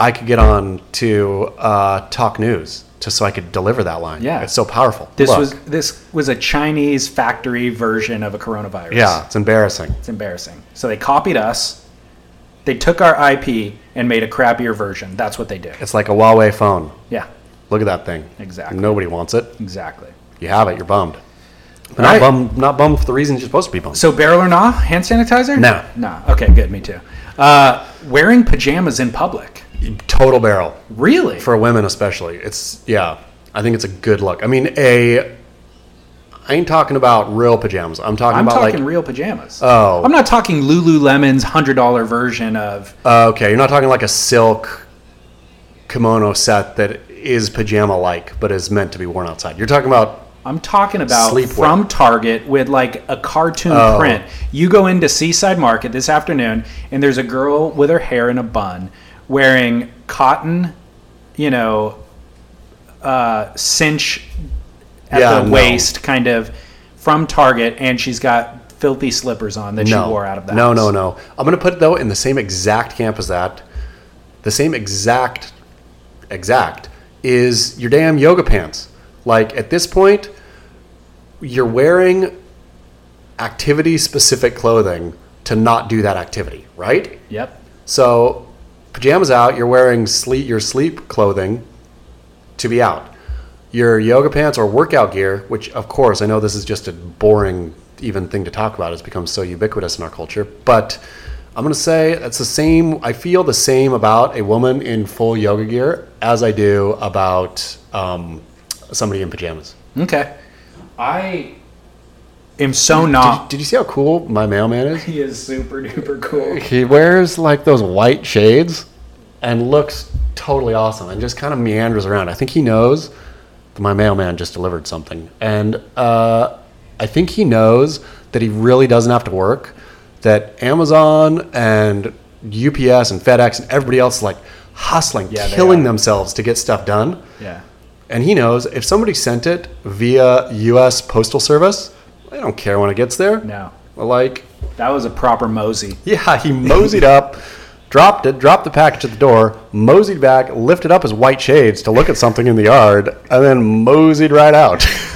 [SPEAKER 2] I could get on to uh, talk news just so I could deliver that line.
[SPEAKER 1] Yeah.
[SPEAKER 2] it's so powerful.
[SPEAKER 1] This
[SPEAKER 2] Look.
[SPEAKER 1] was this was a Chinese factory version of a coronavirus.
[SPEAKER 2] Yeah, it's embarrassing.
[SPEAKER 1] It's embarrassing. So they copied us. They took our IP and made a crappier version. That's what they did.
[SPEAKER 2] It's like a Huawei phone.
[SPEAKER 1] Yeah,
[SPEAKER 2] Look at that thing.
[SPEAKER 1] Exactly.
[SPEAKER 2] Nobody wants it.
[SPEAKER 1] exactly.
[SPEAKER 2] You have it. You're bummed. But
[SPEAKER 1] All
[SPEAKER 2] not
[SPEAKER 1] right.
[SPEAKER 2] bummed. Not bummed for the reasons you're supposed to be bummed.
[SPEAKER 1] So barrel or nah, hand sanitizer?
[SPEAKER 2] No.
[SPEAKER 1] Nah. Okay, good. Me too. Uh, wearing pajamas in public.
[SPEAKER 2] Total barrel
[SPEAKER 1] Really?
[SPEAKER 2] for women, especially. It's yeah. I think it's a good look. I mean, a. I ain't talking about real pajamas. I'm talking
[SPEAKER 1] I'm
[SPEAKER 2] about
[SPEAKER 1] talking
[SPEAKER 2] like.
[SPEAKER 1] real pajamas.
[SPEAKER 2] Oh.
[SPEAKER 1] I'm not talking Lululemon's hundred dollar version of.
[SPEAKER 2] uh, okay, you're not talking like a silk kimono set that is pajama like, but is meant to be worn outside. You're talking about
[SPEAKER 1] I'm talking about
[SPEAKER 2] Sleepwear. Oh.
[SPEAKER 1] from Target with like a cartoon print. You go into Seaside Market this afternoon, and there's a girl with her hair in a bun, wearing cotton, you know, uh, cinch at
[SPEAKER 2] Yeah,
[SPEAKER 1] the
[SPEAKER 2] no.
[SPEAKER 1] waist, kind of from Target, and she's got filthy slippers on that
[SPEAKER 2] no.
[SPEAKER 1] you wore out of the
[SPEAKER 2] no,
[SPEAKER 1] house.
[SPEAKER 2] no, no. I'm going to put it, though in the same exact camp as that. The same exact, exact is your damn yoga pants. Like at this point, you're wearing activity specific clothing to not do that activity, right?
[SPEAKER 1] Yep.
[SPEAKER 2] So pajamas out, you're wearing sleep your sleep clothing to be out. Your yoga pants or workout gear, which of course I know this is just a boring even thing to talk about, it's become so ubiquitous in our culture, but I'm gonna say it's the same I feel the same about a woman in full yoga gear as I do about um, somebody in pajamas.
[SPEAKER 1] Okay. I am so not.
[SPEAKER 2] Did you see how cool my mailman is?
[SPEAKER 1] He is super duper cool.
[SPEAKER 2] he wears like those white shades and looks totally awesome and just kind of meanders around. I think he knows that my mailman just delivered something. And uh, I think he knows that he really doesn't have to work, that Amazon and UPS and FedEx and everybody else is like hustling,
[SPEAKER 1] Yeah, they
[SPEAKER 2] killing
[SPEAKER 1] are.
[SPEAKER 2] themselves to get stuff done.
[SPEAKER 1] Yeah.
[SPEAKER 2] And he knows if somebody sent it via US Postal Service, I don't care when it gets there.
[SPEAKER 1] No.
[SPEAKER 2] Like,
[SPEAKER 1] That was a proper mosey.
[SPEAKER 2] yeah, he moseyed up, dropped it, dropped the package at the door, moseyed back, lifted up his white shades to look at something in the yard, and then moseyed right out.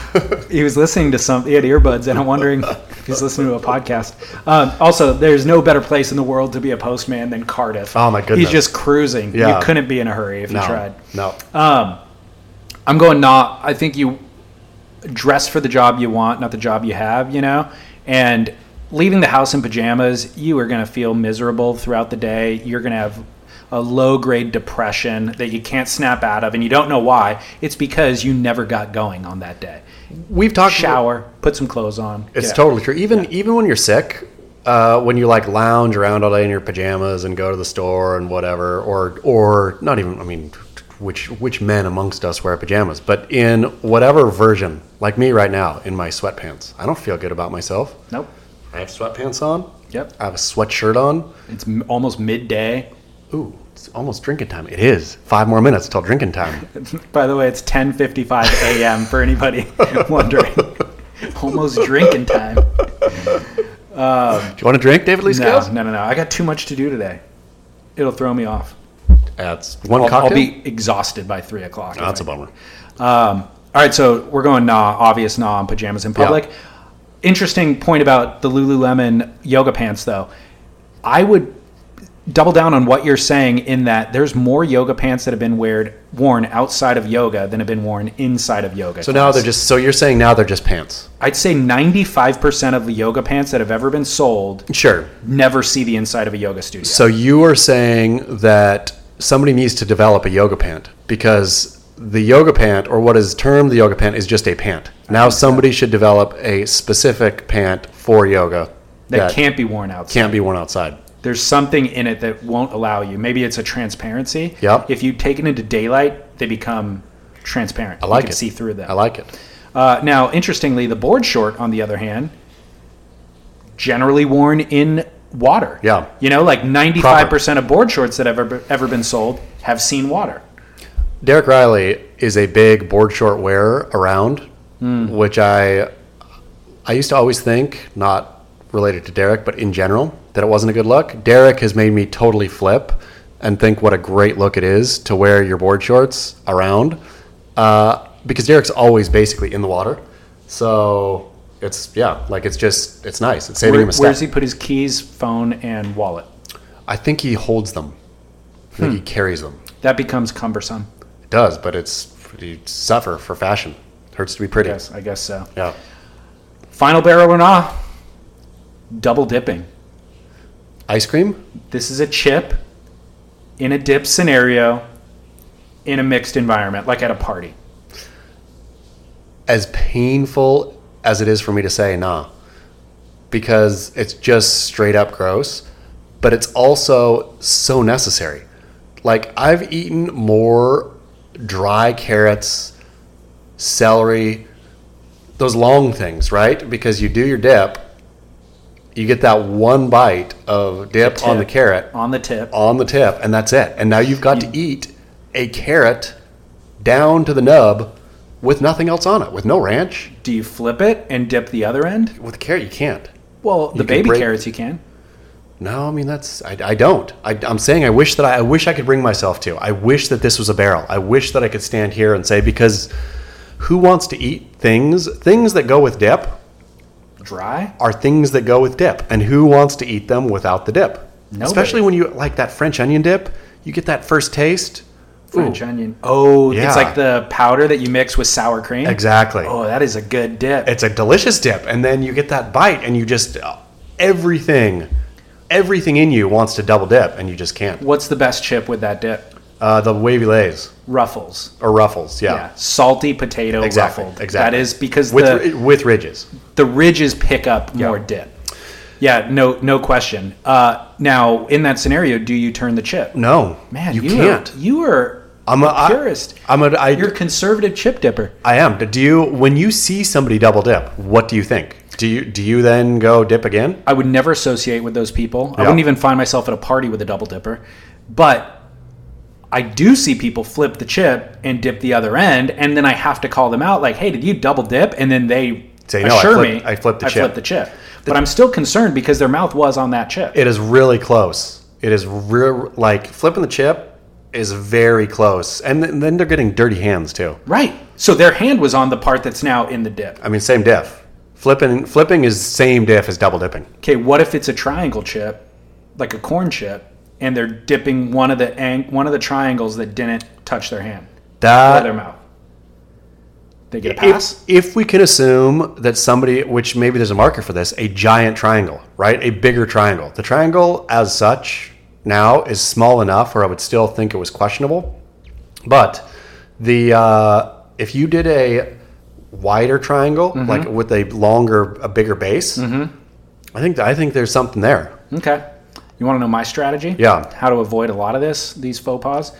[SPEAKER 1] He was listening to some. He had earbuds, and I'm wondering if he's listening to a podcast. Um, also, there's no better place in the world to be a postman than Cardiff.
[SPEAKER 2] Oh, my goodness.
[SPEAKER 1] He's just cruising.
[SPEAKER 2] Yeah.
[SPEAKER 1] You couldn't be in a hurry if you
[SPEAKER 2] no,
[SPEAKER 1] tried.
[SPEAKER 2] no.
[SPEAKER 1] I'm going not. I think you dress for the job you want, not the job you have, you know? And leaving the house in pajamas, you are going to feel miserable throughout the day. You're going to have a low grade depression that you can't snap out of, and you don't know why. It's because you never got going on that day.
[SPEAKER 2] We've talked
[SPEAKER 1] Shower, put some clothes on.
[SPEAKER 2] It's
[SPEAKER 1] get out.
[SPEAKER 2] totally true. Even even when you're sick, uh, when you like lounge around all day in your pajamas and go to the store and whatever, or or not even. I mean, which which men amongst us wear pajamas? But in whatever version, like me right now in my sweatpants, I don't feel good about myself.
[SPEAKER 1] Nope.
[SPEAKER 2] I have sweatpants on.
[SPEAKER 1] Yep.
[SPEAKER 2] I have a sweatshirt on.
[SPEAKER 1] It's m- almost midday.
[SPEAKER 2] Ooh, it's almost drinking time. It is. Five more minutes till drinking time.
[SPEAKER 1] By the way, it's 10:55 a.m. for anybody wondering. almost drinking time.
[SPEAKER 2] Do you want to drink, David Lee Scales?
[SPEAKER 1] No, no, no, no. I got too much to do today. It'll throw me off.
[SPEAKER 2] That's one
[SPEAKER 1] I'll, I'll
[SPEAKER 2] cocktail.
[SPEAKER 1] be exhausted by three o'clock.
[SPEAKER 2] Oh, that's a bummer.
[SPEAKER 1] Um, All right, so we're going nah, obvious nah on pajamas in public.
[SPEAKER 2] Yeah.
[SPEAKER 1] Interesting point about the Lululemon yoga pants, though. I would double down on what you're saying in that there's more yoga pants that have been weared, worn outside of yoga than have been worn inside of yoga.
[SPEAKER 2] So now they're just. So you're saying now they're just pants?
[SPEAKER 1] I'd say 95% of the yoga pants that have ever been sold
[SPEAKER 2] Sure.
[SPEAKER 1] never see the inside of a yoga studio.
[SPEAKER 2] So you are saying that somebody needs to develop a yoga pant because the yoga pant, or what is termed the yoga pant, is just a pant. Now somebody should develop a specific pant for yoga
[SPEAKER 1] that can't be worn outside.
[SPEAKER 2] can't be worn outside.
[SPEAKER 1] there's something in it that won't allow you. Maybe it's a transparency.
[SPEAKER 2] Yep.
[SPEAKER 1] If you take it into daylight, they become transparent.
[SPEAKER 2] I like
[SPEAKER 1] you can
[SPEAKER 2] it.
[SPEAKER 1] See through them.
[SPEAKER 2] I like it.
[SPEAKER 1] Uh, now, interestingly, the board short, on the other hand, generally worn in water.
[SPEAKER 2] Yeah.
[SPEAKER 1] You know, like 95 percent of board shorts that have ever ever been sold have seen water.
[SPEAKER 2] Derek Riley is a big board short wearer around,
[SPEAKER 1] Hmm.
[SPEAKER 2] which I I used to always think, not related to Derek, but in general, that it wasn't a good look. Derek has made me totally flip and think what a great look it is to wear your board shorts around, uh, because Derek's always basically in the water, so it's yeah, like it's just it's nice. It's saving
[SPEAKER 1] Where,
[SPEAKER 2] him a
[SPEAKER 1] where does
[SPEAKER 2] step.
[SPEAKER 1] he put his keys, phone, and wallet?
[SPEAKER 2] I think he holds them. I
[SPEAKER 1] Hmm.
[SPEAKER 2] think he carries them.
[SPEAKER 1] That becomes cumbersome.
[SPEAKER 2] It does, but it's you suffer for fashion. Hurts to be pretty.
[SPEAKER 1] Yes, I guess so.
[SPEAKER 2] Yeah.
[SPEAKER 1] Final barrel or not? Double dipping.
[SPEAKER 2] Ice cream?
[SPEAKER 1] This is a chip in a dip scenario in a mixed environment, like at a party.
[SPEAKER 2] As painful as it is for me to say nah, because it's just straight up gross, but it's also so necessary. Like, I've eaten more dry carrots, celery, those long things, right? Because you do your dip, you get that one bite of dip on the
[SPEAKER 1] Tip,
[SPEAKER 2] carrot,
[SPEAKER 1] On the tip.
[SPEAKER 2] on the tip, and that's it. And now you've got to eat a carrot down to the nub with nothing else on it, with no ranch.
[SPEAKER 1] Do you flip it and dip the other end?
[SPEAKER 2] With a carrot, you can't.
[SPEAKER 1] Well, the
[SPEAKER 2] can
[SPEAKER 1] baby
[SPEAKER 2] break-
[SPEAKER 1] carrots you can.
[SPEAKER 2] No, I mean that's I, I don't. I, I'm saying I wish that I, I wish I could bring myself to. I wish that this was a barrel. I wish that I could stand here and say because who wants to eat things things that go with dip
[SPEAKER 1] Dry?
[SPEAKER 2] are things that go with dip, and who wants to eat them without the dip?
[SPEAKER 1] Nobody.
[SPEAKER 2] Especially when you like that French onion dip, you get that first taste.
[SPEAKER 1] French onion. Oh,
[SPEAKER 2] Yeah.
[SPEAKER 1] it's like the powder that you mix with sour cream.
[SPEAKER 2] Exactly.
[SPEAKER 1] Oh, that is a good dip.
[SPEAKER 2] it's a delicious dip and then you get that bite and you just everything everything in you wants to double dip and you just can't
[SPEAKER 1] What's the best chip with that dip?
[SPEAKER 2] uh, the wavy lays
[SPEAKER 1] Ruffles.
[SPEAKER 2] or ruffles yeah,
[SPEAKER 1] Yeah, salty potato
[SPEAKER 2] exactly
[SPEAKER 1] ruffled.
[SPEAKER 2] exactly
[SPEAKER 1] That is because
[SPEAKER 2] with
[SPEAKER 1] the
[SPEAKER 2] ri- with ridges
[SPEAKER 1] the ridges pick up more dip. Yeah, no, no question. Uh, now, in that scenario, do you turn the chip?
[SPEAKER 2] no
[SPEAKER 1] Man,
[SPEAKER 2] you,
[SPEAKER 1] you,
[SPEAKER 2] can't
[SPEAKER 1] Are, you are
[SPEAKER 2] i'm a I-
[SPEAKER 1] purist.
[SPEAKER 2] i'm a I,
[SPEAKER 1] You're a conservative chip dipper.
[SPEAKER 2] I am do you when you see somebody double dip what do you think do you do you then go dip again
[SPEAKER 1] I would never associate with those people. I
[SPEAKER 2] Yeah.
[SPEAKER 1] wouldn't even find myself at a party with a double dipper. But I do see people flip the chip and dip the other end, and then I have to call them out, like, "Hey, did you double dip?" And then they
[SPEAKER 2] Say, "No, I
[SPEAKER 1] assure
[SPEAKER 2] flipped-
[SPEAKER 1] me,
[SPEAKER 2] I flipped the
[SPEAKER 1] I
[SPEAKER 2] chip."
[SPEAKER 1] flipped the chip. But I'm still concerned because their mouth was on that chip.
[SPEAKER 2] it is really close it is real like flipping the chip is very close and th- then they're getting dirty hands too
[SPEAKER 1] right. So their hand was on the part that's now in the dip.
[SPEAKER 2] I mean, same diff. Flipping flipping is same diff as double dipping.
[SPEAKER 1] Okay, what if it's a triangle chip, like a corn chip, and they're dipping one of the ang- one of the triangles that didn't touch their hand or their
[SPEAKER 2] That
[SPEAKER 1] mouth? They get a pass.
[SPEAKER 2] Uh, if, if we can assume that somebody, which maybe there's a market for this, a giant triangle, right? A bigger triangle. The triangle as such now is small enough, or I would still think it was questionable. But the uh, if you did a wider triangle,
[SPEAKER 1] Mm-hmm.
[SPEAKER 2] like with a longer, a bigger base, I think I think there's something there.
[SPEAKER 1] Okay. You want to know my strategy?
[SPEAKER 2] Yeah.
[SPEAKER 1] How to avoid a lot of this, these faux pas?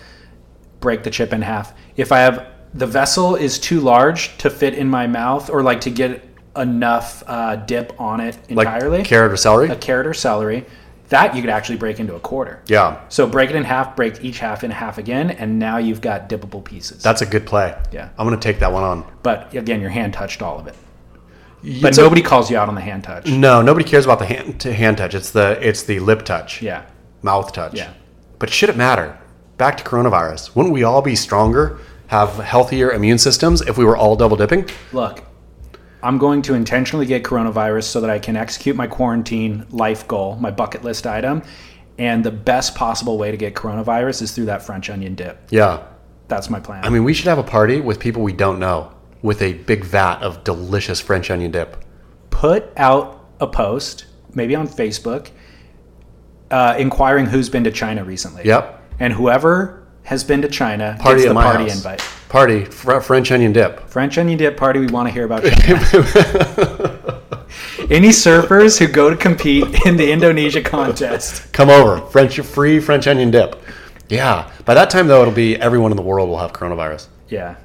[SPEAKER 1] Break the chip in half. If I have the vessel is too large to fit in my mouth or like to get enough uh, dip on it
[SPEAKER 2] Like
[SPEAKER 1] entirely,
[SPEAKER 2] carrot or celery.
[SPEAKER 1] a carrot or celery, that you could actually break into a quarter.
[SPEAKER 2] Yeah,
[SPEAKER 1] So break it in half, break each half in half again, and now you've got dippable pieces.
[SPEAKER 2] that's a good play.
[SPEAKER 1] Yeah.
[SPEAKER 2] I'm gonna take that one on.
[SPEAKER 1] but again, your hand touched all of it. But
[SPEAKER 2] It's a-
[SPEAKER 1] nobody calls you out on the hand touch.
[SPEAKER 2] No, nobody cares about the hand to hand touch. It's the it's the lip touch,
[SPEAKER 1] Yeah.
[SPEAKER 2] mouth touch.
[SPEAKER 1] Yeah.
[SPEAKER 2] But should it matter? Back to coronavirus. Wouldn't we all be stronger, have healthier immune systems if we were all double dipping?
[SPEAKER 1] Look, I'm going to intentionally get coronavirus so that I can execute my quarantine life goal, my bucket list item. And the best possible way to get coronavirus is through that French onion dip.
[SPEAKER 2] Yeah.
[SPEAKER 1] That's my plan.
[SPEAKER 2] I mean, we should have a party with people we don't know with a big vat of delicious French onion dip.
[SPEAKER 1] Put out a post, maybe on Facebook, uh, inquiring who's been to China recently.
[SPEAKER 2] Yep.
[SPEAKER 1] And whoever has been to China
[SPEAKER 2] Party
[SPEAKER 1] gets
[SPEAKER 2] at
[SPEAKER 1] the
[SPEAKER 2] my
[SPEAKER 1] party
[SPEAKER 2] house.
[SPEAKER 1] invite.
[SPEAKER 2] Party fr- French onion dip.
[SPEAKER 1] French onion dip party. We want to hear about China. Any surfers who go to compete in the Indonesia contest.
[SPEAKER 2] Come over. French free French onion dip. Yeah. By that time though, it'll be everyone in the world will have coronavirus.
[SPEAKER 1] Yeah.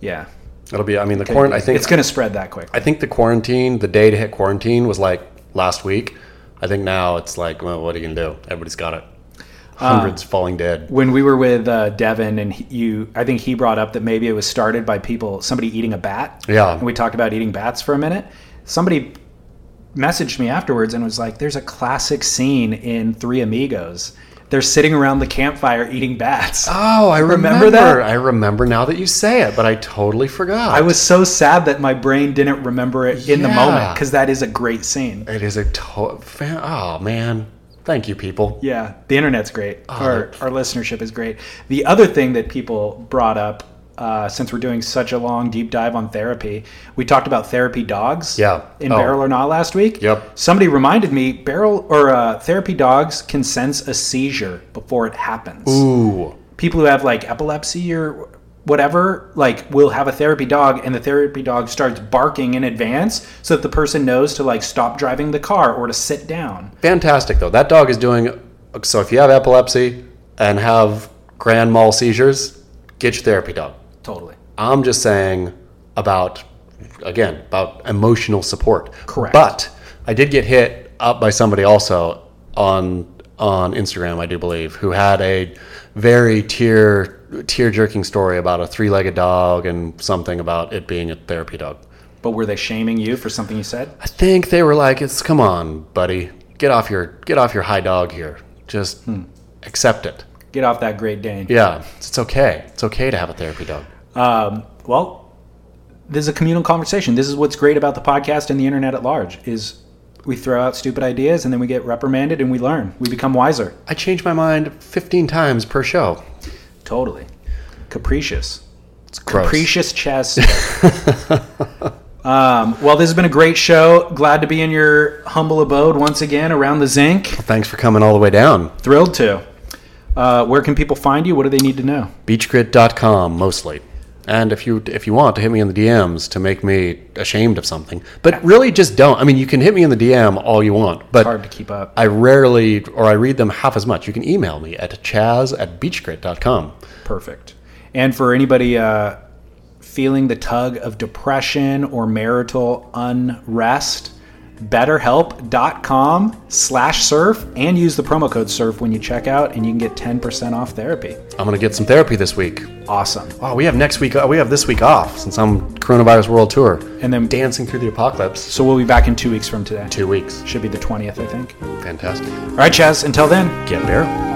[SPEAKER 1] Yeah.
[SPEAKER 2] It'll be. I mean, the quarantine. I think
[SPEAKER 1] it's going to spread that quick.
[SPEAKER 2] I think the quarantine, the day to hit quarantine was like last week. I think now it's like, well, what are you gonna do? Everybody's got it.
[SPEAKER 1] Ah.
[SPEAKER 2] Hundreds falling dead.
[SPEAKER 1] When we were with uh, Devin and he, you, I think he brought up that maybe it was started by people, somebody eating a bat.
[SPEAKER 2] Yeah.
[SPEAKER 1] And we talked about eating bats for a minute. Somebody messaged me afterwards and was like, there's a classic scene in Three Amigos. They're sitting around the campfire eating bats.
[SPEAKER 2] Oh, I remember,
[SPEAKER 1] Remember that?
[SPEAKER 2] I remember now that you say it, but I totally forgot.
[SPEAKER 1] I was so sad that my brain didn't remember it in the
[SPEAKER 2] Yeah.
[SPEAKER 1] moment because that is a great scene.
[SPEAKER 2] It is a to- fan. Oh man, thank you, people.
[SPEAKER 1] Yeah, the internet's great. our
[SPEAKER 2] that-
[SPEAKER 1] our listenership is great. The other thing that people brought up, uh, since we're doing such a long deep dive on therapy, we talked about therapy dogs.
[SPEAKER 2] Yeah.
[SPEAKER 1] In
[SPEAKER 2] Oh.
[SPEAKER 1] Barrel or Not last week.
[SPEAKER 2] Yep.
[SPEAKER 1] Somebody reminded me Barrel or uh, therapy dogs can sense a seizure before it happens.
[SPEAKER 2] Ooh,
[SPEAKER 1] People who have like epilepsy or whatever like will have a therapy dog and the therapy dog starts barking in advance so that the person knows to like stop driving the car or to sit down
[SPEAKER 2] fantastic though. That dog is doing. So if you have epilepsy and have grand mal seizures, get your therapy dog.
[SPEAKER 1] totally
[SPEAKER 2] I'm just saying about again about emotional support.
[SPEAKER 1] Correct.
[SPEAKER 2] But I did get hit up by somebody also on on Instagram, I do believe, who had a very tear tear jerking story about a three legged dog and something about it being a therapy dog.
[SPEAKER 1] But were they shaming you for something you said?
[SPEAKER 2] I think they were like, "It's come on, buddy, get off your get off your high dog here. Just accept it.
[SPEAKER 1] Get off that Great Dane.
[SPEAKER 2] Yeah, it's okay. It's okay to have a therapy dog.
[SPEAKER 1] Um, well, this is a communal conversation. This is what's great about the podcast and the internet at large is we throw out stupid ideas and then we get reprimanded and we learn. We become wiser.
[SPEAKER 2] I change my mind 15 times per show.
[SPEAKER 1] Totally. Capricious.
[SPEAKER 2] It's gross.
[SPEAKER 1] Capricious chess. um, well, this has been a great show. Glad to be in your humble abode once again around the zinc.
[SPEAKER 2] Thanks for coming all the way down.
[SPEAKER 1] Thrilled to. Uh, where can people find you? What do they need to know?
[SPEAKER 2] Beachgrit.com mostly. And if you if you want to hit me in the DMs to make me ashamed of something, but really just don't. I mean, you can hit me in the DM all you want, but
[SPEAKER 1] Hard to keep up.
[SPEAKER 2] I rarely or I read them half as much. You can email me at chaz at beachgrit.com.
[SPEAKER 1] Perfect. And for anybody uh, feeling the tug of depression or marital unrest, betterhelp.com slash surf and use the promo code surf when you check out and you can get 10% off therapy.
[SPEAKER 2] I'm going to get some therapy this week.
[SPEAKER 1] Awesome.
[SPEAKER 2] Wow, we have next week. uh, We have this week off since I'm coronavirus world tour
[SPEAKER 1] And then
[SPEAKER 2] dancing through the apocalypse.
[SPEAKER 1] So we'll be back in two weeks from today.
[SPEAKER 2] Two weeks.
[SPEAKER 1] Should be the 20th, I think.
[SPEAKER 2] Fantastic.
[SPEAKER 1] All right, Chaz, until then.
[SPEAKER 2] Get barrel.